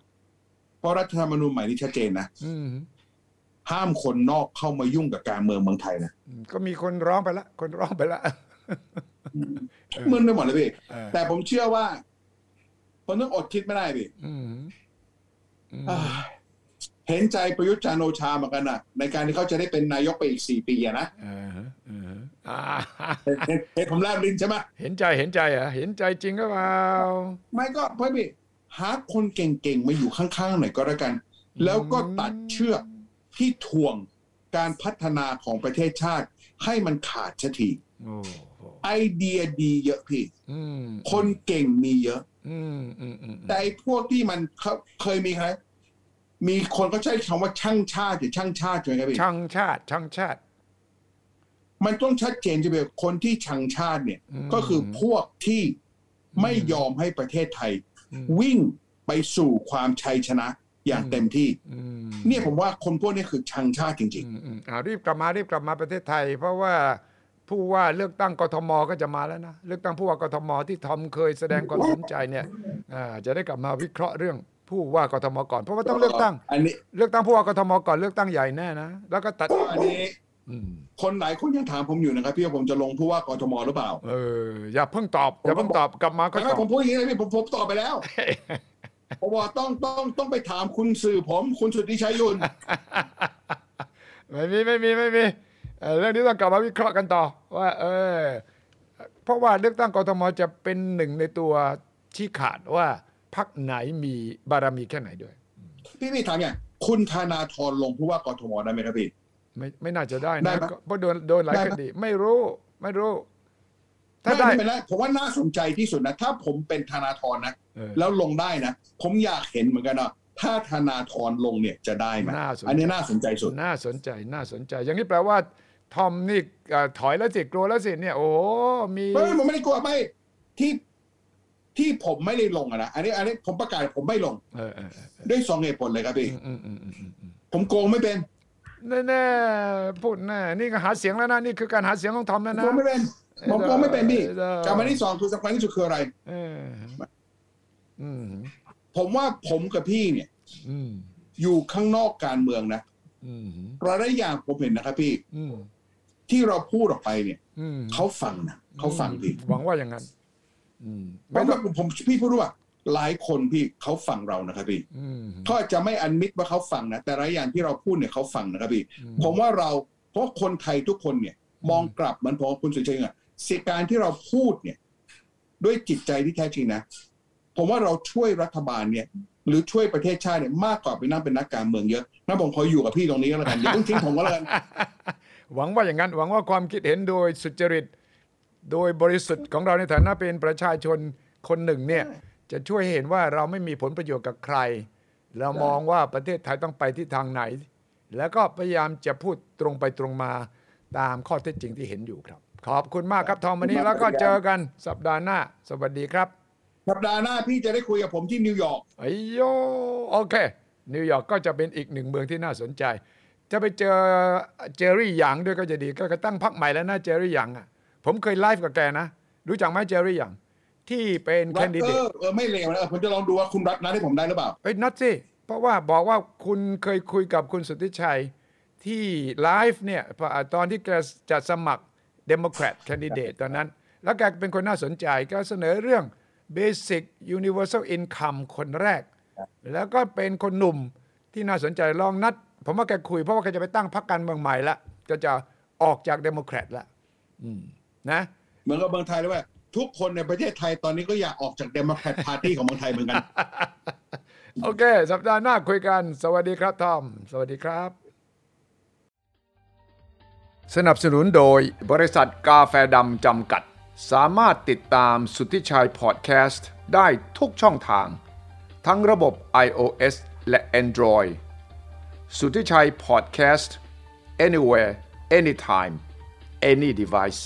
[SPEAKER 3] เพราะรัฐธรรมนูญใหม่นี่ชัดเจนนะ
[SPEAKER 2] อืม
[SPEAKER 3] ห้ามคนนอกเข้ามายุ่งกับการเมืองเมืองไทยนะ
[SPEAKER 2] อืมก็มีคนร้องไปละคนร้องไปละ
[SPEAKER 3] มึนไปหมดเลยพี่
[SPEAKER 2] เออ
[SPEAKER 3] แต่ผมเชื่อว่าคนต้องอดคิดไม่ได้พี่
[SPEAKER 2] อืมอืม
[SPEAKER 3] เอ้ยเห็นใจประยุทธ์จันทร์โอชาเหมือนกันนะในการที่เขาจะได้เป็นนายกไปอีกสี่ปีอะนะ
[SPEAKER 2] เออฮะเออฮะอ่า
[SPEAKER 3] เห็นเห็นเห็นผมแลบลิ้นใช่ไหม
[SPEAKER 2] เห็นใจเห็นใจเหรอ่ะเห็นใจจริงก็เปล่า
[SPEAKER 3] ไม่ก็เพื่อนพี่หาคนเก่งๆมาอยู่ข้างๆหน่อยก็แล้วกัน แล้วก็ตัดเชือกที่ถ่วงการพัฒนาของประเทศชาติ ให้มันขาดสักที
[SPEAKER 2] โอ้โห
[SPEAKER 3] ไอเดียดีเยอะพี่
[SPEAKER 2] อืม
[SPEAKER 3] คนเก่งมีเยอะ
[SPEAKER 2] อืมอืมอืม
[SPEAKER 3] แต่ไอ้พวกที่มันเขาเคยมีใครมีคนก็ใช้คำว่าช่างชาติหรือช่างชาติใช่ไหมครับพี่
[SPEAKER 2] ช่างชาติช่างชาติ
[SPEAKER 3] มันต้องชัดเจนจะเป็นคนที่ช่างชาติเนี่ย
[SPEAKER 2] อืม
[SPEAKER 3] ก็คือพวกที่ไม่ยอมให้ประเทศไทย
[SPEAKER 2] อืม
[SPEAKER 3] วิ่งไปสู่ความชัยชนะอย่างเต็มที่
[SPEAKER 2] อืม
[SPEAKER 3] เนี่ยผมว่าคนพวกนี้คือช่างชาติจริง
[SPEAKER 2] อืมอืมอ่ารีบกลับมารีบกลับมาประเทศไทย เพราะว่าผู้ว่าเลือกตั้งกทมก็จะมาแล้วนะเลือกตั้งผู้ว่ากทมที่ทอมเคยแสดงความสนใจเนี่ยอ่าจะได้กลับมาวิเคราะห์เรื่องผู้ว่ากทมก่อนเพราะว่า
[SPEAKER 3] ๆ
[SPEAKER 2] ต้องเลือกตั้ง
[SPEAKER 3] อันนี้
[SPEAKER 2] เลือกตั้งผู้ว่ากทมก่อนเลือกตั้งใหญ่แน่นะ แล้วก็ตัด
[SPEAKER 3] อันนี้
[SPEAKER 2] อืม
[SPEAKER 3] คนหลายคนยังถามผมอยู่นะครับพี่ว่าผมจะลงผู้ว่ากทมหรือเปล่า
[SPEAKER 2] เออ อย่าเพิ่งตอบอย่าเพิ่งตอบกลับมาก็
[SPEAKER 3] แต่
[SPEAKER 2] ตอ
[SPEAKER 3] ไม่
[SPEAKER 2] บ
[SPEAKER 3] ผมพูดอย่างนี้เลยพี่ผมผมตอบไป แล้วผมบอกต้องต้องต้องไปถามคุณสื่อผมคุณสุทธิชัยยุ น
[SPEAKER 2] ไม่มีไม่มีไม่มีเอ่อเรื่องนี้ต้องกลับมาวิเคราะห์กันต่อ ว่า เออ เพราะว่าเลือกตั้งกทมจะเป็นหนึ่งในตัวที่ขาดว่าพักไหนมีบารมีแค่ไหนด้วย
[SPEAKER 3] พี่พี่ถามอย่างคุณธนาธรลงผู้ว่ากทมได้ไหมครับพี่
[SPEAKER 2] ไม่ไม่น่าจะได้
[SPEAKER 3] ได้
[SPEAKER 2] นะ
[SPEAKER 3] ไหม
[SPEAKER 2] เพราะโดนโดนหลาย
[SPEAKER 3] ได้
[SPEAKER 2] ค
[SPEAKER 3] ไหม
[SPEAKER 2] ดี ไม่รู้ไม่รู้ ถ้าได้
[SPEAKER 3] ม่เป็นไรผมว่าน่าสนใจที่สุดนะ ถ้าผมเป็นธนาธรนะ
[SPEAKER 2] เออ
[SPEAKER 3] แล้วลงได้นะ ผมอยากเห็นเหมือนกันว่าถ้าธนาธรลงเนี่ยจะได้ไหม
[SPEAKER 2] น่าสนใจ
[SPEAKER 3] อันนี้น่าสนใจสุด
[SPEAKER 2] น่าสนใจน่าสนใจ อย่างนี้แปลว่า ทอมนี่เอ่อถอยแล้วสิกลัวแล้วสิเนี่ย โอ้โหมี
[SPEAKER 3] ไม่ไม่ผมไม่ได้กลัวไม่ที่ที่ผมไม่ได้ลงอะนะ อันนี้อันนี้ผมประกาศผมไม่ลง
[SPEAKER 2] เออเออเออ
[SPEAKER 3] ด้วยสองเหตุผลเลยครับพี่
[SPEAKER 2] อืมอืมอืมอืมอืม
[SPEAKER 3] ผมโกงไม่เป็น
[SPEAKER 2] แน่ๆพูดแน่นี่ก็หาเสียงแล้วนะนี่คือการหาเสียงของทอมแล้ว
[SPEAKER 3] โก
[SPEAKER 2] นะ
[SPEAKER 3] งไม่เป็น ผมโกงไม่เป็นพี่
[SPEAKER 2] เออ
[SPEAKER 3] กลับมาที่สองคือสำคัญที่สุดคืออะไร
[SPEAKER 2] เอออืม
[SPEAKER 3] ผมว่าผมกับพี่เนี่ย
[SPEAKER 2] อืม
[SPEAKER 3] อยู่ข้างนอกการเมืองนะ
[SPEAKER 2] อืม
[SPEAKER 3] หลายๆอย่างผมเห็นนะครับพี่
[SPEAKER 2] อืม
[SPEAKER 3] ที่เราพูดออกไปเนี่ย
[SPEAKER 2] อืม
[SPEAKER 3] เขาฟังนะเขาฟังพี่
[SPEAKER 2] หวังว่าอย่างนั้น อืม
[SPEAKER 3] เพราะว่าผมผมพี่พูดว่าหลายคนพี่เขาฟังเรานะครับพี่
[SPEAKER 2] อืม
[SPEAKER 3] เขาอาจจะไม่อันมิดว่าเขาฟังนะแต่หลายอย่างที่เราพูดเนี่ยเขาฟังนะครับพี่ผมว่าเราเพราะคนไทยทุกคนเนี่ย มองกลับเหมือนผมกับคุณสุชัยอะสิการที่เราพูดเนี่ย ด้วยจิตใจที่แท้จริงนะ ผมว่าเราช่วยรัฐบาลเนี่ย หรือช่วยประเทศชาติเนี่ยมากกว่าไปนั่งเป็นนักการเมืองเยอะงั้นผมขออยู่กับพี่ตรงนี้ก็แล้วกันอย่าเพิ่งทิ้งผมก็แล้วกัน
[SPEAKER 2] หวังว่าอย่างนั้น หวังว่าความคิดเห็นโดยสุจริต โดยบริสุทธิ์ของเราในฐานะเป็นประชาชนคนหนึ่งเนี่ย จะช่วยเห็นว่าเราไม่มีผลประโยชน์กับใคร เรามองว่าประเทศไทยต้องไปที่ทางไหน แล้วก็พยายามจะพูดตรงไปตรงมาตามข้อเท็จจริงที่เห็นอยู่ครับ ขอบคุณมากครับทอมวันนี้แล้วก็เจอกันสัปดาห์หน้า สวัสดีครับ
[SPEAKER 3] สัปดาห์หน้าพี่จะได้คุยกับผมที่นิวยอร์ก
[SPEAKER 2] ไอยโยโอเค นิวยอร์กก็จะเป็นอีกหนึ่งเมืองที่น่าสนใจ จะไปเจอเจอรี่หยางด้วยก็จะดีก็ตั้งพักใหม่แล้วนะเจอรี่หยางอ่ะผมเคยไลฟ์กับแกนะ รู้จักไหมเจอรี่หยางที่เป็นแค
[SPEAKER 3] รั
[SPEAKER 2] น
[SPEAKER 3] ต
[SPEAKER 2] ดิ
[SPEAKER 3] เต
[SPEAKER 2] เดต
[SPEAKER 3] อร์เออไม่เลวนะเออผมจะลองดูว่าคุณรัฐนัดให้ผมได้หรือเปล่า
[SPEAKER 2] เอ้ยนัดสิเพราะว่าบอกว่าคุณเคยคุยกับคุณสุทธิชัยที่ไลฟ์เนี่ยตอนที่แกจะสมัครเดโมแครตแคนดิเดตตอนนั้น แล้วแกเป็นคนน่าสนใจก็เสนอเรื่อง Basic Universal Income คนแรก แล้วก็เป็นคนหนุ่มที่น่าสนใจลองนัด ผมว่าแกคุยเพราะว่าแกจะไปตั้งพรรคการเมืองใหม่ละก็จะออกจากเดโมแครตละ นะ
[SPEAKER 3] เหมือนกับเมืองไทยเลยว่า ทุกคนในประเทศไทยตอนนี้ก็อยากออกจากเดโมแครตพาร์ตี้ของเมืองไทยเหมือนกัน
[SPEAKER 4] โอเค สัปดาห์หน้าคุยกัน สวัสดีครับทอม สวัสดีครับ
[SPEAKER 2] สนับสนุนโดยบริษัทกาแฟดำจำกัด สามารถติดตามสุทธิชัยพอดแคสต์ได้ทุกช่องทาง ทั้งระบบ iOS และ Android สุทธิชัยพอดแคสต์ anywhere anytime any device